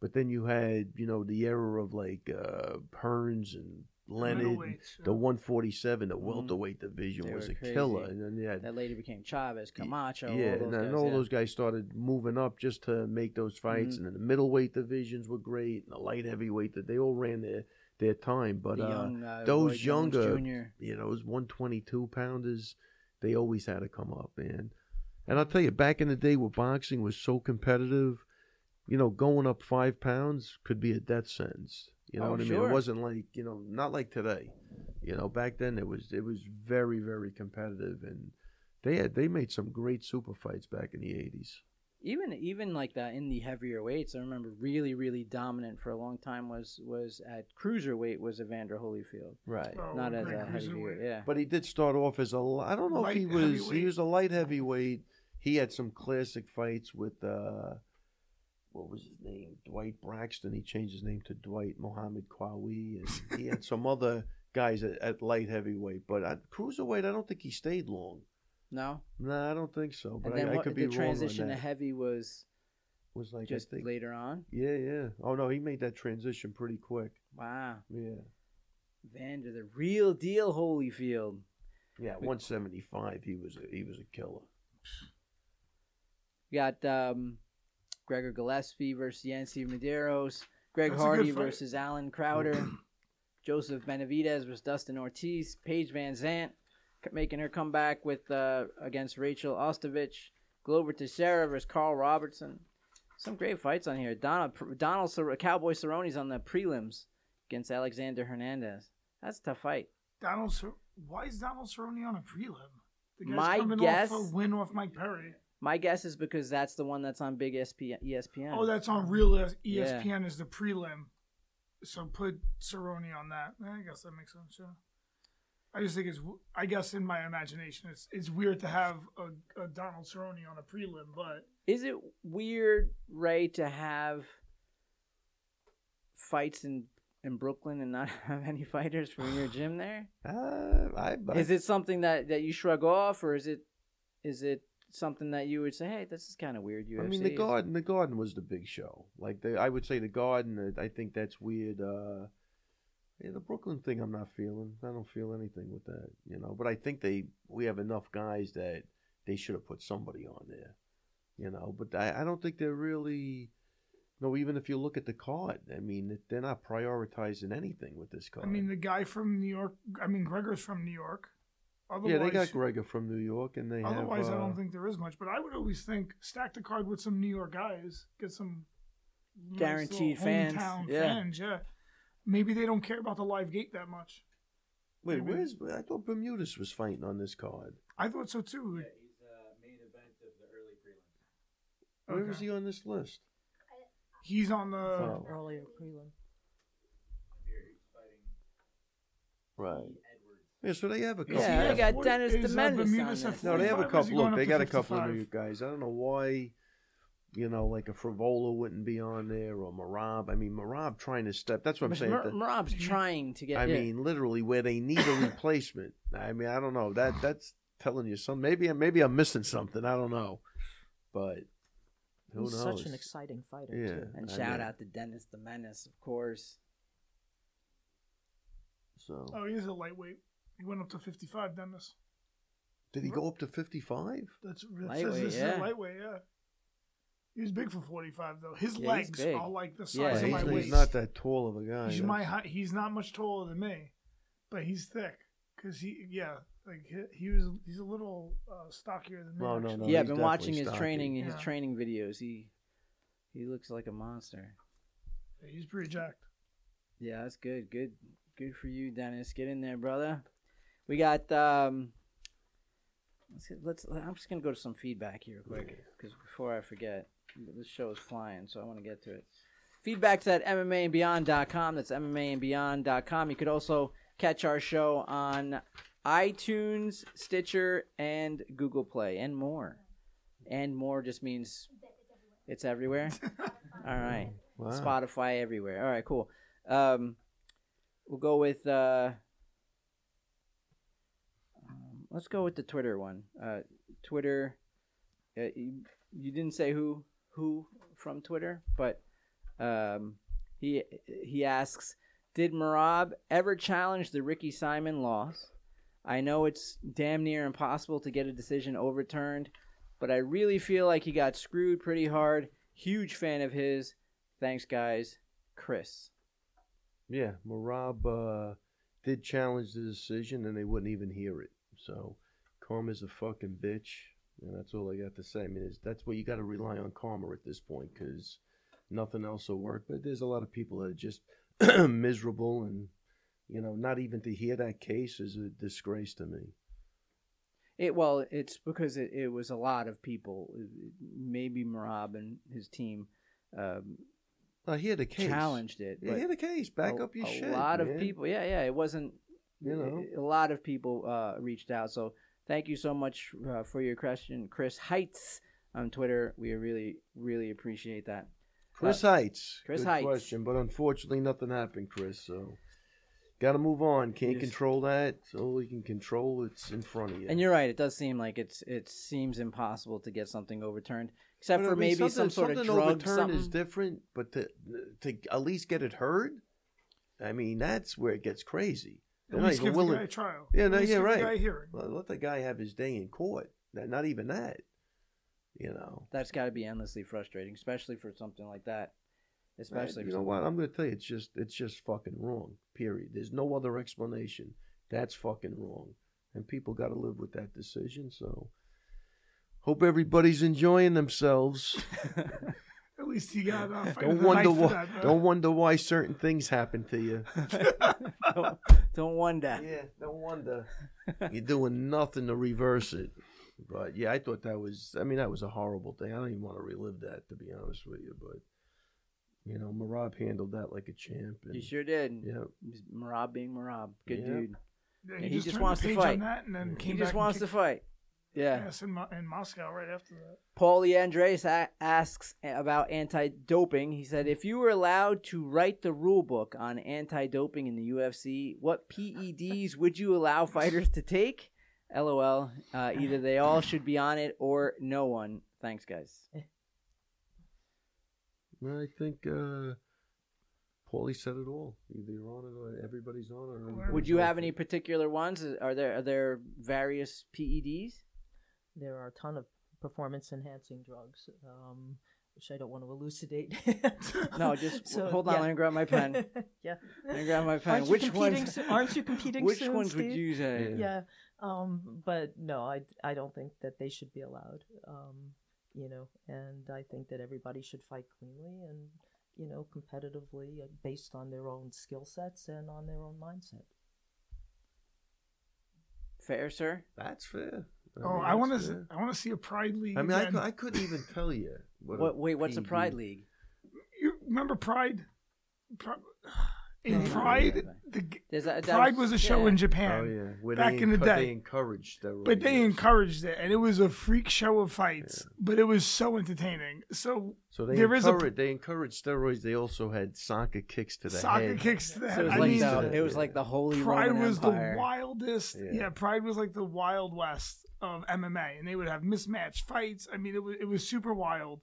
Speaker 3: but then you had you know the era of like uh Hearns and Leonard. and
Speaker 2: Middleweights,
Speaker 3: The
Speaker 2: yeah.
Speaker 3: 147, the welterweight division
Speaker 1: Mm-hmm. They
Speaker 3: was
Speaker 1: were
Speaker 3: a
Speaker 1: crazy.
Speaker 3: killer, and then yeah,
Speaker 1: That lady became Chavez, Camacho.
Speaker 3: yeah,
Speaker 1: all those
Speaker 3: and I
Speaker 1: guys,
Speaker 3: know
Speaker 1: yeah.
Speaker 3: those guys started moving up just to make those fights,
Speaker 1: Mhm.
Speaker 3: and then the middleweight divisions were great, and the light heavyweight that they all ran their their time. But
Speaker 1: The
Speaker 3: uh,
Speaker 1: young, uh,
Speaker 3: those
Speaker 1: Roy Jones
Speaker 3: younger-
Speaker 1: Jr.
Speaker 3: you know, those one twenty two pounders, they always had to come up, man. And I'll tell you, back in the day, where boxing was so competitive, you know, going up five pounds could be a death sentence. You know
Speaker 1: Oh,
Speaker 3: what I mean?
Speaker 1: sure.
Speaker 3: It wasn't like you know, not like today. You know, back then it was it was very very competitive, and they had they made some great super fights back in the eighties.
Speaker 1: even even like that in the heavier weights i remember really really dominant for a long time was was at cruiserweight was evander holyfield
Speaker 3: Right.
Speaker 2: Oh,
Speaker 1: not as
Speaker 2: great
Speaker 1: a heavyweight
Speaker 2: cruiserweight.
Speaker 1: yeah
Speaker 3: But he did start off as a. li- I don't know
Speaker 2: Light
Speaker 3: if he was.
Speaker 2: heavyweight.
Speaker 3: He was a light heavyweight. He had some classic fights with. uh What was his name? Dwight Braxton. He changed his name to Dwight Mohammed Kwawi, and he had
Speaker 2: *laughs*
Speaker 3: some other guys at, at light heavyweight. But at cruiserweight, I don't think he stayed long.
Speaker 1: no
Speaker 3: No, I don't think so. But
Speaker 1: and then
Speaker 3: I, I
Speaker 1: what,
Speaker 3: could be
Speaker 1: the
Speaker 3: wrong
Speaker 1: transition
Speaker 3: on
Speaker 1: to
Speaker 3: that.
Speaker 1: heavy was
Speaker 3: was like
Speaker 1: just
Speaker 3: I think.
Speaker 1: later on
Speaker 3: Yeah, yeah. Oh no, he made that transition pretty quick.
Speaker 1: wow
Speaker 3: Yeah,
Speaker 1: vander the real deal holyfield
Speaker 3: yeah. One seventy five. He was a, he was a killer.
Speaker 1: you got um gregor gillespie versus yancy medeiros greg
Speaker 2: That's a good
Speaker 1: hardy
Speaker 2: fight.
Speaker 1: versus alan
Speaker 2: *clears throat*
Speaker 1: crowder joseph benavidez versus dustin ortiz paige van zant c- making her comeback with uh, against Rachel Ostovich, Glover Teixeira versus Carl Robertson. Some great fights on here. Donald Donald Cer- Cowboy Cerrone's on the prelims against Alexander Hernandez. That's a tough fight.
Speaker 2: Donald, Cer- why is Donald Cerrone on a prelim? The guy's
Speaker 1: My
Speaker 2: coming
Speaker 1: guess-
Speaker 2: off a win off Mike Perry.
Speaker 1: My guess is because that's the one that's on big E SP- ESPN.
Speaker 2: Oh, that's on real E ES-
Speaker 1: Yeah.
Speaker 2: ESPN is the prelim. So put Cerrone on that. I guess that makes sense. Yeah. I just think it's. w- I guess in my imagination, it's it's weird to have a, a Donald Cerrone on a prelim, but
Speaker 1: is it weird, Ray, to have fights in in Brooklyn and not *laughs* have any fighters from your
Speaker 3: *sighs*
Speaker 1: gym there?
Speaker 3: Uh, I, I,
Speaker 1: Is it something that that you shrug off, or is it is it something that you would say, hey, this is kind of weird? UFC.
Speaker 3: I mean, the garden. The garden was the big show. Like the, I would say, the garden. uh, I think that's weird. Uh, yeah, the Brooklyn thing, I'm not feeling. I don't feel anything with that, you know. But I think they we have enough guys that they should have put somebody on there, you know. But I, I don't think they're really. No, even if you look at the card, I mean, they're not prioritizing anything with this card.
Speaker 2: I mean, the guy from New York. I mean, Gregor's from New York. Otherwise,
Speaker 3: yeah, they got Gregor from New York, and they have.
Speaker 2: Otherwise, I
Speaker 3: uh,
Speaker 2: don't think there is much. But I would always think stack the card with some New York guys, get some nice
Speaker 1: Guaranteed
Speaker 2: little
Speaker 1: fans,
Speaker 2: hometown
Speaker 1: yeah.
Speaker 2: fans. Yeah, maybe they don't care about the live gate that much.
Speaker 3: Wait,
Speaker 2: maybe-
Speaker 3: where's I thought Bermudez was fighting on this card.
Speaker 2: I thought so too.
Speaker 7: Yeah, he's uh, main event of the early prelims.
Speaker 3: Where is
Speaker 2: Okay.
Speaker 3: he on this list?
Speaker 2: He's on the.
Speaker 3: Oh.
Speaker 4: Earlier prelim.
Speaker 7: Here he's fighting
Speaker 3: Right.
Speaker 7: Edwards.
Speaker 3: Yeah, so they have a couple.
Speaker 1: Yeah, they
Speaker 2: Is he
Speaker 1: got
Speaker 2: at
Speaker 1: Dennis
Speaker 2: is,
Speaker 1: the
Speaker 2: uh,
Speaker 1: Menace
Speaker 2: Bermudez
Speaker 1: on
Speaker 2: at
Speaker 1: this.
Speaker 3: no, they have a
Speaker 2: 45 or is he
Speaker 3: couple.
Speaker 2: going
Speaker 3: Of,
Speaker 2: up
Speaker 3: they
Speaker 2: to
Speaker 3: got a couple
Speaker 2: 55?
Speaker 3: of new guys. I don't know why, you know, like a Frivola wouldn't be on there or Marab. I mean, Marab trying to step. That's what I'm saying.
Speaker 1: Mar-
Speaker 3: The- *clears throat*
Speaker 1: Marab's trying to get.
Speaker 3: I
Speaker 1: yeah.
Speaker 3: mean, literally where they need a replacement. I mean, I don't know. That that's telling you something. Maybe maybe I'm missing something. I don't know, but who
Speaker 4: He's
Speaker 3: knows?
Speaker 4: such an exciting fighter
Speaker 3: Yeah.
Speaker 4: too.
Speaker 1: and
Speaker 3: I
Speaker 1: shout
Speaker 3: know.
Speaker 1: out to Dennis the Menace, of course.
Speaker 3: so
Speaker 2: Oh, he is a lightweight. He went up to 55, Dennis.
Speaker 3: did he go up to 55?
Speaker 2: That's that says
Speaker 1: Lightweight,
Speaker 2: this is
Speaker 1: yeah.
Speaker 2: a lightweight. Yeah. He was big for 45 though. His
Speaker 1: Yeah, he's
Speaker 2: legs
Speaker 1: big.
Speaker 2: are like the size
Speaker 1: Yeah,
Speaker 3: Yeah,
Speaker 2: of
Speaker 3: he's,
Speaker 2: my
Speaker 3: he's
Speaker 2: waist.
Speaker 3: not that tall of a guy.
Speaker 2: He's
Speaker 3: That's-
Speaker 2: my height. He's not much taller than me, but he's thick. Cause he, yeah, like he, he was. He's a little uh, stockier than me.
Speaker 3: No, no,
Speaker 2: actually.
Speaker 3: no.
Speaker 1: yeah, I've
Speaker 3: he's
Speaker 1: been watching
Speaker 3: definitely
Speaker 1: his
Speaker 3: stocky.
Speaker 1: training his
Speaker 2: Yeah.
Speaker 1: training videos. He he looks like a monster.
Speaker 2: Yeah, He's pretty jacked.
Speaker 1: Yeah, that's good. Good good for you, Dennis. Get in there, brother. We got um let's get, let's I'm just going to go to some feedback here real quick cuz before I forget this show is flying, so I want to get to it. Feedback's at MMAandBeyond.com. That's MMAandBeyond.com. You could also catch our show on iTunes, Stitcher, and Google Play, and more. And more just means it's everywhere. All right.
Speaker 3: Wow.
Speaker 1: Spotify everywhere. All right, cool. Um, we'll go with uh, um, let's go with the Twitter one. Uh, Twitter. Uh, you, you didn't say who who from Twitter, but um, he he asks, did Marab ever challenge the Ricky Simon loss? I know it's damn near impossible to get a decision overturned, but I really feel like he got screwed pretty hard. Huge fan of his. Thanks, guys. Chris.
Speaker 3: Yeah, Marab uh, did challenge the decision, and they wouldn't even hear it. So, karma's a fucking bitch, and that's all I got to say. I mean, it's, that's what you got to rely on karma at this point, because nothing else will work. But there's a lot of people that are just *clears throat* miserable, and you know, not even to hear that case is a disgrace to me.
Speaker 1: It well, it's because it, it was a lot of people. Maybe Marab and his team um,
Speaker 3: I hear the case.
Speaker 1: challenged it.
Speaker 3: Yeah,
Speaker 1: but
Speaker 3: hear the case. Back
Speaker 1: a,
Speaker 3: up your
Speaker 1: a
Speaker 3: shit.
Speaker 1: lot of
Speaker 3: man.
Speaker 1: people. Yeah, yeah. It wasn't. eh,
Speaker 3: You know.
Speaker 1: a lot of people uh, reached out. So thank you so much uh, for your question, Chris Heights on Twitter. We really, really appreciate that.
Speaker 3: Chris Heights.
Speaker 1: Chris
Speaker 3: Good
Speaker 1: Heights.
Speaker 3: question, but unfortunately, nothing happened, Chris. So, got to move on. Can't
Speaker 1: Yes.
Speaker 3: control that. All you can control it's in front of you.
Speaker 1: And you're right. It does seem like it's it seems impossible to get something overturned,
Speaker 3: But
Speaker 1: except
Speaker 3: I
Speaker 1: for
Speaker 3: mean,
Speaker 1: maybe some
Speaker 3: something-
Speaker 1: sort of
Speaker 3: something
Speaker 1: drug.
Speaker 3: overturned
Speaker 1: Something.
Speaker 3: is different, but to to at least get it heard, I mean, that's where it gets crazy. They're
Speaker 2: At
Speaker 3: not
Speaker 2: least
Speaker 3: even
Speaker 2: give the
Speaker 3: willing.
Speaker 2: guy a trial.
Speaker 3: Yeah,
Speaker 2: At
Speaker 3: no,
Speaker 2: least
Speaker 3: yeah,
Speaker 2: give
Speaker 3: right.
Speaker 2: The guy a hearing.
Speaker 3: Let let the guy have his day in court. Not not even that. You know.
Speaker 1: That's got to be endlessly frustrating, especially for something like that. Especially
Speaker 3: you
Speaker 1: for
Speaker 3: know
Speaker 1: something-
Speaker 3: what i'm going to tell you it's just it's just fucking wrong period there's no other explanation that's fucking wrong and people got to live with that decision so hope everybody's enjoying themselves
Speaker 2: At least he got. Uh, fight of
Speaker 3: *laughs* don't
Speaker 2: the
Speaker 3: wonder
Speaker 2: night for
Speaker 3: why
Speaker 2: that, though.
Speaker 3: don't wonder why certain things happen to you *laughs*
Speaker 1: don't, *laughs* don't wonder.
Speaker 3: don't wonder you're doing nothing to reverse it but yeah i thought that was i mean that was a horrible thing i don't even want to relive that to be honest with you but you know marab handled that like a champ and,
Speaker 1: You sure did.
Speaker 3: yeah
Speaker 1: Marab being Marab, good
Speaker 3: Yeah.
Speaker 1: dude.
Speaker 2: Yeah,
Speaker 1: he just
Speaker 2: turned the
Speaker 1: wants to
Speaker 2: page
Speaker 1: fight.
Speaker 2: On that and then
Speaker 1: He
Speaker 2: came
Speaker 1: just
Speaker 2: back
Speaker 1: wants
Speaker 2: and
Speaker 1: to fight. Yeah.
Speaker 2: Yes, in, Mo- in Moscow right after that.
Speaker 1: Paulie Andres a- asks about anti doping. He said, If you were allowed to write the rule book on anti doping in the UFC, what PEDs would you allow fighters to take? LOL. Uh, either they all should be on it or no one. Thanks, guys.
Speaker 3: Well, I think uh, Paulie said it all. Either you're on it or everybody's on it. Or
Speaker 1: Would
Speaker 3: everybody's
Speaker 1: you
Speaker 3: off
Speaker 1: have
Speaker 3: it.
Speaker 1: any particular ones? Are there are there various E PEDs?
Speaker 4: There are a ton of performance enhancing drugs, um, which I don't want to elucidate.
Speaker 1: *laughs*
Speaker 4: *laughs*
Speaker 1: No, just hold on. Let me grab my pen. Let
Speaker 4: yeah. *laughs*
Speaker 1: me grab my pen.
Speaker 4: Aren't you
Speaker 1: which
Speaker 4: competing
Speaker 1: ones?
Speaker 4: soo-
Speaker 1: *laughs*
Speaker 4: aren't you competing
Speaker 1: Which
Speaker 4: soon,
Speaker 1: ones would
Speaker 4: Steve?
Speaker 1: you say?
Speaker 3: Yeah.
Speaker 4: yeah um but no i i don't think that they should be allowed um you know and i think that everybody should fight cleanly and you know competitively uh, based on their own skill sets and on their own mindset
Speaker 1: Fair, sir.
Speaker 3: That's fair.
Speaker 2: oh,
Speaker 3: mean,
Speaker 2: I want
Speaker 3: that's
Speaker 2: to.
Speaker 3: fair.
Speaker 2: I want to see a Pride League.
Speaker 3: I mean, I,
Speaker 2: again.
Speaker 3: cou- I couldn't even tell you. What, E
Speaker 1: What? Wait, what's a
Speaker 3: PD
Speaker 1: pride league?
Speaker 2: you remember Pride? Pri- *sighs* in
Speaker 1: No, no,
Speaker 2: Pride,
Speaker 1: no, no.
Speaker 2: the g-
Speaker 1: There's a, that
Speaker 2: Pride was a show
Speaker 1: yeah.
Speaker 2: in Japan,
Speaker 3: Oh yeah, Where
Speaker 2: back
Speaker 3: they
Speaker 2: in the
Speaker 3: encou-
Speaker 2: day.
Speaker 3: they encouraged steroid
Speaker 2: but they
Speaker 3: use.
Speaker 2: encouraged it, and it was a freak show of fights. But it was so entertaining. So
Speaker 3: So they
Speaker 2: there is a-
Speaker 3: encouraged. they encouraged steroids. They also had soccer kicks to the
Speaker 2: soccer
Speaker 3: head.
Speaker 2: kicks to
Speaker 1: So it
Speaker 2: the head.
Speaker 1: was
Speaker 2: I
Speaker 1: like
Speaker 2: mean,
Speaker 1: the
Speaker 3: Yeah.
Speaker 1: it was like the Holy
Speaker 2: Pride
Speaker 1: Roman
Speaker 2: was
Speaker 1: Empire.
Speaker 2: the wildest.
Speaker 3: Yeah.
Speaker 2: Yeah. Pride was like the wild west of MMA, and they would have mismatched fights. I mean, it was it was super wild.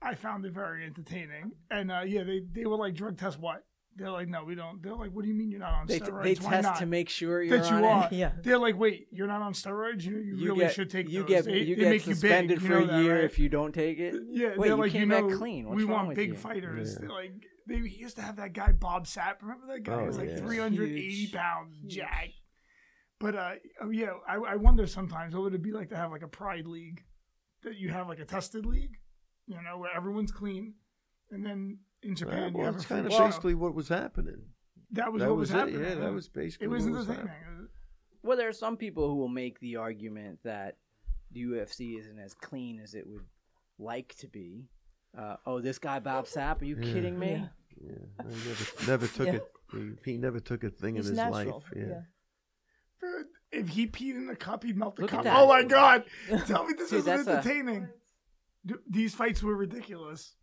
Speaker 2: I found it very entertaining, and uh, yeah, they they were like drug test what? They're like, no, we don't. They're like, what do you mean you're not on
Speaker 1: they
Speaker 2: steroids?
Speaker 1: they
Speaker 2: Why
Speaker 1: test
Speaker 2: not?
Speaker 1: to make sure you're on
Speaker 2: that you
Speaker 1: it.
Speaker 3: Uh,
Speaker 2: are.
Speaker 4: Yeah.
Speaker 2: They're like, wait, you're not on steroids. You, you,
Speaker 1: You
Speaker 2: really
Speaker 1: get
Speaker 2: should take
Speaker 1: you
Speaker 2: those.
Speaker 1: get
Speaker 2: They-
Speaker 1: you
Speaker 2: they
Speaker 1: get
Speaker 2: make big,
Speaker 1: suspended
Speaker 2: you
Speaker 1: for
Speaker 2: know that,
Speaker 1: a year
Speaker 2: right?
Speaker 1: if you don't take it.
Speaker 2: Yeah,
Speaker 1: Wait,
Speaker 2: they're
Speaker 1: you
Speaker 2: like
Speaker 1: came
Speaker 2: know,
Speaker 1: back clean. What's
Speaker 2: we
Speaker 1: wrong
Speaker 2: want
Speaker 1: with
Speaker 2: big
Speaker 1: you?
Speaker 2: fighters.
Speaker 3: Yeah.
Speaker 2: They're Like they we used to have that guy Bob Sapp. Remember that guy?
Speaker 3: Oh,
Speaker 2: he was like
Speaker 3: yeah.
Speaker 2: 380
Speaker 1: Huge.
Speaker 2: pounds,
Speaker 1: Huge.
Speaker 2: jack. But uh, oh yeah, I, I wonder sometimes what would it be like to have like a pride league, that you have like a tested league, you know, where everyone's clean, and then in Japan
Speaker 3: Well,
Speaker 2: you have
Speaker 3: it's
Speaker 2: a
Speaker 3: kind of
Speaker 2: free show.
Speaker 3: basically what was happening.
Speaker 2: that was
Speaker 3: that
Speaker 2: what was,
Speaker 3: was, it.
Speaker 2: happening.
Speaker 3: Yeah, that was basically.
Speaker 2: it was
Speaker 3: what was
Speaker 2: entertaining.
Speaker 3: happening.
Speaker 1: Well, there are some people who will make the argument that the UFC isn't as clean as it would like to be. Uh, oh, this guy Bob Sapp? Are you
Speaker 3: Yeah.
Speaker 1: kidding me?
Speaker 4: Yeah.
Speaker 3: Yeah, I
Speaker 1: *laughs*
Speaker 3: never, never took
Speaker 4: Yeah.
Speaker 3: it. He, he never took a thing
Speaker 4: He's
Speaker 3: in his
Speaker 4: natural.
Speaker 3: life. Yeah.
Speaker 2: Dude, If he peed in a cup, he'd melt the
Speaker 1: Look at
Speaker 2: cup.
Speaker 1: that.
Speaker 2: Oh my god! Tell me this
Speaker 1: Dude,
Speaker 2: isn't
Speaker 1: that's a-
Speaker 2: entertaining. Dude, these fights were ridiculous.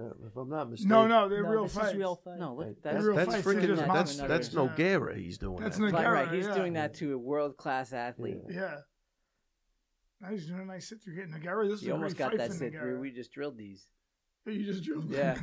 Speaker 3: Uh, If I'm not mistaken.
Speaker 2: No, no, they're
Speaker 4: No,
Speaker 2: real
Speaker 4: this
Speaker 2: fights.
Speaker 4: is real fight.
Speaker 1: No, look,
Speaker 3: That's,
Speaker 1: that's,
Speaker 2: real
Speaker 3: that's
Speaker 2: fights, they're
Speaker 3: freaking.
Speaker 2: just
Speaker 3: That's
Speaker 2: monsters.
Speaker 3: that's no
Speaker 2: Yeah.
Speaker 3: Noguera. He's doing
Speaker 2: That's
Speaker 3: that.
Speaker 2: Noguera.
Speaker 1: right, right. He's
Speaker 2: yeah.
Speaker 1: doing that to a world class athlete.
Speaker 2: Yeah. Now he's doing a nice sit through hitting Nagara. This is
Speaker 1: You
Speaker 2: a
Speaker 1: almost
Speaker 2: great
Speaker 1: got
Speaker 2: fight
Speaker 1: that
Speaker 2: for
Speaker 1: sit through.
Speaker 2: Nogueira.
Speaker 1: We just drilled these.
Speaker 2: You just drilled. *laughs*
Speaker 1: Yeah.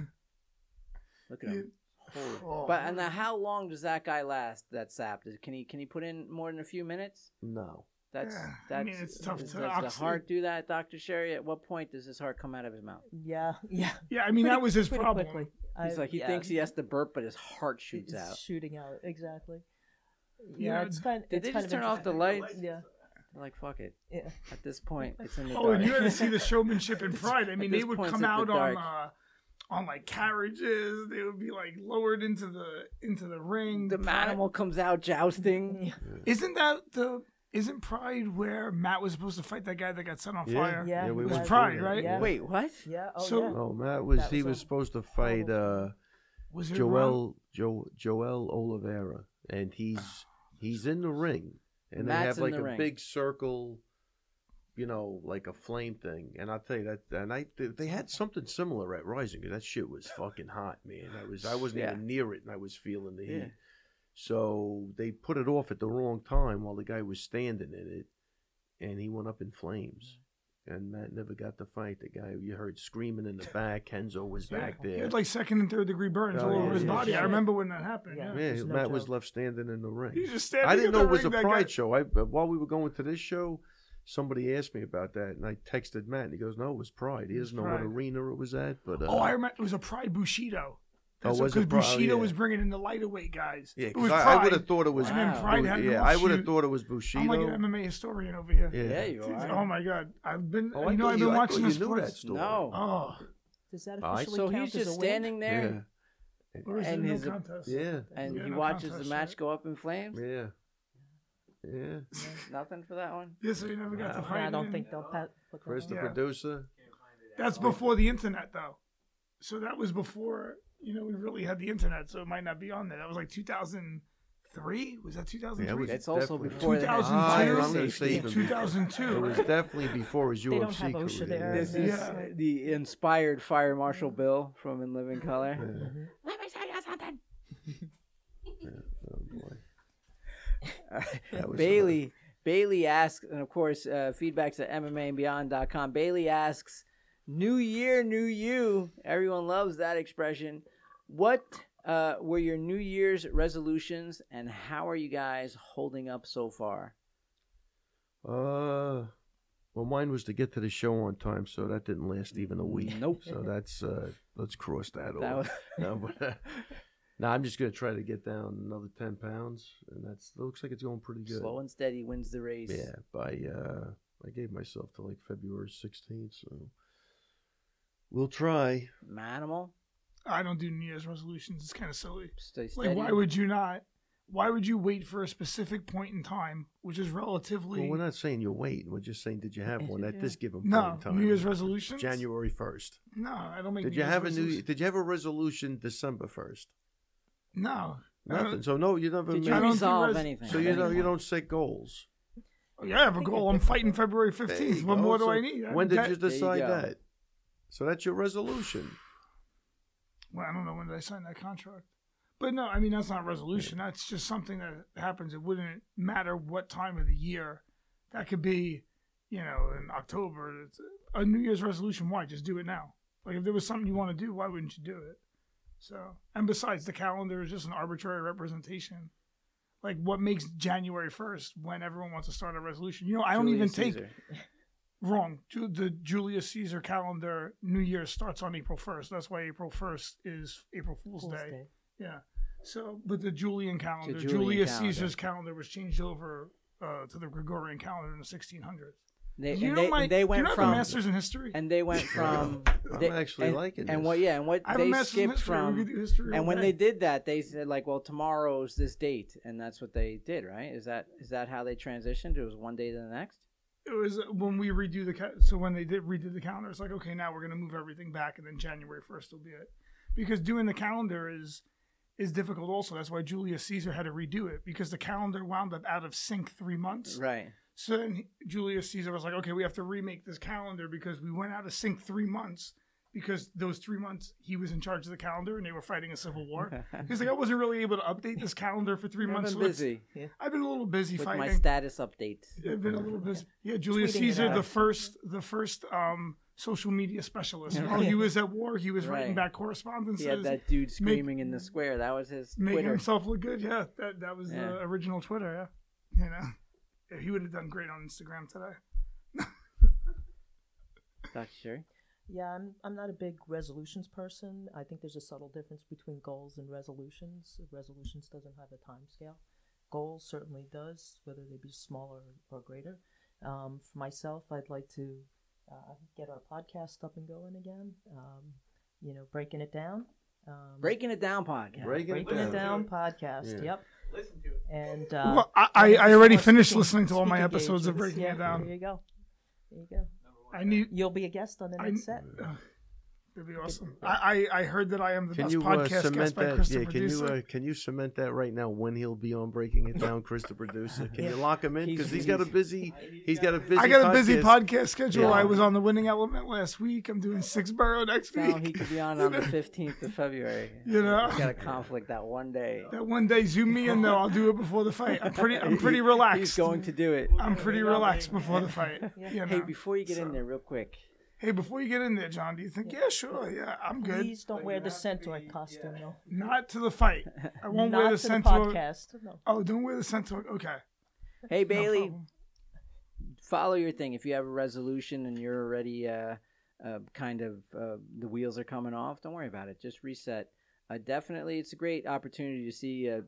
Speaker 1: Look at
Speaker 2: Yeah.
Speaker 1: him. Holy.
Speaker 2: Oh.
Speaker 1: But and now, how long does that guy last? That Sapp? Does- Can he can he put in more than a few minutes?
Speaker 3: No.
Speaker 1: That's
Speaker 2: Yeah, I
Speaker 1: that's
Speaker 2: mean, it's tough
Speaker 1: does,
Speaker 2: to
Speaker 1: does the
Speaker 2: oxy-
Speaker 1: heart do that, Doctor Sherry? At what point does his heart come out of his mouth?
Speaker 4: yeah *laughs* yeah
Speaker 2: yeah, I mean that
Speaker 4: Pretty-
Speaker 2: was his
Speaker 4: pretty
Speaker 2: problem.
Speaker 4: quickly.
Speaker 1: He's
Speaker 4: I-
Speaker 1: like he
Speaker 4: yeah.
Speaker 1: thinks he has to burp, but his heart shoots
Speaker 4: It's
Speaker 1: out.
Speaker 4: shooting out exactly
Speaker 2: Yeah,
Speaker 4: yeah, it's kind
Speaker 1: Did
Speaker 4: it's
Speaker 1: they
Speaker 4: kind
Speaker 1: just
Speaker 4: of
Speaker 1: turn off the
Speaker 4: interesting.
Speaker 1: lights?
Speaker 4: yeah
Speaker 1: They're like fuck it.
Speaker 4: yeah
Speaker 1: At this point, it's in the
Speaker 2: Oh,
Speaker 1: dark.
Speaker 2: and you had to
Speaker 1: *laughs*
Speaker 2: see the showmanship and pride. I mean,
Speaker 1: this
Speaker 2: they would
Speaker 1: point,
Speaker 2: come
Speaker 1: it's at
Speaker 2: out
Speaker 1: the
Speaker 2: on uh,
Speaker 1: dark.
Speaker 2: on like carriages. They would be like lowered into the into the ring.
Speaker 1: the manimal comes out
Speaker 4: *laughs*
Speaker 1: jousting.
Speaker 2: Isn't that the? Isn't Pride where Matt was supposed to fight that guy that got set on fire?
Speaker 4: Yeah,
Speaker 3: we
Speaker 4: It was
Speaker 3: went through
Speaker 2: Pride,
Speaker 3: that,
Speaker 2: right?
Speaker 3: yeah.
Speaker 4: Yeah.
Speaker 1: Wait, what?
Speaker 4: yeah oh
Speaker 2: So-
Speaker 4: yeah
Speaker 3: Oh, Matt was,
Speaker 4: That
Speaker 3: he
Speaker 4: was
Speaker 3: was
Speaker 4: a-
Speaker 3: supposed to fight uh,
Speaker 2: Was it Ron-
Speaker 3: Joel jo, Joel Oliveira, and he's
Speaker 2: Ah,
Speaker 3: he's in the ring, and they
Speaker 1: Matt's
Speaker 3: have
Speaker 1: in
Speaker 3: like
Speaker 1: the
Speaker 3: a
Speaker 1: ring.
Speaker 3: big circle, you know, like a flame thing. And I'll tell you that, and I they- they had something similar at Rising. 'cause That shit was fucking hot, man. I was I wasn't
Speaker 1: Yeah.
Speaker 3: even near it, and I was feeling the heat.
Speaker 1: Yeah.
Speaker 3: So they put it off at the wrong time while the guy was standing in it, and he went up in flames. And Matt never got to fight the guy. You heard screaming in the back. Henzo was back
Speaker 2: He
Speaker 3: there.
Speaker 2: had like second and third degree burns
Speaker 3: Oh,
Speaker 2: all
Speaker 3: yeah,
Speaker 2: over his
Speaker 3: yeah,
Speaker 2: body.
Speaker 4: yeah.
Speaker 2: I remember when that happened. Yeah.
Speaker 4: Yeah.
Speaker 3: Yeah,
Speaker 4: There's no
Speaker 3: Matt was
Speaker 4: joke.
Speaker 3: left standing in the
Speaker 2: He
Speaker 3: ring.
Speaker 2: just standing
Speaker 3: I didn't
Speaker 2: in the
Speaker 3: know it was a
Speaker 2: ring, that
Speaker 3: pride
Speaker 2: guy-
Speaker 3: show. I but while we were going to this show, somebody asked me about that, and I texted Matt, and he goes, "No, it was pride. He
Speaker 2: It was
Speaker 3: doesn't know what
Speaker 2: Pride.
Speaker 3: arena it was at." But uh,
Speaker 2: Oh, I remember. It was a Pride Bushido. That's
Speaker 3: Oh, was it
Speaker 2: because
Speaker 3: Pride? Oh,
Speaker 2: Bushido
Speaker 3: yeah.
Speaker 2: was bringing in the lightweight guys.
Speaker 3: yeah,
Speaker 2: it
Speaker 3: 'cause
Speaker 2: was
Speaker 3: I,
Speaker 2: Pride.
Speaker 3: would have thought it was.
Speaker 1: And then
Speaker 3: Bu-
Speaker 2: Pride had
Speaker 3: yeah,
Speaker 2: no
Speaker 3: I would have
Speaker 2: shoot.
Speaker 3: thought it was Bushido.
Speaker 2: I'm like an MMA historian over here.
Speaker 3: yeah.
Speaker 1: Yeah, you
Speaker 2: Jeez,
Speaker 1: are.
Speaker 2: Oh my god, I've been.
Speaker 3: Oh, I
Speaker 2: you know,
Speaker 3: thought
Speaker 2: I've been
Speaker 3: I thought
Speaker 2: watching
Speaker 3: you
Speaker 2: this
Speaker 3: knew
Speaker 2: sport.
Speaker 3: that story.
Speaker 1: No.
Speaker 2: Oh,
Speaker 4: does that
Speaker 3: I-
Speaker 4: officially
Speaker 1: So
Speaker 4: count
Speaker 1: he's
Speaker 4: as
Speaker 1: just
Speaker 4: a win?
Speaker 1: standing there.
Speaker 3: Yeah,
Speaker 2: or is
Speaker 1: And
Speaker 2: it no
Speaker 1: his-
Speaker 2: contest?
Speaker 3: yeah,
Speaker 1: and
Speaker 2: Yeah,
Speaker 1: he
Speaker 2: no
Speaker 1: watches the
Speaker 2: contest,
Speaker 1: match
Speaker 2: right?
Speaker 1: go up in flames.
Speaker 3: yeah, yeah.
Speaker 1: Nothing for that one.
Speaker 2: *laughs* Yeah, so you never got to
Speaker 3: Wow.
Speaker 4: No,
Speaker 2: fight.
Speaker 1: uh,
Speaker 4: I don't
Speaker 2: in.
Speaker 4: think they'll pat. put that
Speaker 3: Chris, the
Speaker 4: on.
Speaker 2: Yeah.
Speaker 3: producer.
Speaker 2: that's before the internet, though. So that was before you know we really had the internet. So it might not be on there. That was like 2000. three? Was that two thousand
Speaker 3: Yeah,
Speaker 2: three?
Speaker 3: we-
Speaker 1: It's also
Speaker 3: Definitely. Ah,
Speaker 1: before Ah, the
Speaker 2: 2002.
Speaker 1: fire
Speaker 2: I'm
Speaker 3: gonna
Speaker 1: safety.
Speaker 3: say even-
Speaker 2: Two thousand
Speaker 3: It
Speaker 2: two. *laughs*
Speaker 3: was
Speaker 2: Right?
Speaker 3: definitely before his UFC
Speaker 4: They don't have OSHA
Speaker 3: career.
Speaker 4: there.
Speaker 1: This
Speaker 2: Yeah.
Speaker 1: is the inspired Fire Marshal Bill from In Living
Speaker 3: Yeah.
Speaker 1: Color.
Speaker 4: Mhm.
Speaker 8: Let me tell you something.
Speaker 3: *laughs* Oh, boy. That was
Speaker 1: Bailey Bailey asks, and of course, uh, feedbacks at MMAandBeyond.com. Bailey asks, "New Year, New You." Everyone loves that expression. What uh, were your New Year's resolutions, and how are you guys holding up so far?
Speaker 3: Uh, well, mine was to get to the show on time, so that didn't last even a week.
Speaker 1: Nope.
Speaker 3: So that's uh, let's cross that
Speaker 1: That
Speaker 3: off.
Speaker 1: was
Speaker 3: *laughs* No, but,
Speaker 1: *laughs*
Speaker 3: uh, no, I'm just gonna try to get down another ten pounds, and that's it looks like it's going pretty good.
Speaker 1: slow and steady wins the race.
Speaker 3: Yeah, by uh, I gave myself to like February 16th, so we'll try.
Speaker 1: Manimal,
Speaker 2: I don't do New Year's resolutions. It's kind of silly.
Speaker 1: stay steady.
Speaker 2: Like, why would you not? Why would you wait for a specific point in time, which is relatively
Speaker 3: Well, we're not saying you're waiting. We're just saying, did you have one at this given point
Speaker 2: no
Speaker 3: in time?
Speaker 2: New Year's resolutions?
Speaker 3: January 1st.
Speaker 2: No, I don't make.
Speaker 3: Did
Speaker 2: New
Speaker 3: you
Speaker 2: Year's
Speaker 3: have a new?
Speaker 2: resolutions.
Speaker 3: Did you have a resolution December 1st?
Speaker 2: No, I don't-
Speaker 3: Nothing. So no, you never.
Speaker 1: Did
Speaker 3: made-
Speaker 1: you
Speaker 2: I don't do
Speaker 1: resolve
Speaker 2: res-
Speaker 1: anything?
Speaker 3: So you know you
Speaker 1: Anyone?
Speaker 3: don't set goals.
Speaker 2: Oh, Yeah, I have a goal. I'm fighting February
Speaker 3: There
Speaker 2: 15th.
Speaker 3: you
Speaker 2: What
Speaker 3: go.
Speaker 2: more do
Speaker 3: So
Speaker 2: I need? I-
Speaker 3: When did
Speaker 2: that-
Speaker 3: you
Speaker 1: There you
Speaker 3: decide
Speaker 1: go.
Speaker 3: that? So that's your resolution.
Speaker 2: Well, I don't know when did I sign that contract. But no, I mean that's not a resolution. That's just something that happens. It wouldn't matter what time of the year. That could be, you know, in October. It's a New Year's resolution. Why? Just do it now. Like if there was something you want to do, why wouldn't you do it? So, and besides, the calendar is just an arbitrary representation. Like what makes January first when everyone wants to start a resolution? You know, I don't even
Speaker 1: Julius
Speaker 2: take
Speaker 1: Caesar.
Speaker 2: wrong. Ju- The Julius Caesar calendar New Year starts on April 1st. That's why April 1st is April Fool's,
Speaker 4: Fool's
Speaker 2: Day.
Speaker 4: Day.
Speaker 2: Yeah. So, but the Julian calendar,
Speaker 1: Julian
Speaker 2: Julius
Speaker 1: calendar.
Speaker 2: Caesar's calendar was changed over uh, to the Gregorian calendar in the 1600s.
Speaker 1: They,
Speaker 2: Do you
Speaker 1: and
Speaker 2: know
Speaker 1: they,
Speaker 2: my,
Speaker 1: and they went
Speaker 2: do you know I have
Speaker 1: from
Speaker 2: a master's in history.
Speaker 1: and they
Speaker 3: *laughs*
Speaker 1: went from
Speaker 3: I'm
Speaker 1: they-
Speaker 3: actually
Speaker 1: and,
Speaker 3: liking
Speaker 1: and
Speaker 3: this.
Speaker 1: what yeah and what
Speaker 2: I have a
Speaker 1: they
Speaker 2: master's in
Speaker 1: skipped
Speaker 2: history. we
Speaker 1: from
Speaker 2: could do history
Speaker 1: and
Speaker 2: all
Speaker 1: when
Speaker 2: day.
Speaker 1: they did that they said like well tomorrow's this date and that's what they did right is that is that how they transitioned it was one day to the next
Speaker 2: it was uh, when we redo the ca- so when they did redid the calendar it's like okay now we're going to move everything back and then january 1st will be it because doing the calendar is is difficult also that's why julius caesar had to redo it because the calendar wound up out of sync three months
Speaker 1: *laughs* right
Speaker 2: so then he- julius caesar was like okay we have to remake this calendar because we went out of sync three months because those three months he was in charge of the calendar and they were fighting a
Speaker 1: *laughs*
Speaker 2: civil war he's like i wasn't really able to update this calendar for 3
Speaker 1: I've
Speaker 2: months
Speaker 1: been
Speaker 2: so let's-
Speaker 1: busy
Speaker 2: i've been a little busy
Speaker 1: with
Speaker 2: fighting
Speaker 1: my status updates
Speaker 2: I've been a little busy. Yeah, Julius
Speaker 4: Tweeting it
Speaker 2: Caesar,
Speaker 4: out.
Speaker 2: the first, the first um, social media specialist. While he was at war, he was writing
Speaker 1: Right.
Speaker 2: back correspondences,
Speaker 1: he had that dude screaming in the square that was his
Speaker 2: making
Speaker 1: twitter *laughs*
Speaker 2: himself look good. Yeah, that that was
Speaker 1: Yeah.
Speaker 2: the original Twitter. Yeah, you know, Yeah, he would have done great on Instagram today.
Speaker 1: Dr. Sherry.
Speaker 4: Yeah, I'm, I'm not a big resolutions person. I think there's a subtle difference between goals and resolutions. Resolutions doesn't have a time scale. Goals certainly does, whether they be smaller or greater. Um, for myself, I'd like to uh, get our podcast up and going again. Um, you know, breaking it down. Um,
Speaker 1: breaking it down podcast
Speaker 3: Breaking it
Speaker 4: Breaking it
Speaker 3: down.
Speaker 4: down podcast.
Speaker 3: Yeah.
Speaker 4: Yep.
Speaker 7: Listen to it.
Speaker 4: And uh,
Speaker 2: well, I, I, I already
Speaker 4: more
Speaker 2: finished
Speaker 4: speaking-
Speaker 2: listening to all my
Speaker 4: speaking
Speaker 2: episodes of
Speaker 4: engagements.
Speaker 2: Breaking
Speaker 4: Yeah,
Speaker 2: It Down.
Speaker 4: There you go. There you go.
Speaker 7: Number one.
Speaker 2: I knew
Speaker 4: You'll be a guest on the
Speaker 2: I-
Speaker 4: next set.
Speaker 2: it'd be awesome. I, I, I heard that I am the
Speaker 3: Can
Speaker 2: best
Speaker 3: you uh,
Speaker 2: podcast guest
Speaker 3: cement
Speaker 2: by
Speaker 3: that?
Speaker 2: Christopher
Speaker 3: Yeah, can you
Speaker 2: Dusa.
Speaker 3: uh, can you cement that right now when he'll be on breaking it down, Christopher Producer? Can you lock him in because he's got a busy he's got a busy.
Speaker 2: I got a busy podcast schedule.
Speaker 3: Yeah.
Speaker 2: I was on the winning element last week. I'm doing six borough next
Speaker 1: now
Speaker 2: *laughs* week.
Speaker 1: he could be on on the 15th of
Speaker 2: *laughs*
Speaker 1: february
Speaker 2: You know?
Speaker 1: he's got a conflict that one day
Speaker 2: That one day, zoom me in though. I'll do it before the fight. I'm pretty.
Speaker 1: *laughs*
Speaker 2: I'm pretty relaxed.
Speaker 1: he's going to do
Speaker 2: *laughs*
Speaker 1: it
Speaker 2: I'm pretty relaxed before
Speaker 1: *laughs*
Speaker 2: the fight. you know.
Speaker 1: hey before you get
Speaker 2: So-
Speaker 1: in there real quick
Speaker 2: Hey, before you get in there, John, do you think? Yeah, sure. Yeah, I'm good.
Speaker 4: Please don't wear the centaur costume, though.
Speaker 2: Not to the fight. I won't
Speaker 4: Not
Speaker 2: wear the
Speaker 4: to the
Speaker 2: centaur.
Speaker 4: podcast. No.
Speaker 2: oh, don't wear the centaur. Okay.
Speaker 1: hey
Speaker 2: No
Speaker 1: bailey
Speaker 2: problem.
Speaker 1: follow your thing. If you have a resolution and you're already uh, uh, kind of uh, the wheels are coming off, don't worry about it. Just reset. Uh, definitely, it's a great opportunity to see uh,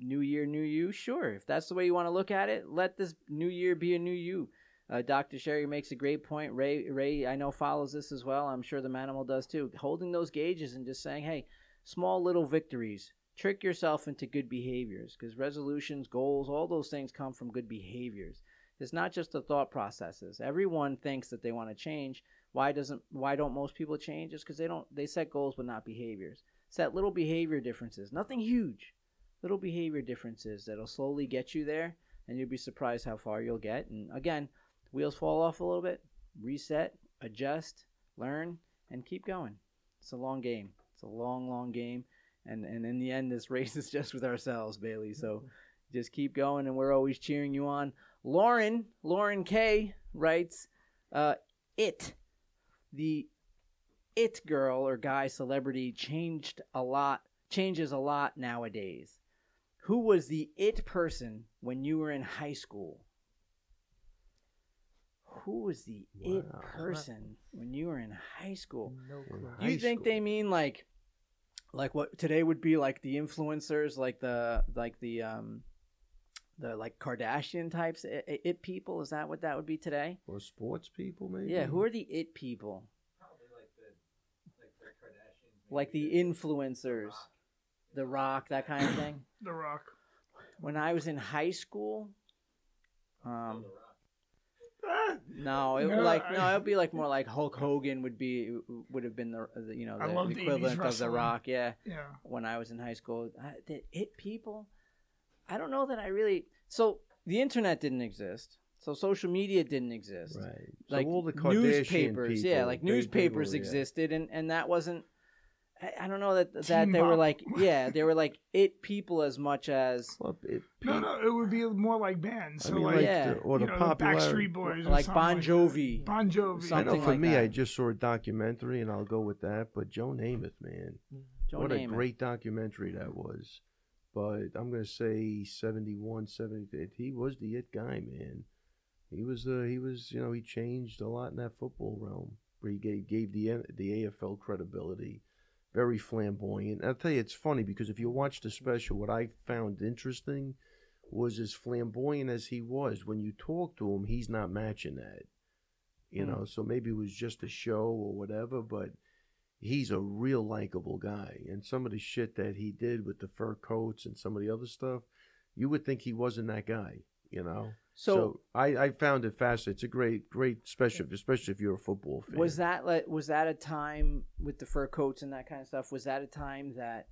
Speaker 1: new year, new you. Sure, if that's the way you want to look at it, let this new year be a new you. Uh, Dr. Sherry makes a great point. Ray, Ray, I know follows this as well. I'm sure the manimal does too. Holding those gauges and just saying, "Hey, small little victories." Trick yourself into good behaviors because resolutions, goals, all those things come from good behaviors. It's not just the thought processes. Everyone thinks that they want to change. Why doesn't why don't most people change? It's because they don't they set goals but not behaviors. Set little behavior differences. Nothing huge. little behavior differences that'll slowly get you there, and you'll be surprised how far you'll get. And again, wheels fall off a little bit, reset, adjust, learn, and keep going. It's a long game. It's a long, long game. And, and in the end, this *laughs* race is just with ourselves, Bailey. So just keep going, and we're always cheering you on. Lauren, Lauren K writes, uh, "It, the it girl or guy celebrity changed a lot, changes a lot nowadays. Who was the it person when you were in high school? Who was the it
Speaker 3: Wow.
Speaker 1: person when you were in high school?
Speaker 4: No clue.
Speaker 1: Do you
Speaker 3: High
Speaker 1: think they
Speaker 3: school.
Speaker 1: mean like, like what today would be like the influencers, like the like the um, the like Kardashian types, i- i- it people? Is that what that would be today?
Speaker 3: Or sports people, maybe?
Speaker 1: Yeah, who are the it people?
Speaker 7: Probably like the like the Kardashians. maybe
Speaker 1: Like the influencers, The Rock, that kind of thing.
Speaker 2: The Rock.
Speaker 1: When I was in high school, um,
Speaker 7: The Rock.
Speaker 2: Ah,
Speaker 1: no, it
Speaker 2: No,
Speaker 1: would like no,
Speaker 2: I-
Speaker 1: it'd be like more like Hulk Hogan would be would have been the the, you know
Speaker 2: I
Speaker 1: the,
Speaker 2: love
Speaker 1: the
Speaker 2: the 80s
Speaker 1: equivalent of the
Speaker 2: wrestling.
Speaker 1: Rock, yeah.
Speaker 2: yeah.
Speaker 1: when I was in high school. I, the it people, I don't know that I really. So the internet didn't exist. So social media didn't exist.
Speaker 3: Right. So
Speaker 1: Like
Speaker 3: all the Kardashian
Speaker 1: newspapers, yeah,
Speaker 3: people,
Speaker 1: like
Speaker 3: they- they were,
Speaker 1: newspapers
Speaker 3: yeah.
Speaker 1: existed, and and that wasn't. I, I don't know that that
Speaker 2: Teen
Speaker 1: they were
Speaker 2: Pop.
Speaker 1: like yeah they were like it people as much as
Speaker 3: Well, it-
Speaker 2: No, no, it would be more like bands.
Speaker 3: I
Speaker 2: So
Speaker 3: mean,
Speaker 2: like,
Speaker 3: like,
Speaker 1: yeah.
Speaker 3: the, or
Speaker 2: you
Speaker 3: the
Speaker 2: know, the
Speaker 3: popular.
Speaker 2: Backstreet Boys, or
Speaker 1: like
Speaker 2: something
Speaker 1: Bon Jovi.
Speaker 2: that. Bon Jovi.
Speaker 3: I know
Speaker 1: something
Speaker 3: for
Speaker 1: like
Speaker 3: me,
Speaker 1: that.
Speaker 3: I just saw a documentary, and I'll go with that. But Joe Namath, man,
Speaker 1: Joe
Speaker 3: what
Speaker 1: Namath.
Speaker 3: a great documentary that was. But I'm gonna say 71, 72. He was the it guy, man. He was uh, he was you know he changed a lot in that football realm. Where he gave, gave the N- the AFL credibility. Very flamboyant. I'll tell you, it's funny because if you watch the special, what I found interesting was as flamboyant as he was. When you talk to him, he's not matching that. You know, so maybe it was just a show or whatever, but he's a real likable guy. And some of the shit that he did with the fur coats and some of the other stuff, you would think he wasn't that guy, you know? So,
Speaker 1: So,
Speaker 3: I, I found it fascinating. It's a great, great special, especially if you're a football fan.
Speaker 1: was that like was that a time with the fur coats and that kind of stuff? Was that a time that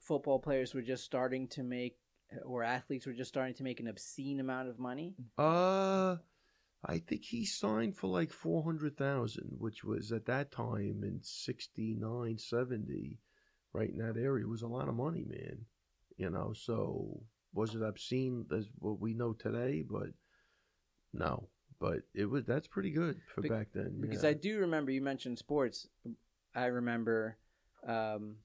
Speaker 1: football players were just starting to make or athletes were just starting to make an obscene amount of money?
Speaker 3: Uh, I think he signed for like four hundred thousand, which was at that time in 69, 70, right in that area. It was a lot of money, man. You know, so was it obscene as what we know today? But no, but it was that's pretty good for
Speaker 1: Be-
Speaker 3: back then.
Speaker 1: because
Speaker 3: yeah.
Speaker 1: I do remember you mentioned sports. I remember um,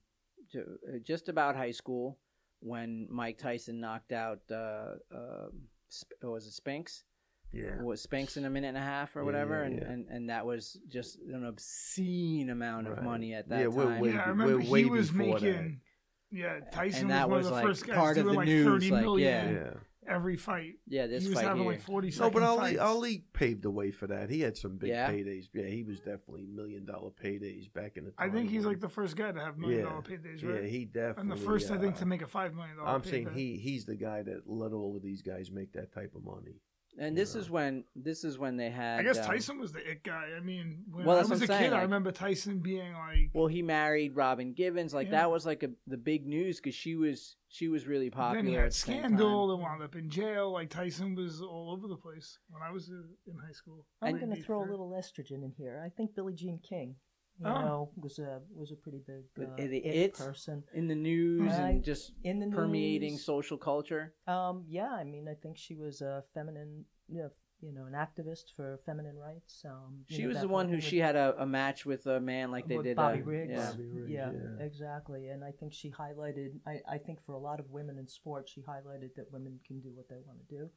Speaker 1: ju- just about high school when Mike Tyson knocked out uh, um Sp- was it Spinks?
Speaker 3: yeah.
Speaker 1: Was Spinks in a minute and a half or
Speaker 3: Yeah,
Speaker 1: whatever?
Speaker 3: yeah,
Speaker 1: and,
Speaker 3: yeah.
Speaker 1: and and that was just an obscene amount of
Speaker 3: Right.
Speaker 1: money at that
Speaker 3: Yeah,
Speaker 1: time.
Speaker 3: we're way-
Speaker 2: Yeah, I remember
Speaker 3: We're way
Speaker 2: he was
Speaker 3: before that.
Speaker 2: making. Yeah, Tyson
Speaker 1: that
Speaker 2: was,
Speaker 1: was,
Speaker 2: one
Speaker 1: like,
Speaker 2: of the first guys
Speaker 1: part of
Speaker 2: doing
Speaker 1: the
Speaker 2: like
Speaker 1: news,
Speaker 2: thirty
Speaker 1: like,
Speaker 2: million
Speaker 3: yeah.
Speaker 2: every fight.
Speaker 1: yeah, this
Speaker 2: he was
Speaker 1: fight
Speaker 2: having
Speaker 1: here.
Speaker 2: like forty.
Speaker 3: No,
Speaker 2: second
Speaker 3: but Ali
Speaker 2: fights.
Speaker 3: Ali paved the way for that. He had some big
Speaker 1: Yeah.
Speaker 3: paydays. Yeah, he was definitely million dollar paydays back in the.
Speaker 2: I
Speaker 3: Time
Speaker 2: think he's
Speaker 3: when-
Speaker 2: like the first guy to have million
Speaker 3: Yeah.
Speaker 2: dollar paydays,
Speaker 3: Yeah,
Speaker 2: right?
Speaker 3: he definitely.
Speaker 2: and the first, I think,
Speaker 3: uh,
Speaker 2: to make a five million dollar.
Speaker 3: I'm saying he he's the guy that let all of these guys make that type of money.
Speaker 1: and this
Speaker 3: Yeah.
Speaker 1: is when this is when they had.
Speaker 2: I guess
Speaker 1: um,
Speaker 2: Tyson was the it guy. I mean, when
Speaker 1: Well,
Speaker 2: I
Speaker 1: that's
Speaker 2: was
Speaker 1: what
Speaker 2: a
Speaker 1: I'm saying,
Speaker 2: kid, I
Speaker 1: like-
Speaker 2: remember Tyson being like,
Speaker 1: Well, he married Robin Givens. Like
Speaker 2: Yeah.
Speaker 1: that was like a, the big news because she was she was really popular.
Speaker 2: then he
Speaker 1: at
Speaker 2: had
Speaker 1: the same time.
Speaker 2: scandal and wound up in jail. Like Tyson was all over the place when I was uh, in high school.
Speaker 4: I'm
Speaker 2: Like,
Speaker 4: going to
Speaker 2: he-
Speaker 4: throw a
Speaker 2: *laughs*
Speaker 4: little estrogen in here. I think Billie Jean King, you
Speaker 2: Oh.
Speaker 4: know, was a was a pretty big
Speaker 1: But
Speaker 4: uh,
Speaker 1: it-
Speaker 4: it,
Speaker 1: it-
Speaker 4: person
Speaker 1: in the news
Speaker 4: Right.
Speaker 1: and just
Speaker 4: in the
Speaker 1: permeating
Speaker 4: news.
Speaker 1: social culture.
Speaker 4: Um, yeah, I mean, I think she was a feminine, you know, you know an activist for feminine rights. Um, you
Speaker 1: She
Speaker 4: know,
Speaker 1: was
Speaker 4: that
Speaker 1: the
Speaker 4: whole
Speaker 1: one who
Speaker 4: thing
Speaker 1: she
Speaker 4: with-
Speaker 1: had a, a match with a man like they
Speaker 4: with
Speaker 1: did
Speaker 4: Bobby
Speaker 1: uh,
Speaker 4: Riggs.
Speaker 1: Yeah.
Speaker 3: Bobby Riggs,
Speaker 4: yeah,
Speaker 3: yeah.
Speaker 4: exactly. And I think she highlighted. I, I think for a lot of women in sports, she highlighted that women can do what they want to do.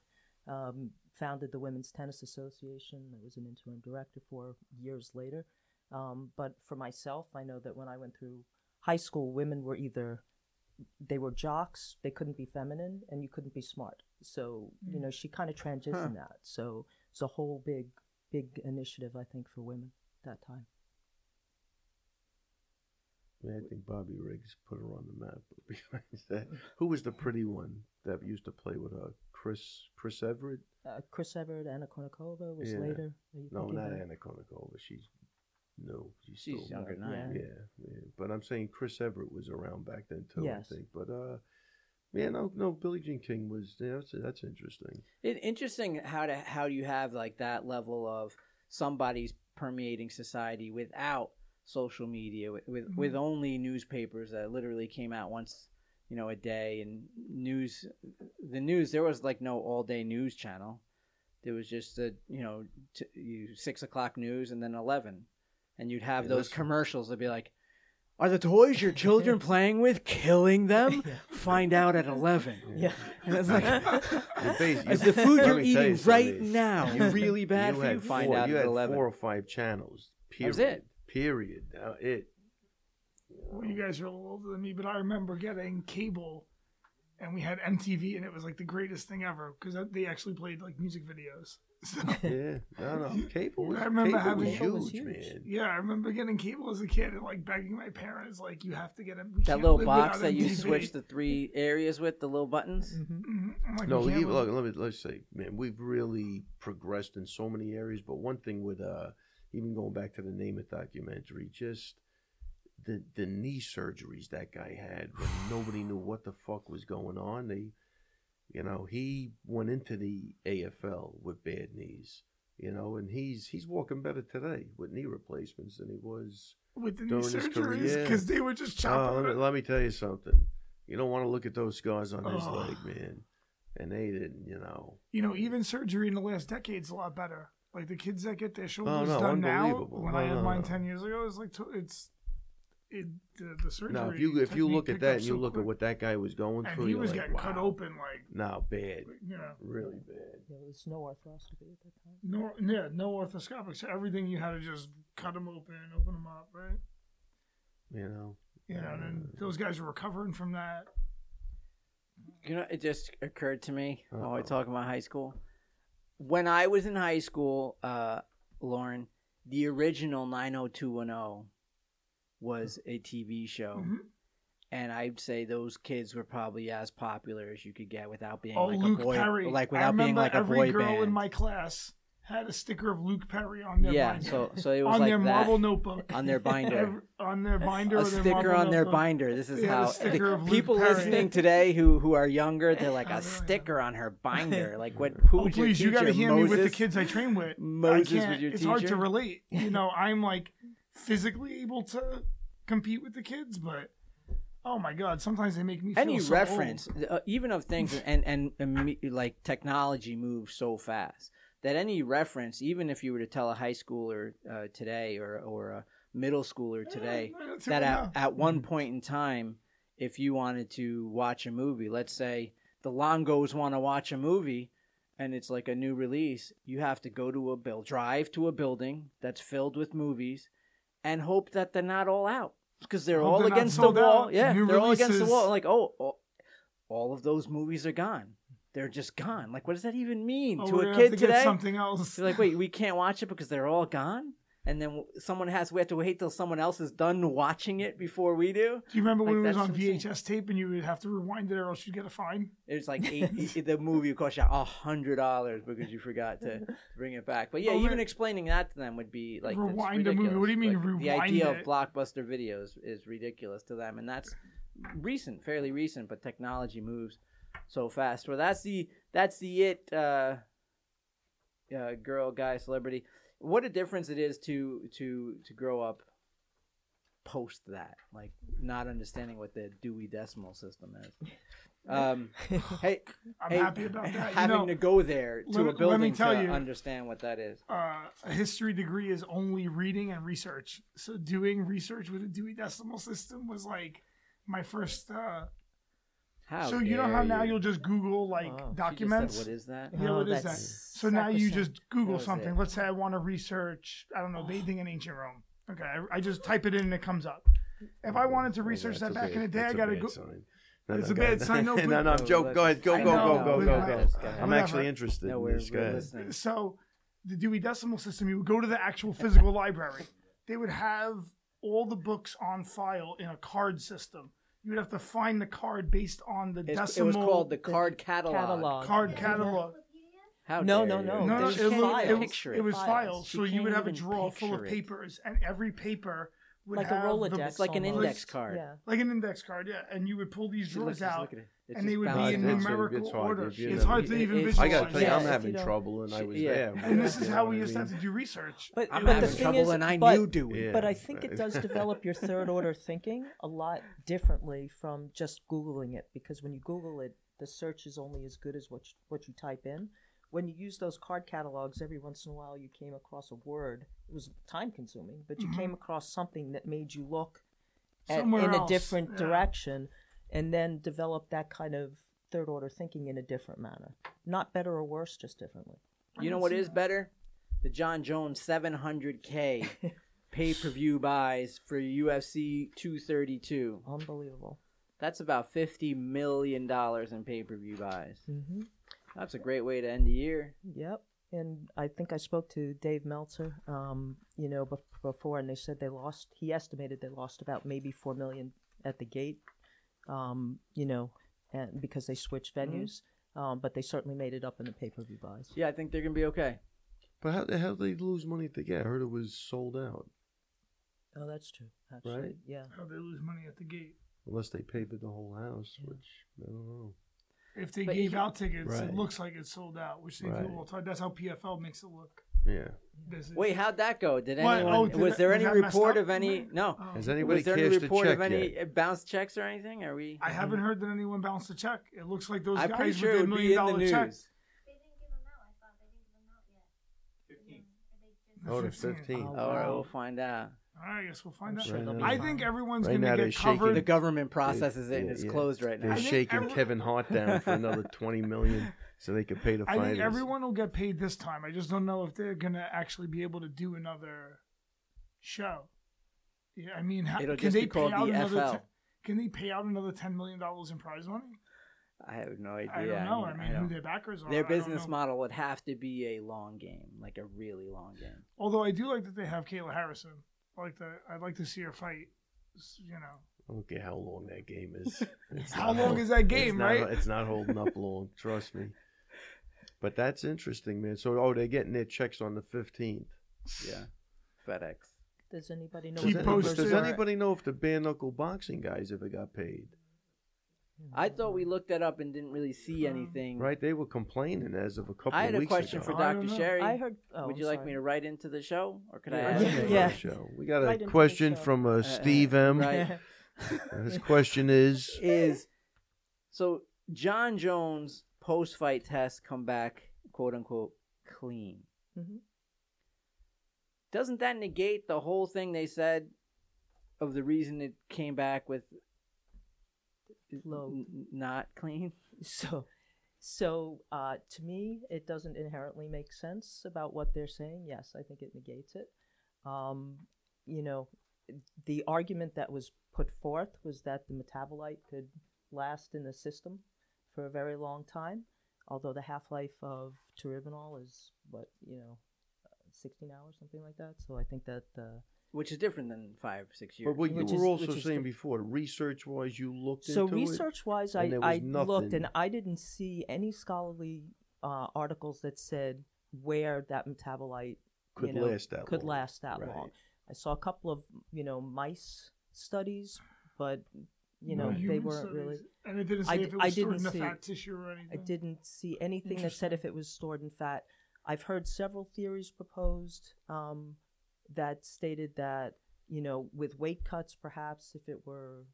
Speaker 4: Um, founded the Women's Tennis Association. I was an interim director for years later. Um, but for myself, I know that when I went through high school, women were either they were jocks, they couldn't be feminine, and you couldn't be smart. So you know, she kind of transitioned
Speaker 1: Huh.
Speaker 4: that. So it's a whole big, big initiative, I think, for women at that time.
Speaker 3: Yeah, I think Bobby Riggs put her on the map. But *laughs* besides that, who was the pretty one that used to play with her? Chris Chris Everett?
Speaker 4: uh, Chris Everett, Anna Kournikova was
Speaker 3: Yeah.
Speaker 4: later. Are you
Speaker 3: No,
Speaker 4: thinking
Speaker 3: not
Speaker 4: about- *laughs*
Speaker 3: Anna Kournikova. She's no, she's,
Speaker 1: She's
Speaker 3: still
Speaker 1: younger
Speaker 3: not-
Speaker 1: than I am.
Speaker 3: Yeah, yeah, but I'm saying Chris Everett was around back then too.
Speaker 4: Yes.
Speaker 3: I think, but uh, Yeah, no, no. Billie Jean King was. Yeah, that's that's interesting.
Speaker 1: It, interesting how to how you have like that level of somebody's permeating society without social media, with with,
Speaker 2: Mhm.
Speaker 1: with only newspapers that literally came out once you know a day and news. The news there was like no all day news channel. There was just a you know t- you six o'clock news and then eleven, and you'd have
Speaker 3: Yeah,
Speaker 1: those
Speaker 3: that's-
Speaker 1: commercials that be like. Are the toys your children playing with killing them? Find out at 11.
Speaker 4: Yeah.
Speaker 1: And it's
Speaker 3: *laughs*
Speaker 1: like,
Speaker 4: *laughs*
Speaker 3: Your base-
Speaker 1: is
Speaker 3: *laughs* you-
Speaker 1: the food
Speaker 3: let
Speaker 1: you're
Speaker 3: me tell you
Speaker 1: eating right
Speaker 3: something.
Speaker 1: now really bad for *laughs* you?
Speaker 3: had
Speaker 1: Find
Speaker 3: four,
Speaker 1: out
Speaker 3: you
Speaker 1: at
Speaker 3: had
Speaker 1: 11.
Speaker 3: four or five channels. Period.
Speaker 1: was it.
Speaker 3: Period. Uh, it.
Speaker 2: Well, you guys are a little older than me, but I remember getting cable, and we had MTV, and it was like the greatest thing ever because they actually played like music videos. *laughs* So
Speaker 3: Yeah. No, no. Cable was,
Speaker 2: I remember
Speaker 3: cable was
Speaker 2: having-
Speaker 4: Cable was
Speaker 3: huge,
Speaker 4: huge.
Speaker 3: man.
Speaker 2: yeah, I remember getting cable as a kid and like begging my parents, like, you have to get it. We
Speaker 1: That
Speaker 2: can't
Speaker 1: little
Speaker 2: live
Speaker 1: box
Speaker 2: without
Speaker 1: that you
Speaker 2: MTV."
Speaker 1: switch the three areas with, the little buttons.
Speaker 4: hmm
Speaker 2: Mhm. I'm like,
Speaker 3: No,
Speaker 2: "We can't
Speaker 3: you,
Speaker 2: live
Speaker 3: look, let me let's say, man, we've really progressed in so many areas. But one thing with uh, even going back to the name of documentary, just the the knee surgeries that guy had when nobody knew what the fuck was going on. They, you know, he went into the AFL with bad knees. You know, and he's he's walking better today with knee replacements than he was.
Speaker 2: with the knee
Speaker 3: during his career,
Speaker 2: surgeries
Speaker 3: yeah.
Speaker 2: because they were just
Speaker 3: Oh,
Speaker 2: chopping.
Speaker 3: let, me,
Speaker 2: it.
Speaker 3: let me tell you something. You don't want to look at those scars on his
Speaker 2: Oh.
Speaker 3: leg, man. And they didn't, you know.
Speaker 2: you know, even surgery in the last decade's a lot better. Like the kids that get their shoulders
Speaker 3: Oh, no,
Speaker 2: done now,
Speaker 3: unbelievable.
Speaker 2: when
Speaker 3: No,
Speaker 2: I had
Speaker 3: no,
Speaker 2: mine
Speaker 3: no.
Speaker 2: ten years ago, it's like t- it's it, the, the surgery.
Speaker 3: Now, if you if you
Speaker 2: technique
Speaker 3: look at
Speaker 2: picked up
Speaker 3: that and you
Speaker 2: so
Speaker 3: look at
Speaker 2: quick.
Speaker 3: what that guy was going
Speaker 2: and
Speaker 3: through,
Speaker 2: he
Speaker 3: you're
Speaker 2: was
Speaker 3: like,
Speaker 2: getting cut
Speaker 3: wow.
Speaker 2: open, like
Speaker 3: No, bad,
Speaker 2: you know,
Speaker 3: really bad.
Speaker 4: There was no arthroscopy at that time.
Speaker 2: no, yeah, no orthoscopic. So everything you had to just cut them open, open them up, right?
Speaker 3: You know,
Speaker 2: You know, and then
Speaker 1: Mm.
Speaker 3: Uh,
Speaker 2: those guys were recovering from that.
Speaker 1: You know, it just occurred to me while we're
Speaker 3: Uh-oh.
Speaker 1: talking about high school. When I was in high school, uh, Lauren, the original 90210 was a TV show.
Speaker 2: Mhm.
Speaker 1: And I'd say those kids were probably as popular as you could get without being
Speaker 2: Oh,
Speaker 1: like
Speaker 2: Luke
Speaker 1: a boy,
Speaker 2: Perry!
Speaker 1: like
Speaker 2: I
Speaker 1: without
Speaker 2: remember
Speaker 1: being like a
Speaker 2: every
Speaker 1: boy
Speaker 2: girl
Speaker 1: band.
Speaker 2: in my class had a sticker of Luke Perry on their
Speaker 1: yeah,
Speaker 2: binder. *laughs*
Speaker 1: so so it was
Speaker 2: on
Speaker 1: like
Speaker 2: their
Speaker 1: that
Speaker 2: marble notebook.
Speaker 1: on their binder.
Speaker 2: Every- on their binder,
Speaker 1: a
Speaker 2: or their
Speaker 1: sticker
Speaker 2: marble
Speaker 1: on their
Speaker 2: notebook.
Speaker 1: binder. This is
Speaker 2: Yeah,
Speaker 1: how
Speaker 2: the
Speaker 1: *laughs*
Speaker 2: sticker of Luke
Speaker 1: people
Speaker 2: Perry.
Speaker 1: listening today who who are younger, they're
Speaker 2: *laughs*
Speaker 1: like
Speaker 2: Oh,
Speaker 1: a
Speaker 2: yeah.
Speaker 1: sticker on her binder. Like what?
Speaker 2: *laughs* Oh,
Speaker 1: Who did
Speaker 2: please,
Speaker 1: your
Speaker 2: you
Speaker 1: teacher?
Speaker 2: got to hear
Speaker 1: Moses?
Speaker 2: me with the kids I train
Speaker 1: *laughs*
Speaker 2: with.
Speaker 1: Moses
Speaker 2: I can't,
Speaker 1: was your
Speaker 2: it's
Speaker 1: teacher.
Speaker 2: hard to relate.
Speaker 1: *laughs*
Speaker 2: You know, I'm like physically able to compete with the kids, but oh my god, sometimes they make me feel
Speaker 1: Any
Speaker 2: so
Speaker 1: reference, uh, even of things, and and, imme- like technology moves so fast that any reference, even if you were to tell a high schooler uh, today or or a middle schooler
Speaker 2: old.
Speaker 1: today,
Speaker 2: Yeah, that's Mm-hmm. who
Speaker 1: that
Speaker 2: I
Speaker 1: at,
Speaker 2: know.
Speaker 1: at one point in time, if you wanted to watch a movie, let's say the Longos want to watch a movie and it's like a new release, you have to go to a bill, drive to a building that's filled with movies and hope that they're not all out because they're
Speaker 2: Hope
Speaker 1: all
Speaker 2: they're not
Speaker 1: against the
Speaker 2: sold
Speaker 1: wall.
Speaker 2: out.
Speaker 1: Yeah,
Speaker 2: New
Speaker 1: they're all against the
Speaker 2: releases.
Speaker 1: wall. Like, oh, oh, all of those movies are gone. They're just gone. Like, what does that even mean
Speaker 2: Oh,
Speaker 1: to
Speaker 2: we're gonna
Speaker 1: a
Speaker 2: have
Speaker 1: kid
Speaker 2: to get
Speaker 1: today?
Speaker 2: something else.
Speaker 1: So like, wait, we can't watch it because they're all gone. And then w- someone has we have to wait till someone else is done watching it before we do.
Speaker 2: Do you remember when
Speaker 1: like,
Speaker 2: it was
Speaker 1: that's
Speaker 2: on
Speaker 1: what I'm saying.
Speaker 2: VHS tape and you would have to rewind it or else you'd get a fine?
Speaker 1: It's like eight, i- the movie cost you a hundred dollars because you forgot to bring it back. But yeah,
Speaker 2: Oh,
Speaker 1: even
Speaker 2: man.
Speaker 1: explaining that to them would be like that's
Speaker 2: Rewind a movie.
Speaker 1: ridiculous.
Speaker 2: What do you mean,
Speaker 1: Like, The
Speaker 2: rewind
Speaker 1: idea of
Speaker 2: it?
Speaker 1: blockbuster videos is ridiculous to them, and that's recent, fairly recent. But technology moves so fast. Well, that's the that's the it. Uh, uh, girl, guy, celebrity. What a difference it is to to to grow up post that, like not understanding what the Dewey Decimal System
Speaker 2: *laughs*
Speaker 1: is. Um, hey,
Speaker 2: I'm
Speaker 1: Hey,
Speaker 2: happy about that. You
Speaker 1: having
Speaker 2: know,
Speaker 1: to go there to
Speaker 2: let me-
Speaker 1: a
Speaker 2: let me
Speaker 1: building
Speaker 2: tell
Speaker 1: to
Speaker 2: you.
Speaker 1: understand what that is.
Speaker 2: uh, a history degree is only reading and research. So doing research with a Dewey Decimal System was like my first. Uh,
Speaker 1: How?
Speaker 2: so you know how
Speaker 1: dare
Speaker 2: now
Speaker 1: you. Oh,
Speaker 2: you'll just Google like
Speaker 4: Wow. She just said
Speaker 1: She just said,
Speaker 2: documents.
Speaker 1: what is that?
Speaker 2: Yeah,
Speaker 4: Oh,
Speaker 2: what is that?
Speaker 4: that's
Speaker 2: So now you
Speaker 4: sacrosanct.
Speaker 2: just Google
Speaker 1: What is
Speaker 2: something.
Speaker 1: it?
Speaker 2: Let's say I want to research, I
Speaker 1: *sighs*
Speaker 2: don't know, bathing in ancient Rome. Okay, I, I just type it in and it comes up. If I wanted to
Speaker 3: Yeah,
Speaker 2: research that
Speaker 3: that's a
Speaker 2: back in the
Speaker 3: bad-
Speaker 2: day, I
Speaker 3: that's a
Speaker 2: gotta
Speaker 3: bad
Speaker 2: go. *laughs*
Speaker 3: sign. No,
Speaker 2: It's
Speaker 3: no,
Speaker 2: a
Speaker 3: go
Speaker 2: bad
Speaker 3: ahead.
Speaker 2: sign, no,
Speaker 3: *laughs* no,
Speaker 2: but-
Speaker 3: no, I'm joke. Go ahead. Go,
Speaker 1: I
Speaker 3: go,
Speaker 1: know,
Speaker 3: go, go,
Speaker 1: but
Speaker 3: go,
Speaker 1: I-
Speaker 3: go.
Speaker 1: this guy.
Speaker 3: I'm
Speaker 2: Whatever.
Speaker 3: actually interested
Speaker 1: No,
Speaker 3: in
Speaker 1: we're,
Speaker 3: this
Speaker 1: we're
Speaker 3: guy.
Speaker 1: listening.
Speaker 2: So the Dewey Decimal System, you would go to the actual physical library. They would have all the books on file in a card system. You would have to find the card based on the
Speaker 1: It's, it
Speaker 2: decimal
Speaker 1: was called the card catalog.
Speaker 4: catalog.
Speaker 2: card catalog.
Speaker 1: How
Speaker 4: No,
Speaker 1: dare
Speaker 4: no, no.
Speaker 1: you.
Speaker 2: No, no,
Speaker 4: She
Speaker 2: it,
Speaker 4: can't
Speaker 2: was-
Speaker 4: even
Speaker 2: it was
Speaker 1: Oh, picture it.
Speaker 2: it was
Speaker 4: Files.
Speaker 2: files.
Speaker 4: She
Speaker 2: So you
Speaker 4: can't
Speaker 2: would have a
Speaker 4: even
Speaker 2: drawer full of
Speaker 1: picture it.
Speaker 2: papers, and every paper would
Speaker 4: Like a
Speaker 2: have the-
Speaker 4: Rolodex,
Speaker 1: like an
Speaker 4: almost.
Speaker 1: index card.
Speaker 4: Yeah.
Speaker 2: like an index card, yeah. And you would pull these
Speaker 1: Just look-
Speaker 2: drawers
Speaker 1: just
Speaker 2: out,
Speaker 1: look at it. It's
Speaker 2: and they
Speaker 1: just
Speaker 2: would
Speaker 1: balanced
Speaker 2: be in
Speaker 1: out.
Speaker 3: It's- it's
Speaker 2: numerical
Speaker 3: hard to
Speaker 2: order.
Speaker 3: visualize.
Speaker 2: It's hard to
Speaker 1: It-
Speaker 2: even
Speaker 1: it-
Speaker 2: visualize.
Speaker 3: I gotta tell you,
Speaker 4: Yeah,
Speaker 3: I'm
Speaker 4: if
Speaker 3: having
Speaker 4: you don't-
Speaker 3: trouble, and I was
Speaker 1: Yeah.
Speaker 3: there.
Speaker 2: And this
Speaker 3: You
Speaker 2: is
Speaker 3: know
Speaker 2: how
Speaker 3: what
Speaker 2: we
Speaker 3: I
Speaker 2: used to have
Speaker 3: mean?
Speaker 2: to do research.
Speaker 4: But,
Speaker 1: I'm
Speaker 4: but the
Speaker 1: having
Speaker 4: thing
Speaker 1: trouble,
Speaker 4: is,
Speaker 1: and I
Speaker 4: but,
Speaker 1: knew doing.
Speaker 3: Yeah.
Speaker 4: But I think it
Speaker 3: right.
Speaker 4: does develop your
Speaker 3: *laughs*
Speaker 4: third order thinking a lot differently from just Googling it because when you Google it, the search is only as good as what you, what you type in. When you use those card catalogs, every once in a while you came across a word. It was time consuming, but you
Speaker 2: Mhm.
Speaker 4: came across something that made you look at, in
Speaker 2: Somewhere
Speaker 4: a
Speaker 2: else,
Speaker 4: different
Speaker 2: yeah.
Speaker 4: direction and then develop that kind of third order thinking in a different manner. Not better or worse, just differently.
Speaker 1: You know what is better? The John Jones
Speaker 4: *laughs*
Speaker 1: 700K pay per view buys for UFC 232.
Speaker 4: Unbelievable.
Speaker 1: That's about $50 million in pay per view buys.
Speaker 4: Mm-hmm.
Speaker 1: That's a great way to end the year.
Speaker 4: Yep. And I think I spoke to Dave Meltzer, um, you know, bef- before, and they said they lost. He estimated they lost about maybe four million at the gate, um, you know, and because they switched venues. Um, but they certainly made it up in the pay per view buys.
Speaker 1: Yeah, I think they're going to be okay.
Speaker 3: But how the hell did they lose money at the gate? I heard it was sold out,
Speaker 4: Oh, that's true. Actually,
Speaker 3: Right.
Speaker 4: yeah.
Speaker 2: How they lose money at the gate.
Speaker 3: unless they papered the whole house, which I don't know.
Speaker 2: If they
Speaker 1: But
Speaker 2: gave
Speaker 1: you-
Speaker 2: out tickets,
Speaker 3: Right.
Speaker 2: it looks like it's sold out, which they
Speaker 3: Right.
Speaker 2: do all the time. That's how PFL makes it look.
Speaker 3: Yeah.
Speaker 2: This is-
Speaker 1: Wait, how'd that go? Did
Speaker 2: What?
Speaker 1: anyone?
Speaker 2: Oh, did
Speaker 1: was
Speaker 2: that-
Speaker 1: there
Speaker 2: was
Speaker 1: any
Speaker 2: that messed
Speaker 1: report
Speaker 2: up?
Speaker 1: of any? No.
Speaker 2: Oh.
Speaker 3: Has anybody
Speaker 1: Um, was there any
Speaker 3: cashed a
Speaker 1: report
Speaker 3: check
Speaker 1: of any
Speaker 3: yet?
Speaker 1: uh, bounce checks or anything? Are we?
Speaker 2: I haven't heard that anyone bounced a check. It looks like those
Speaker 1: I'm pretty
Speaker 2: guys
Speaker 1: sure it
Speaker 2: with their
Speaker 1: would be
Speaker 2: million
Speaker 1: in the
Speaker 2: dollar
Speaker 1: news.
Speaker 2: checks.
Speaker 8: They didn't give them out. I thought they didn't give
Speaker 7: Fifteen.
Speaker 8: them out yet. Or they just
Speaker 1: *laughs*
Speaker 3: Oh, the
Speaker 2: 15.
Speaker 3: 15.
Speaker 4: Oh,
Speaker 1: All right,
Speaker 4: wow.
Speaker 1: we'll find out.
Speaker 2: All right, I guess we'll find out.
Speaker 4: sure
Speaker 3: they'll be
Speaker 2: I
Speaker 4: fine.
Speaker 2: think everyone's
Speaker 3: Right now
Speaker 2: going to
Speaker 3: they're
Speaker 2: get
Speaker 3: shaking.
Speaker 2: covered.
Speaker 1: The government processes it and
Speaker 3: yeah,
Speaker 1: it's
Speaker 3: yeah.
Speaker 1: closed right
Speaker 3: They're
Speaker 1: now.
Speaker 2: I think
Speaker 3: shaking
Speaker 2: every-
Speaker 3: Kevin Hart
Speaker 2: *laughs*
Speaker 3: down for another 20 million so they could pay the
Speaker 2: I
Speaker 3: fine.
Speaker 2: think everyone will get paid this time. I just don't know if they're going to actually be able to do another show. Yeah, I mean, how,
Speaker 1: It'll
Speaker 2: can
Speaker 1: just
Speaker 2: they
Speaker 1: be called
Speaker 2: pay out
Speaker 1: the
Speaker 2: another?
Speaker 1: FL.
Speaker 2: Ten, can they pay out another ten million dollars in prize money?
Speaker 1: I have no idea.
Speaker 2: I don't know. I mean,
Speaker 1: I
Speaker 2: who
Speaker 1: don't-
Speaker 2: their backers are. I
Speaker 1: Their
Speaker 2: don't
Speaker 1: business
Speaker 2: know.
Speaker 1: model would have to be a long game, like a really long game.
Speaker 2: Although I do like that they have Kayla Harrison. I like that. I'd like to see her fight. s- You know,
Speaker 3: I don't care how long that game
Speaker 2: *laughs*
Speaker 3: is. It's
Speaker 2: how
Speaker 3: not
Speaker 2: long
Speaker 3: hol-
Speaker 2: is that
Speaker 3: it's
Speaker 2: game,
Speaker 3: not,
Speaker 2: right? *laughs*
Speaker 3: It's not holding up long, trust me. But that's interesting, man. So, oh, they're getting their checks on the 15th.
Speaker 1: Yeah. FedEx.
Speaker 4: Does anybody know?
Speaker 3: Does,
Speaker 2: Keep
Speaker 4: what the
Speaker 3: any-
Speaker 2: posted.
Speaker 3: does
Speaker 4: numbers are?
Speaker 3: anybody know if the bare knuckle boxing guys ever got paid?
Speaker 1: I thought we looked that up and didn't really see
Speaker 2: Um,
Speaker 1: anything.
Speaker 3: Right? They were complaining as of a couple of weeks ago.
Speaker 1: I had a question for
Speaker 2: ago. I
Speaker 1: Dr.
Speaker 2: don't know.
Speaker 1: Sherry.
Speaker 4: I heard. Oh,
Speaker 1: would
Speaker 4: I'm
Speaker 1: you like
Speaker 4: sorry.
Speaker 1: me to write into the show, or could I?
Speaker 3: Yeah,
Speaker 1: Ask
Speaker 3: that's
Speaker 4: Yeah.
Speaker 1: you?
Speaker 3: the name
Speaker 4: Yeah.
Speaker 3: of the show. We got a
Speaker 4: Right into the
Speaker 3: question
Speaker 4: show.
Speaker 3: from
Speaker 1: Uh,
Speaker 3: uh,
Speaker 1: uh,
Speaker 3: Steve
Speaker 4: *laughs*
Speaker 3: M.
Speaker 1: Right.
Speaker 3: His question is
Speaker 1: is so John Jones post fight test come back quote unquote clean.
Speaker 4: Mhm.
Speaker 1: Doesn't that negate the whole thing they said of the reason it came back with
Speaker 4: Low.
Speaker 1: n- not clean?
Speaker 4: So, so uh, to me, it doesn't inherently make sense about what they're saying. Yes, I think it negates it. Um, you know, the argument that was put forth was that the metabolite could last in the system for a very long time, although the half life of teribinol is what you know, uh, sixteen hours, something like that. So I think that uh,
Speaker 1: Which is different than five, six years.
Speaker 3: But what you
Speaker 4: Which is-
Speaker 3: were also
Speaker 4: which is
Speaker 3: saying
Speaker 4: the-
Speaker 3: before, research wise, you looked
Speaker 4: So
Speaker 3: into
Speaker 4: research wise,
Speaker 3: and
Speaker 4: I,
Speaker 3: there was
Speaker 4: I looked
Speaker 3: nothing.
Speaker 4: and I didn't see any scholarly uh, articles that said where that metabolite
Speaker 3: it. Could
Speaker 4: you know,
Speaker 3: last that
Speaker 4: could
Speaker 3: long.
Speaker 4: last that
Speaker 3: Right.
Speaker 4: long. I saw a couple of you know mice studies, but you know
Speaker 2: No
Speaker 4: they
Speaker 2: human
Speaker 4: weren't really.
Speaker 2: studies. And it didn't say
Speaker 4: I
Speaker 2: if
Speaker 4: d-
Speaker 2: it
Speaker 4: I
Speaker 2: was stored in
Speaker 4: didn't
Speaker 2: the
Speaker 4: see-
Speaker 2: fat tissue or anything.
Speaker 4: I didn't see anything that said if it was stored in fat. I've heard several theories proposed um, that stated that you know with weight cuts, perhaps if it were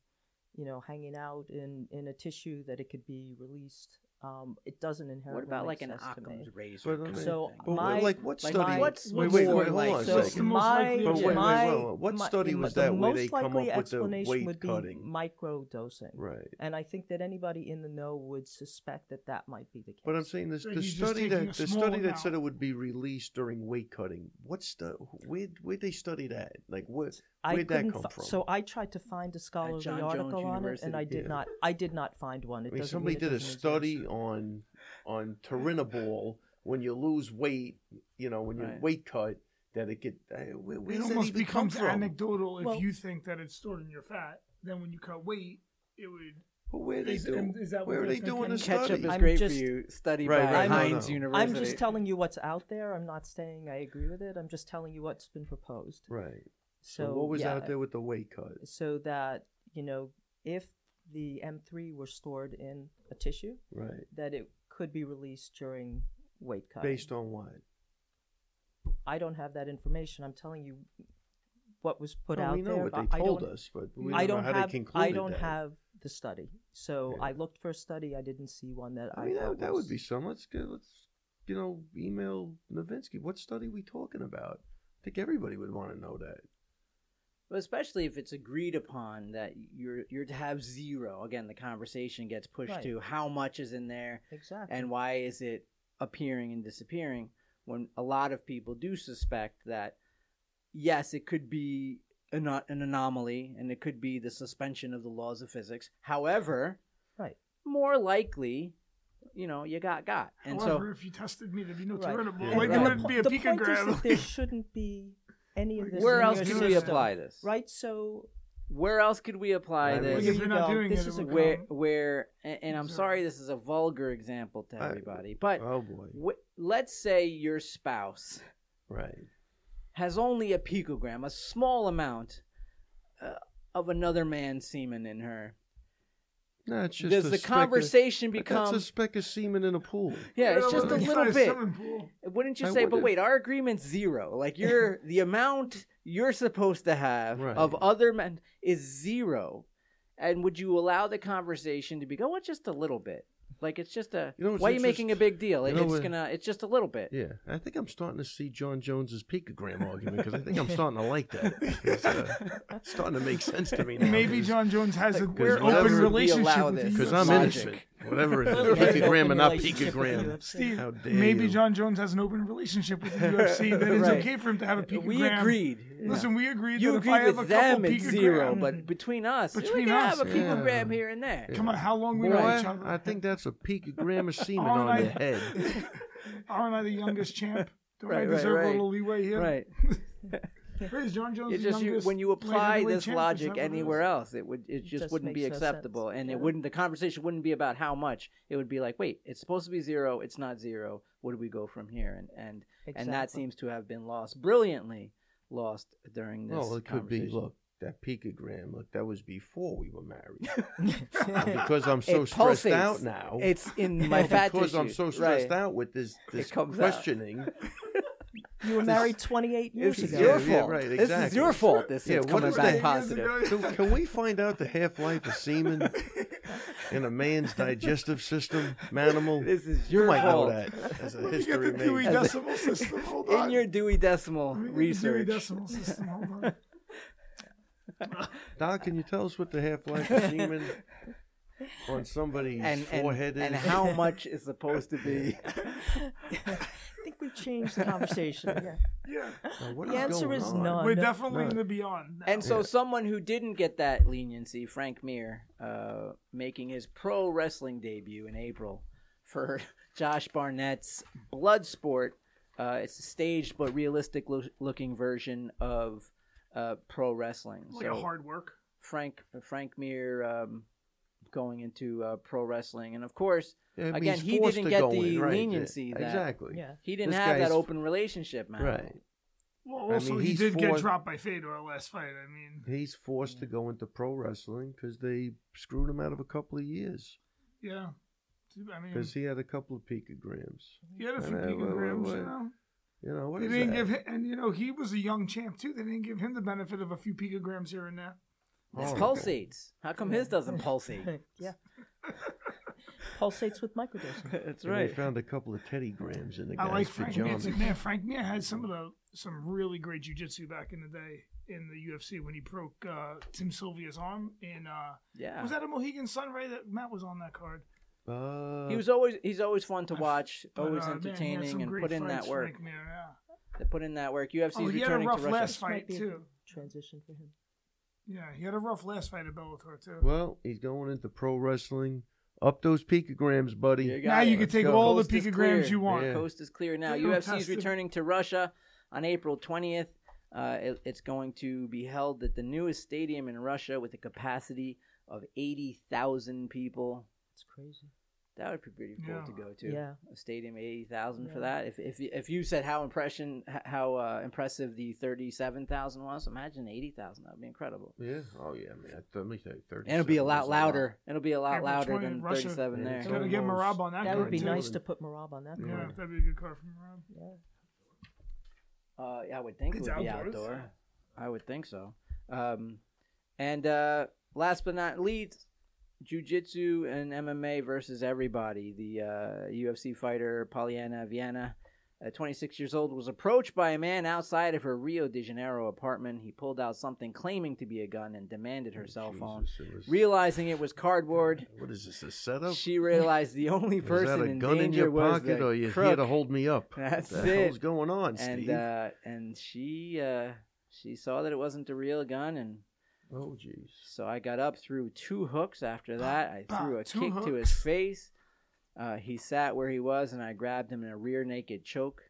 Speaker 4: you know hanging out in in a tissue, that it could be released. Um, it doesn't
Speaker 1: what
Speaker 4: inherently.
Speaker 1: about like
Speaker 4: make
Speaker 1: an
Speaker 4: sense to me.
Speaker 1: Occam's razor?
Speaker 3: But,
Speaker 1: kind of
Speaker 4: So,
Speaker 1: thing?
Speaker 3: But
Speaker 4: my-
Speaker 3: what, like what
Speaker 1: like,
Speaker 3: study?
Speaker 1: my-
Speaker 4: What's-
Speaker 3: wait, wait,
Speaker 1: more
Speaker 3: wait, hold on a
Speaker 1: like-
Speaker 4: So
Speaker 2: What's the
Speaker 4: *laughs*
Speaker 3: second.
Speaker 2: most
Speaker 4: my,
Speaker 2: likely
Speaker 3: But wait, wait,
Speaker 4: my,
Speaker 3: wait, wait. What
Speaker 4: my-
Speaker 3: study
Speaker 4: the
Speaker 3: was
Speaker 4: mo-
Speaker 3: that
Speaker 4: the
Speaker 3: where
Speaker 4: most
Speaker 3: they come
Speaker 4: likely
Speaker 3: up with the
Speaker 4: explanation
Speaker 3: weight
Speaker 4: would be
Speaker 3: cutting?
Speaker 4: Microdosing,
Speaker 3: Right.
Speaker 4: and I think that anybody in the know would suspect that that might be the case.
Speaker 3: But I'm saying this,
Speaker 2: So
Speaker 3: the
Speaker 2: you're just
Speaker 3: study
Speaker 2: taking
Speaker 3: that
Speaker 2: a
Speaker 3: the
Speaker 2: small
Speaker 3: study that said
Speaker 2: amount.
Speaker 3: it would be released during weight cutting. What's the where where they study that? Like what?
Speaker 4: I
Speaker 3: Where'd that
Speaker 4: couldn't
Speaker 3: come
Speaker 4: fi-
Speaker 3: from?
Speaker 4: So I tried to find a scholarly
Speaker 1: John Jones
Speaker 4: article on it, and I
Speaker 1: University.
Speaker 4: did
Speaker 3: Yeah.
Speaker 4: not. I did not find one. It
Speaker 3: I mean,
Speaker 4: doesn't
Speaker 3: somebody
Speaker 4: mean it
Speaker 3: did a
Speaker 4: doesn't exist.
Speaker 3: study on on Turinabol when you lose weight, you know, when you
Speaker 1: Right.
Speaker 3: weight cut, that it get uh, where, where
Speaker 2: It
Speaker 3: does that
Speaker 2: almost
Speaker 3: even come
Speaker 2: becomes
Speaker 3: from?
Speaker 2: anecdotal if
Speaker 4: Well-
Speaker 2: you think that it's stored in your fat. Then when you cut weight, it would.
Speaker 3: But where they
Speaker 2: Is-
Speaker 3: do?
Speaker 2: and is that what
Speaker 3: where are
Speaker 2: they're
Speaker 3: they doing
Speaker 2: thinking?
Speaker 3: the
Speaker 1: Ketchup
Speaker 3: study?
Speaker 1: is
Speaker 4: I'm
Speaker 1: great
Speaker 4: just-
Speaker 1: for you. Study
Speaker 3: Right,
Speaker 1: by
Speaker 3: right, no,
Speaker 1: Heinz
Speaker 3: no.
Speaker 1: University.
Speaker 4: I'm just telling you what's out there. I'm not saying I agree with it. I'm just telling you what's been proposed.
Speaker 3: Right.
Speaker 4: So,
Speaker 3: what was
Speaker 4: yeah,
Speaker 3: out there with the weight cut?
Speaker 4: So that you know, if the M3 were stored in a tissue,
Speaker 3: Right.
Speaker 4: that it could be released during weight cut.
Speaker 3: Based on what?
Speaker 4: I don't have that information. I'm telling you what was put
Speaker 3: Well,
Speaker 4: out
Speaker 3: we know
Speaker 4: there.
Speaker 3: what
Speaker 4: I-
Speaker 3: they
Speaker 4: I
Speaker 3: told
Speaker 4: don't-
Speaker 3: us, but we
Speaker 4: I
Speaker 3: don't,
Speaker 4: don't
Speaker 3: know how
Speaker 4: have
Speaker 3: they concluded
Speaker 4: I don't
Speaker 3: that.
Speaker 4: have the study. So
Speaker 3: Yeah.
Speaker 4: I looked for a study. I didn't see one that I,
Speaker 3: I mean, that,
Speaker 4: thought
Speaker 3: that would
Speaker 4: was-
Speaker 3: be some. Let's get, let's you know email Novinsky. What study we talking about? I think everybody would want to know that.
Speaker 1: But especially if it's agreed upon that you're you're to have zero. Again, the conversation gets pushed
Speaker 4: Right.
Speaker 1: to how much is in there
Speaker 4: exactly.
Speaker 1: and why is it appearing and disappearing when a lot of people do suspect that yes, it could be an, an anomaly and it could be the suspension of the laws of physics. However,
Speaker 4: Right.
Speaker 1: more likely, you know, you got got. And
Speaker 2: However, if you tested me, there'd be no
Speaker 4: Right.
Speaker 2: turnable.
Speaker 3: Yeah,
Speaker 2: like
Speaker 1: right.
Speaker 2: there wouldn't be a
Speaker 4: the
Speaker 2: peak
Speaker 4: point is
Speaker 2: grab. *laughs*
Speaker 4: that there shouldn't be any of
Speaker 2: Like,
Speaker 4: this.
Speaker 1: so
Speaker 2: This
Speaker 1: where
Speaker 2: is
Speaker 4: in
Speaker 1: else
Speaker 4: your
Speaker 2: new
Speaker 1: could we
Speaker 2: system.
Speaker 1: apply this?
Speaker 4: Right. So
Speaker 1: Where else could we apply
Speaker 3: Right,
Speaker 2: Like,
Speaker 1: this?
Speaker 2: if you're not
Speaker 4: Here you go.
Speaker 2: doing
Speaker 4: This
Speaker 2: it, it
Speaker 4: is
Speaker 2: would
Speaker 4: a
Speaker 2: come.
Speaker 1: where where and, and I'm
Speaker 2: Observe.
Speaker 1: sorry this is a vulgar example to
Speaker 3: I-
Speaker 1: everybody, but
Speaker 3: Oh boy,
Speaker 1: w- let's say your spouse
Speaker 3: right?
Speaker 1: has only a picogram, a small amount uh, of another man's semen in her.
Speaker 3: No, it's just
Speaker 1: Does
Speaker 3: a
Speaker 1: the
Speaker 3: speck of-
Speaker 1: conversation
Speaker 3: That's
Speaker 1: become
Speaker 3: a speck of semen in a pool.
Speaker 1: Yeah, it's
Speaker 2: Yeah,
Speaker 1: just a
Speaker 2: like
Speaker 1: little
Speaker 2: size
Speaker 1: bit.
Speaker 2: swimming pool.
Speaker 1: Wouldn't you
Speaker 3: I
Speaker 1: say, but
Speaker 3: wouldn't.
Speaker 1: wait, our agreement's zero. Like you're the amount you're supposed to have
Speaker 3: Right.
Speaker 1: of other men is zero. And would you allow the conversation to be go, well, it's just a little bit? Like it's just a
Speaker 3: You know, it's
Speaker 1: why are you making a
Speaker 3: interest-
Speaker 1: big deal?
Speaker 3: you
Speaker 1: It-
Speaker 3: know
Speaker 1: it's
Speaker 3: what-
Speaker 1: gonna it's just a little bit.
Speaker 3: Yeah, I think I'm starting to see John Jones's picogram argument because I think
Speaker 1: *laughs*
Speaker 3: I'm starting to like that. It's uh, starting to make sense to me now.
Speaker 2: Maybe John Jones has an
Speaker 3: where else
Speaker 2: open
Speaker 3: would we
Speaker 2: relationship
Speaker 1: allow
Speaker 2: with
Speaker 1: this?
Speaker 2: the
Speaker 3: because
Speaker 2: UFC.
Speaker 3: I'm
Speaker 1: Logic.
Speaker 3: innocent. Whatever it is,
Speaker 4: Well, there's an
Speaker 3: picogram
Speaker 4: open
Speaker 3: and not
Speaker 4: relationship with the
Speaker 3: picogram.
Speaker 4: UFC.
Speaker 2: Steve,
Speaker 3: How dare
Speaker 2: maybe
Speaker 3: you.
Speaker 2: John Jones has an open relationship with the UFC. That it's
Speaker 1: Right.
Speaker 2: okay for him to have a picogram.
Speaker 1: We agreed.
Speaker 2: Listen, we agreed
Speaker 1: you
Speaker 2: that if I
Speaker 1: agreed
Speaker 2: have a
Speaker 1: with
Speaker 2: couple
Speaker 1: them it's
Speaker 2: picogram,
Speaker 1: zero, but between us, we
Speaker 2: Between
Speaker 1: can
Speaker 2: us,
Speaker 1: have a
Speaker 3: yeah.
Speaker 1: picogram here and there.
Speaker 2: come on, how long we
Speaker 3: Boy,
Speaker 2: know each other?
Speaker 3: I think that's a picogram of semen
Speaker 2: Aren't
Speaker 3: on
Speaker 2: I-
Speaker 3: your head.
Speaker 1: *laughs*
Speaker 2: Aren't I the youngest champ? Don't
Speaker 1: Right,
Speaker 2: I
Speaker 1: right,
Speaker 2: deserve
Speaker 1: right.
Speaker 2: a little leeway here?
Speaker 1: Right.
Speaker 2: Is John Jones
Speaker 1: It's
Speaker 2: the
Speaker 1: just you,
Speaker 2: youngest
Speaker 1: when you
Speaker 2: light
Speaker 1: apply
Speaker 2: heavyweight
Speaker 1: this
Speaker 2: champ? Is that
Speaker 1: logic
Speaker 2: what it
Speaker 1: anywhere
Speaker 2: is?
Speaker 1: else, it would it just,
Speaker 4: just
Speaker 1: wouldn't be
Speaker 4: makes no sense.
Speaker 1: acceptable, and
Speaker 4: Yeah.
Speaker 1: it wouldn't. The conversation wouldn't be about how much. It would be like, wait, it's supposed to be zero. It's not zero. What do we go from here? And and and that
Speaker 4: Exactly.
Speaker 1: seems to have been lost, brilliantly lost during this.
Speaker 3: Well, it could be.
Speaker 1: conversation.
Speaker 3: Look, that picogram. Look, that was before we
Speaker 1: *laughs*
Speaker 3: were married. And because I'm so
Speaker 1: It
Speaker 3: stressed
Speaker 1: pulsates.
Speaker 3: out now.
Speaker 1: *laughs* It's
Speaker 3: *laughs*
Speaker 1: in my fat
Speaker 3: because I'm so
Speaker 1: tissue.
Speaker 3: stressed
Speaker 1: Right.
Speaker 3: out with this, this
Speaker 1: comes out.
Speaker 3: questioning.
Speaker 4: you
Speaker 3: *laughs*
Speaker 4: were married *laughs* 28 years
Speaker 1: This is
Speaker 4: ago.
Speaker 3: Yeah,
Speaker 1: your
Speaker 3: yeah,
Speaker 1: fault.
Speaker 3: right,
Speaker 1: This is
Speaker 3: exactly.
Speaker 1: your fault. This
Speaker 3: Yeah,
Speaker 1: is
Speaker 3: what
Speaker 1: coming
Speaker 3: is
Speaker 1: back
Speaker 3: that?
Speaker 1: positive.
Speaker 3: *laughs* So can we find out the half life of semen in a man's digestive system, manimal?
Speaker 1: This is
Speaker 3: you
Speaker 1: your
Speaker 3: might
Speaker 1: fault.
Speaker 3: know that as a
Speaker 2: Let me get
Speaker 3: history
Speaker 2: the Dewey
Speaker 3: major.
Speaker 2: Decimal System. Hold
Speaker 1: *laughs*
Speaker 2: on.
Speaker 1: In your Dewey Decimal
Speaker 2: Let me get the Dewey
Speaker 1: research,
Speaker 2: Decimal System.
Speaker 1: *laughs*
Speaker 2: Hold on.
Speaker 3: Doc, can you tell us what the half life
Speaker 2: *laughs*
Speaker 3: of semen on somebody's
Speaker 1: and
Speaker 3: forehead
Speaker 1: and,
Speaker 3: is?
Speaker 1: and
Speaker 3: *laughs*
Speaker 1: how much is supposed to be.
Speaker 4: I think we've changed
Speaker 3: *laughs*
Speaker 4: the conversation. Yeah.
Speaker 2: Yeah,
Speaker 3: Now, what
Speaker 4: The answer
Speaker 3: going
Speaker 4: is
Speaker 3: on?
Speaker 4: none.
Speaker 2: we're
Speaker 4: no.
Speaker 2: definitely
Speaker 3: No.
Speaker 2: in the beyond. now.
Speaker 1: Oh, And so,
Speaker 3: Yeah.
Speaker 1: someone who didn't get that leniency, Frank Mir, uh, making his pro wrestling debut in April for *laughs* Josh Barnett's Bloodsport. Uh, it's a staged but realistic loo- looking version of uh, pro wrestling.
Speaker 2: like a hard work.
Speaker 1: Frank Frank Mir um, going into uh, pro wrestling, and of course,
Speaker 3: Yeah, it
Speaker 1: Again,
Speaker 3: means
Speaker 1: he
Speaker 3: forced
Speaker 1: didn't
Speaker 3: to
Speaker 1: get
Speaker 3: go
Speaker 1: the
Speaker 3: in, right, yeah,
Speaker 1: leniency that-
Speaker 3: exactly.
Speaker 1: *laughs*
Speaker 4: Yeah.
Speaker 1: he didn't
Speaker 3: This
Speaker 1: have that
Speaker 3: guy's-
Speaker 1: open relationship, man.
Speaker 3: Right.
Speaker 2: Well,
Speaker 3: I
Speaker 2: also
Speaker 3: mean,
Speaker 2: he
Speaker 3: he's
Speaker 2: did get
Speaker 3: forced-
Speaker 2: dropped by Fedor last fight. I mean,
Speaker 3: He's forced to go into pro wrestling because they screwed him out of a couple of years
Speaker 2: yeah. I
Speaker 1: Hmm.
Speaker 2: mean,
Speaker 3: because he had a couple of picograms.
Speaker 2: he had a few
Speaker 3: Uh,
Speaker 2: big
Speaker 3: what-
Speaker 2: grams,
Speaker 3: what-
Speaker 2: you know.
Speaker 3: You know what
Speaker 2: They
Speaker 3: is
Speaker 2: didn't
Speaker 3: that?
Speaker 2: give him, and you know he was a young champ too. They didn't give him the benefit of a few picograms here and there.
Speaker 1: It
Speaker 3: Horrible.
Speaker 1: pulsates. How come his doesn't
Speaker 2: *laughs*
Speaker 1: pulsate?
Speaker 4: yeah. Pulsates with microdosing.
Speaker 1: That's
Speaker 3: And They found a couple of Teddy grams in the
Speaker 2: I
Speaker 3: guy's
Speaker 2: like Frank Mir
Speaker 3: pajamas.
Speaker 2: too. Man, Frank Mir had some of the some really great jujitsu back in the day in the UFC when he broke uh, Tim Sylvia's arm. In uh,
Speaker 1: Yeah.
Speaker 2: was that a Mohegan Sun Ray that Matt was on that card?
Speaker 3: Uh,
Speaker 1: he was always he's always fun to
Speaker 2: I've-
Speaker 1: watch,
Speaker 2: But,
Speaker 1: always
Speaker 2: uh, man, he had
Speaker 1: entertaining,
Speaker 2: some
Speaker 1: and
Speaker 2: great
Speaker 1: put in that
Speaker 2: fights,
Speaker 1: work.
Speaker 2: Frank Mir, yeah.
Speaker 1: They put in that work. UFC's
Speaker 2: Oh, he had a
Speaker 1: returning
Speaker 2: rough
Speaker 1: to Russia.
Speaker 2: last
Speaker 4: This might
Speaker 2: fight
Speaker 4: be a
Speaker 2: too.
Speaker 4: Transition for him.
Speaker 2: Yeah, he had a rough last fight at Bellator too.
Speaker 3: Well, he's going into pro wrestling. Up those picograms, buddy.
Speaker 1: You
Speaker 2: now
Speaker 1: got
Speaker 2: you
Speaker 1: it.
Speaker 2: can
Speaker 3: Let's
Speaker 2: take
Speaker 3: go.
Speaker 2: all the
Speaker 1: Coast is
Speaker 2: picograms
Speaker 1: clear.
Speaker 2: you want.
Speaker 3: Yeah.
Speaker 1: Coast is clear
Speaker 2: *laughs*
Speaker 1: now.
Speaker 2: They don't
Speaker 1: UFC's
Speaker 2: test it.
Speaker 1: returning to Russia on April 20th. Uh, it- it's going to be held at the newest stadium in Russia with a capacity of 80,000 people.
Speaker 4: It's crazy.
Speaker 1: That would be pretty cool
Speaker 2: Yeah.
Speaker 1: to go to.
Speaker 4: Yeah.
Speaker 1: A stadium eighty thousand for
Speaker 4: Yeah.
Speaker 1: that. If if you- if you said how impression h- how uh, impressive the thirty seven thousand was, imagine eighty thousand. That would be incredible.
Speaker 3: Yeah. Oh yeah, man. Let me say thirty. uh,
Speaker 1: And it'll be a lot louder. It'll be a
Speaker 2: Yeah,
Speaker 1: lot
Speaker 2: but
Speaker 1: louder
Speaker 2: 20
Speaker 1: than
Speaker 2: Russia-
Speaker 1: thirty seven
Speaker 3: Yeah,
Speaker 1: there.
Speaker 2: Gotta get
Speaker 3: Almost.
Speaker 2: Marab on that.
Speaker 4: That
Speaker 2: card,
Speaker 4: would be
Speaker 2: too.
Speaker 4: nice
Speaker 3: Totally.
Speaker 4: to put Marab on that
Speaker 3: Yeah.
Speaker 2: Yeah,
Speaker 4: card.
Speaker 2: that'd be a good card from Marab.
Speaker 4: Yeah.
Speaker 1: Uh, yeah, I would think
Speaker 2: It's
Speaker 1: it would
Speaker 2: outdoors.
Speaker 1: be outdoor. I would think so. Um, and uh, last but not least, jujitsu and MMA versus everybody. The uh, UFC fighter Pollyanna Vienna, uh, 26 years old, was approached by a man outside of her Rio de Janeiro apartment. He pulled out something claiming to be a gun and demanded
Speaker 3: Oh,
Speaker 1: her cell phone. Realizing it was cardboard,
Speaker 3: What is this? A setup?
Speaker 1: she realized the only
Speaker 3: Is that
Speaker 1: person
Speaker 3: a
Speaker 1: in
Speaker 3: gun
Speaker 1: danger
Speaker 3: in your
Speaker 1: was
Speaker 3: pocket,
Speaker 1: the
Speaker 3: or you here
Speaker 1: crook.
Speaker 3: to hold me up?
Speaker 1: That's
Speaker 3: what the hell's
Speaker 1: it.
Speaker 3: going on,
Speaker 1: and
Speaker 3: Steve?
Speaker 1: uh, and she uh, she saw that it wasn't a real gun, and
Speaker 3: oh, jeez.
Speaker 1: so I got up, threw two hooks. After that, I
Speaker 2: bah,
Speaker 1: threw a
Speaker 2: two
Speaker 1: kick to his
Speaker 2: hooks.
Speaker 1: face. Uh, he sat where he was, and I grabbed him in a rear naked choke.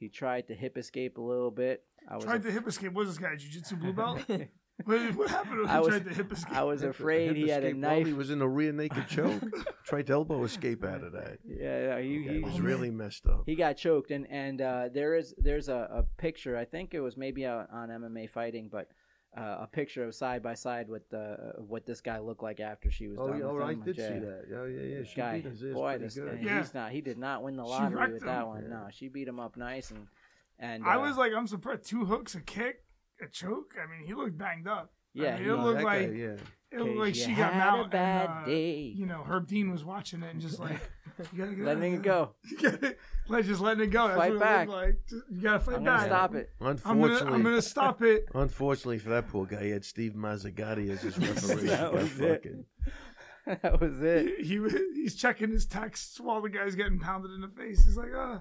Speaker 1: He tried to hip escape a little bit. I was
Speaker 2: Tried
Speaker 1: af-
Speaker 2: the hip escape. What is this guy?
Speaker 1: *laughs*
Speaker 2: Jiu-Jitsu blue belt? what, what happened when
Speaker 1: I
Speaker 2: he
Speaker 1: was-
Speaker 2: tried the hip escape?
Speaker 1: I was
Speaker 3: *laughs* Hip-
Speaker 1: afraid
Speaker 3: hip
Speaker 1: he had a
Speaker 3: escape while
Speaker 1: knife.
Speaker 3: He was in a rear naked
Speaker 1: *laughs*
Speaker 3: choke. Tried to elbow escape out of that.
Speaker 1: Yeah, yeah, he,
Speaker 3: Yeah,
Speaker 1: he
Speaker 3: it was really messed up.
Speaker 1: he got choked and and uh, there is there's a, a picture i think it was maybe out on mma fighting but uh, a picture of side by side with the uh, what this guy looked like after she was
Speaker 3: oh,
Speaker 1: done with
Speaker 3: yeah, all
Speaker 1: him.
Speaker 3: right. I did
Speaker 1: Yeah.
Speaker 3: see that. Oh, yeah, yeah.
Speaker 1: This
Speaker 3: She
Speaker 1: guy,
Speaker 3: beat his ass
Speaker 1: boy,
Speaker 3: pretty
Speaker 1: this
Speaker 3: good.
Speaker 1: guy,
Speaker 2: Yeah.
Speaker 1: he's not. He did not win the
Speaker 2: She
Speaker 1: lottery
Speaker 2: wrecked
Speaker 1: with that
Speaker 2: him.
Speaker 1: one. No, she beat him up nice, and and
Speaker 2: I
Speaker 1: uh,
Speaker 2: was like, I'm surprised. Two hooks, a kick, a choke. I mean, he looked banged up.
Speaker 1: yeah, he-
Speaker 2: mean, it
Speaker 3: No,
Speaker 2: looked
Speaker 3: that guy,
Speaker 2: like-
Speaker 3: yeah.
Speaker 2: It looked like
Speaker 1: you
Speaker 2: she got
Speaker 1: had
Speaker 2: out.
Speaker 1: a bad
Speaker 2: and, uh,
Speaker 1: day,
Speaker 2: You know, Herb Dean was watching it and
Speaker 1: *laughs*
Speaker 2: just like, you gotta get
Speaker 1: letting it go.
Speaker 2: *laughs* You gotta- Like just letting it go. That's
Speaker 1: Fight
Speaker 2: what
Speaker 1: back.
Speaker 2: It looked like. Just- you gotta fight
Speaker 1: I'm gonna
Speaker 2: back.
Speaker 1: stop it. *laughs*
Speaker 2: I'm gonna,
Speaker 3: Unfortunately,
Speaker 2: I'm gonna stop it. *laughs*
Speaker 3: unfortunately for that poor guy, he had Steve Mazzagatti
Speaker 1: *laughs*
Speaker 3: as his referee.
Speaker 1: That
Speaker 3: He got
Speaker 1: was it.
Speaker 3: fucking-
Speaker 1: that was it.
Speaker 2: he, he- he's checking his texts while the guy's getting pounded in the face. He's like, uh,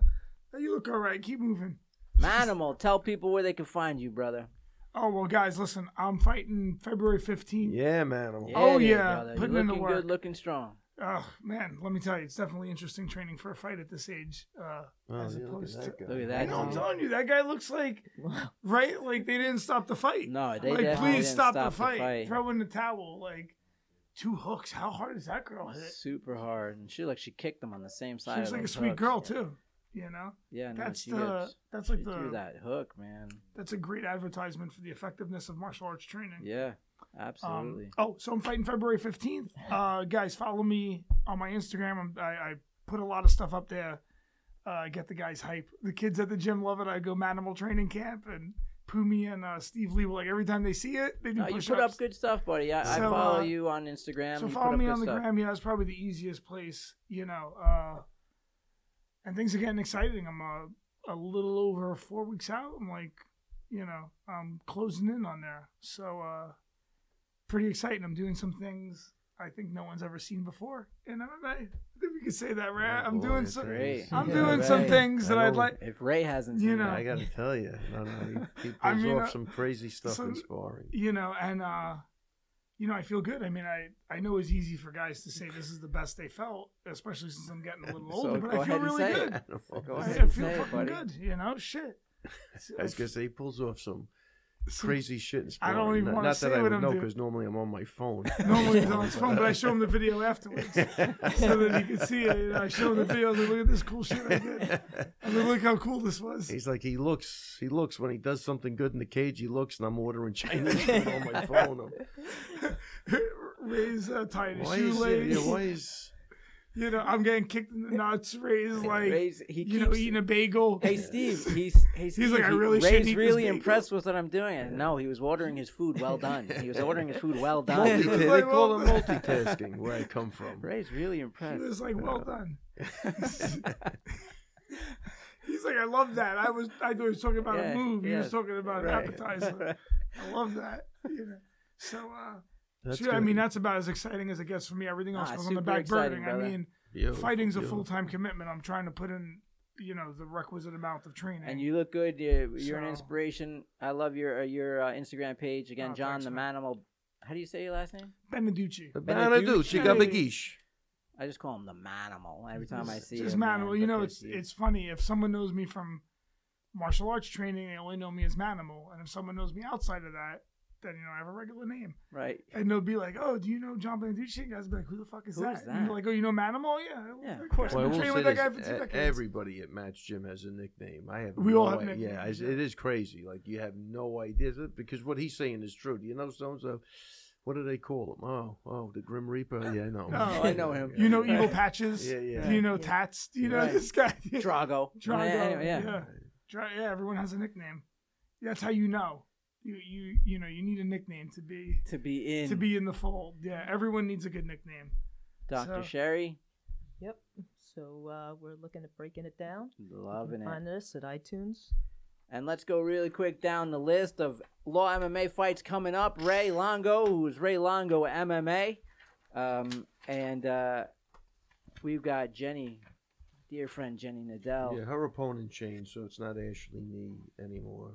Speaker 2: you look all right. Keep moving.
Speaker 1: Manimal, tell people where they can find you, brother.
Speaker 2: Oh well, guys, listen. I'm fighting February 15th.
Speaker 3: Yeah, man. I'm-
Speaker 2: Oh,
Speaker 1: there,
Speaker 2: yeah,
Speaker 1: brother.
Speaker 2: putting
Speaker 1: You're
Speaker 2: in the
Speaker 1: looking
Speaker 2: work.
Speaker 1: good, looking strong.
Speaker 2: Oh man, let me tell you, it's definitely interesting training for a fight at this age. Uh,
Speaker 3: Oh,
Speaker 2: as
Speaker 3: yeah, look
Speaker 2: opposed
Speaker 3: at
Speaker 2: to.
Speaker 3: that guy.
Speaker 1: Look at
Speaker 2: I
Speaker 1: that.
Speaker 2: know, I'm
Speaker 1: dude.
Speaker 2: telling you, that guy looks like
Speaker 4: Wow.
Speaker 2: right, like they didn't stop the fight.
Speaker 1: No, they
Speaker 2: like,
Speaker 1: definitely
Speaker 2: please
Speaker 1: didn't
Speaker 2: stop,
Speaker 1: stop
Speaker 2: the, fight.
Speaker 1: fight.
Speaker 2: Throw in the towel. Like two hooks. How hard is that girl hit?
Speaker 1: super hard, and she like she kicked them on the same
Speaker 2: She
Speaker 1: side.
Speaker 2: looks
Speaker 1: of
Speaker 2: like a
Speaker 1: those
Speaker 2: sweet
Speaker 1: hooks.
Speaker 2: girl too. You know,
Speaker 1: Yeah, no,
Speaker 2: that's
Speaker 1: she,
Speaker 2: the
Speaker 1: gets,
Speaker 2: that's
Speaker 1: she
Speaker 2: like the
Speaker 1: threw that hook, man.
Speaker 2: that's a great advertisement for the effectiveness of martial arts training.
Speaker 1: Yeah,
Speaker 2: Um,
Speaker 1: absolutely.
Speaker 2: oh, so I'm fighting February 15th. Uh, guys, follow me on my Instagram. I'm, I, I put a lot of stuff up there. Uh, get the guys hype. The kids at the gym love it. I go Manimal training camp and Pumi and uh, Steve Lee. will, Like every time they see it, they do
Speaker 1: No, you
Speaker 2: push
Speaker 1: put
Speaker 2: ups.
Speaker 1: up good stuff, buddy. I, I
Speaker 2: So,
Speaker 1: follow
Speaker 2: uh,
Speaker 1: you on Instagram.
Speaker 2: so
Speaker 1: you
Speaker 2: follow
Speaker 1: put up
Speaker 2: me
Speaker 1: good
Speaker 2: on the
Speaker 1: stuff.
Speaker 2: gram. Yeah, that's probably the easiest place. You know, uh, and things are getting exciting. I'm uh, a little over four weeks out. I'm like, you know, I'm closing in on there. So uh, pretty exciting. I'm doing some things I think no one's ever seen before in MMA. I think we can say that, right?
Speaker 3: Oh,
Speaker 2: I'm
Speaker 3: boy,
Speaker 2: doing
Speaker 3: it's
Speaker 2: some.
Speaker 1: Great.
Speaker 2: I'm
Speaker 1: Yeah,
Speaker 2: doing some
Speaker 1: right.
Speaker 2: things that
Speaker 3: I
Speaker 2: I'd
Speaker 3: know.
Speaker 2: like.
Speaker 1: If Ray hasn't
Speaker 2: You
Speaker 1: seen
Speaker 2: know.
Speaker 1: that,
Speaker 3: I gotta tell you, no, no, he, he
Speaker 2: I
Speaker 3: pulls
Speaker 2: mean,
Speaker 3: off
Speaker 2: uh,
Speaker 3: some crazy stuff
Speaker 2: so- *laughs*
Speaker 3: in sparring.
Speaker 2: you know and uh you know i feel good i mean i i know it's easy for guys to say this is the best they felt especially since
Speaker 1: *laughs*
Speaker 2: i'm getting a little
Speaker 1: So
Speaker 2: older but
Speaker 1: go
Speaker 2: i
Speaker 1: ahead
Speaker 2: feel
Speaker 1: and
Speaker 2: really
Speaker 3: *laughs*
Speaker 1: say it.
Speaker 2: good
Speaker 1: Go
Speaker 2: i,
Speaker 1: ahead
Speaker 2: I
Speaker 1: and
Speaker 2: feel
Speaker 1: say it,
Speaker 2: fucking
Speaker 1: buddy.
Speaker 2: good you know shit So
Speaker 3: I was gonna say he pulls off some
Speaker 2: so-
Speaker 3: crazy shit in
Speaker 2: I
Speaker 3: sparring.
Speaker 2: don't even
Speaker 3: not,
Speaker 2: wanna
Speaker 3: not
Speaker 2: say
Speaker 3: that I
Speaker 2: what
Speaker 3: would
Speaker 2: I'm
Speaker 3: know
Speaker 2: doing.
Speaker 3: because normally I'm on my phone.
Speaker 2: *laughs* *laughs* normally he's on his phone
Speaker 3: *laughs*
Speaker 2: but i show him the video
Speaker 1: *laughs*
Speaker 2: afterwards so that he can see it and i show him the video and look at this cool shit i did and then look how cool this was *laughs*
Speaker 3: He's like he looks. He looks when he does something good in the cage. He looks, and I'm ordering Chinese food
Speaker 2: *laughs*
Speaker 3: on my phone. I'm-
Speaker 2: Ray's uh, tying his
Speaker 3: why is it?
Speaker 2: shoelace.
Speaker 3: Yeah, why is?
Speaker 2: *laughs* You know, I'm getting kicked in the nuts. Ray's
Speaker 1: *laughs*
Speaker 2: like,
Speaker 1: Ray's, he
Speaker 2: you
Speaker 1: keeps.
Speaker 2: know, eating a bagel. *laughs*
Speaker 1: Hey Steve, he's hey, Steve,
Speaker 2: like, I
Speaker 1: he-
Speaker 2: really
Speaker 1: Ray's
Speaker 2: shouldn't eat this
Speaker 1: really
Speaker 2: bagel.
Speaker 1: impressed with what I'm doing. And No, he was ordering his food well done. He was ordering his food
Speaker 2: *laughs*
Speaker 1: well
Speaker 3: Multi-
Speaker 1: done.
Speaker 2: Multi-
Speaker 3: they call it multitasking where I
Speaker 2: *laughs*
Speaker 3: come from.
Speaker 1: Ray's really
Speaker 2: He
Speaker 1: impressed.
Speaker 2: was like, "Well
Speaker 1: *laughs*
Speaker 2: done." *laughs* He's like, "I love that." I was, I was talking about
Speaker 1: Yeah,
Speaker 2: a move. He was
Speaker 1: yeah,
Speaker 2: talking
Speaker 1: *laughs*
Speaker 2: about
Speaker 1: right.
Speaker 2: an appetizer. I love that. You know. So, uh,
Speaker 3: That's
Speaker 2: shoot, I
Speaker 3: good.
Speaker 2: mean, that's about as exciting as it gets for me. Everything else
Speaker 1: Ah,
Speaker 2: goes on the
Speaker 1: super
Speaker 2: back burner.
Speaker 1: exciting,
Speaker 2: I
Speaker 1: brother.
Speaker 2: mean,
Speaker 3: Beautiful,
Speaker 2: fighting's a
Speaker 3: beautiful.
Speaker 2: full time commitment. I'm trying to put in, you know, the requisite amount of training.
Speaker 1: And you look good. You're, you're an
Speaker 2: So-
Speaker 1: inspiration. I love your uh, your uh, Instagram page again,
Speaker 2: Oh,
Speaker 1: John
Speaker 2: thanks,
Speaker 1: the
Speaker 2: man.
Speaker 1: Manimal. How do you say your last name?
Speaker 2: Beneducci.
Speaker 3: Beneducci
Speaker 2: Beneducci.
Speaker 3: Gabagish.
Speaker 1: I just call him the Manimal every time I see
Speaker 2: just
Speaker 1: him.
Speaker 2: Manimal.
Speaker 1: man,
Speaker 2: you
Speaker 1: but
Speaker 2: know,
Speaker 1: this-
Speaker 2: it's it's funny if someone knows me from martial arts training, they only know me as Manimal, and if someone knows me outside of that, then you know I have a regular name.
Speaker 1: right?
Speaker 2: And they'll be like, "Oh, do you know John Banducci?" And guys will be like, "Who the fuck is
Speaker 1: Who
Speaker 2: that?"
Speaker 1: is
Speaker 2: And
Speaker 1: that?
Speaker 2: you're like, "Oh, you know Manimal? Yeah,
Speaker 1: Yeah, of
Speaker 2: okay.
Speaker 1: course.
Speaker 2: I've
Speaker 1: Well,
Speaker 2: been
Speaker 1: I
Speaker 2: training with that guy
Speaker 1: e-
Speaker 2: for two decades."
Speaker 3: e-, everybody at Match Gym has a nickname. I have
Speaker 2: We
Speaker 3: no
Speaker 2: all have
Speaker 3: idea. Yeah,
Speaker 2: nicknames,
Speaker 3: it's-
Speaker 2: yeah.
Speaker 3: it is crazy. Like you have no idea because what he's saying is true. Do you know so and so? What do they call him? Oh, oh, the Grim Reaper. Yeah, I know. him.
Speaker 2: *laughs* Oh, I
Speaker 1: know
Speaker 3: *laughs*
Speaker 1: him.
Speaker 2: You know
Speaker 1: Yeah.
Speaker 2: Evil Patches?
Speaker 3: Yeah, yeah.
Speaker 2: Do you know
Speaker 4: Yeah.
Speaker 2: Tats? Do you know
Speaker 1: Right.
Speaker 2: this guy? *laughs*
Speaker 1: Drago.
Speaker 2: *laughs* Drago,
Speaker 1: Anyway,
Speaker 2: yeah.
Speaker 1: yeah.
Speaker 2: Dra- yeah, everyone has a nickname. That's how you know. You you you know you need a nickname to be
Speaker 1: To be in
Speaker 2: to be in the fold. Yeah, everyone needs a good nickname.
Speaker 1: Dr.
Speaker 2: so-
Speaker 1: Sherry.
Speaker 4: Yep. So uh, we're looking at breaking it down. you
Speaker 1: Loving
Speaker 4: can
Speaker 1: it.
Speaker 4: find us at iTunes.
Speaker 1: And let's go really quick down the list of Law MMA fights coming up. Ray Longo, who's Ray Longo MMA. Um, and uh, we've got Jenny, dear friend Jenny Nadell.
Speaker 3: Yeah, her opponent changed, so it's not Ashley Nee anymore.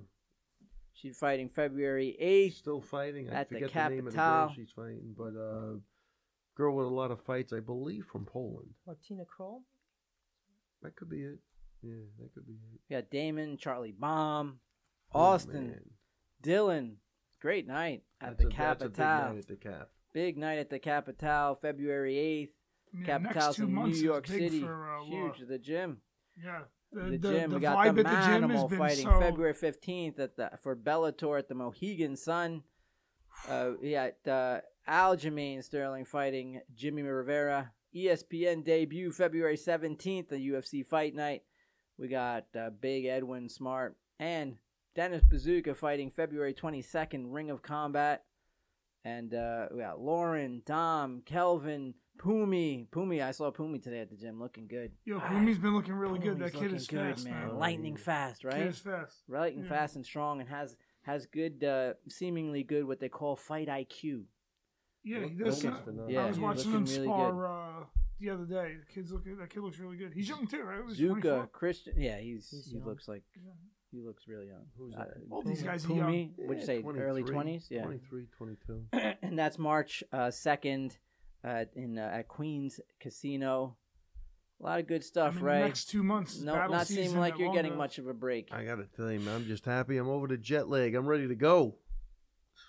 Speaker 1: She's fighting February 8th.
Speaker 3: Still fighting. I
Speaker 1: At the
Speaker 3: forget the name of the girl
Speaker 1: Capitale.
Speaker 3: she's fighting, but uh, girl with a lot of fights, I believe, from Poland.
Speaker 4: Martina Kroll.
Speaker 3: That could be it. Yeah, that could be it.
Speaker 1: We got Damon, Charlie Baum,
Speaker 3: Oh,
Speaker 1: Austin,
Speaker 3: man.
Speaker 1: Dylan. Great night at
Speaker 3: That's
Speaker 1: the
Speaker 3: a- that's a
Speaker 1: Capitale.
Speaker 3: big night at the Cap.
Speaker 1: Big night at the Capitale, February 8th.
Speaker 2: I mean, the
Speaker 1: Capitale's in New
Speaker 2: months is
Speaker 1: York
Speaker 2: big
Speaker 1: City.
Speaker 2: for, uh, Laura.
Speaker 1: Huge, the gym.
Speaker 2: Yeah,
Speaker 1: The, gym. we got
Speaker 2: vibe
Speaker 1: the,
Speaker 2: at the gym has
Speaker 1: Manimal
Speaker 2: been
Speaker 1: fighting
Speaker 2: so.
Speaker 1: February 15th at the for Bellator at the Mohegan Sun. Uh, yeah, uh, Aljamain Sterling fighting Jimmy Rivera. E ESPN debut February 17th, the UFC fight night. We got uh, Big Edwin Smart and Dennis Bazooka fighting February 22nd, Ring of Combat. And uh, we got Lauren, Dom, Kelvin, Pumi. Pumi, I saw Pumi today at the gym looking good. *sighs* Ah,
Speaker 2: Yo, Kumi's been looking really good.
Speaker 1: Pumi's
Speaker 2: That kid
Speaker 1: looking
Speaker 2: is
Speaker 1: good,
Speaker 2: fast, man.
Speaker 3: man.
Speaker 1: Lightning fast, right?
Speaker 2: Kid is fast.
Speaker 1: lightning
Speaker 2: Yeah.
Speaker 1: fast and strong, and has has good, uh, seemingly good what they call fight IQ.
Speaker 2: Yeah, he
Speaker 3: Look,
Speaker 2: does.
Speaker 3: Logan's
Speaker 2: sound-
Speaker 3: phenomenal.
Speaker 1: Yeah,
Speaker 2: I was
Speaker 1: he's uh,
Speaker 2: watching him
Speaker 1: looking really
Speaker 2: spar
Speaker 1: good.
Speaker 2: uh, the other day. The kid's looking. That kid looks really good. He's young too, right? He's 24.
Speaker 1: Zuka Christian, yeah, he's,
Speaker 4: He's
Speaker 1: he
Speaker 4: young.
Speaker 1: looks like
Speaker 2: Yeah.
Speaker 1: he looks really young.
Speaker 3: Who's
Speaker 1: Uh,
Speaker 3: that?
Speaker 2: All these
Speaker 4: Pumi.
Speaker 2: guys are young.
Speaker 1: Pumi, would you say early
Speaker 3: 23,
Speaker 1: twenties? Yeah,
Speaker 3: 23, 22.
Speaker 1: *clears throat* and that's March second uh, in uh, at Queens Casino. A lot of good
Speaker 2: I
Speaker 1: stuff,
Speaker 2: mean,
Speaker 1: right?
Speaker 2: The next two months.
Speaker 1: no,
Speaker 2: battle
Speaker 1: uh, not
Speaker 2: season
Speaker 1: seeming like
Speaker 2: at
Speaker 1: you're getting
Speaker 2: Longo.
Speaker 1: much of a break.
Speaker 3: I gotta tell you, man, I'm just happy. I'm over the jet lag. I'm ready to go.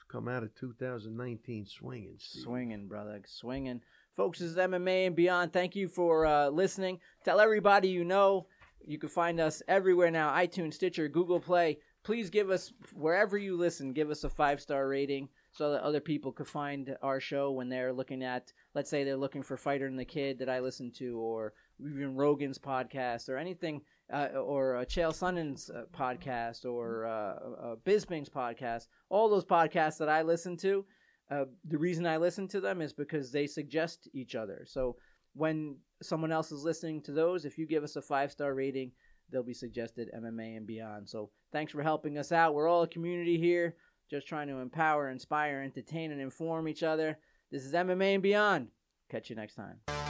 Speaker 3: Come out of 2019 swinging. Steve.
Speaker 1: Swinging, brother. Swinging. Folks, this is MMA and Beyond. Thank you for uh, listening. Tell everybody you know. You can find us everywhere now iTunes, Stitcher, Google Play. Please give us, wherever you listen, give us a five star rating so that other people could find our show when they're looking at, let's say they're looking for Fighter and the Kid that I listen to, or even Rogan's podcast, or anything, uh, or uh, Chael Sonnen's uh, podcast, or uh, uh, Bisping's podcast. All those podcasts that I listen to, uh, the reason I listen to them is because they suggest each other. So when someone else is listening to those, if you give us a five star rating, they'll be suggested MMA and beyond. So thanks for helping us out. We're all a community here, just trying to empower, inspire, entertain, and inform each other. This is MMA and beyond. Catch you next time.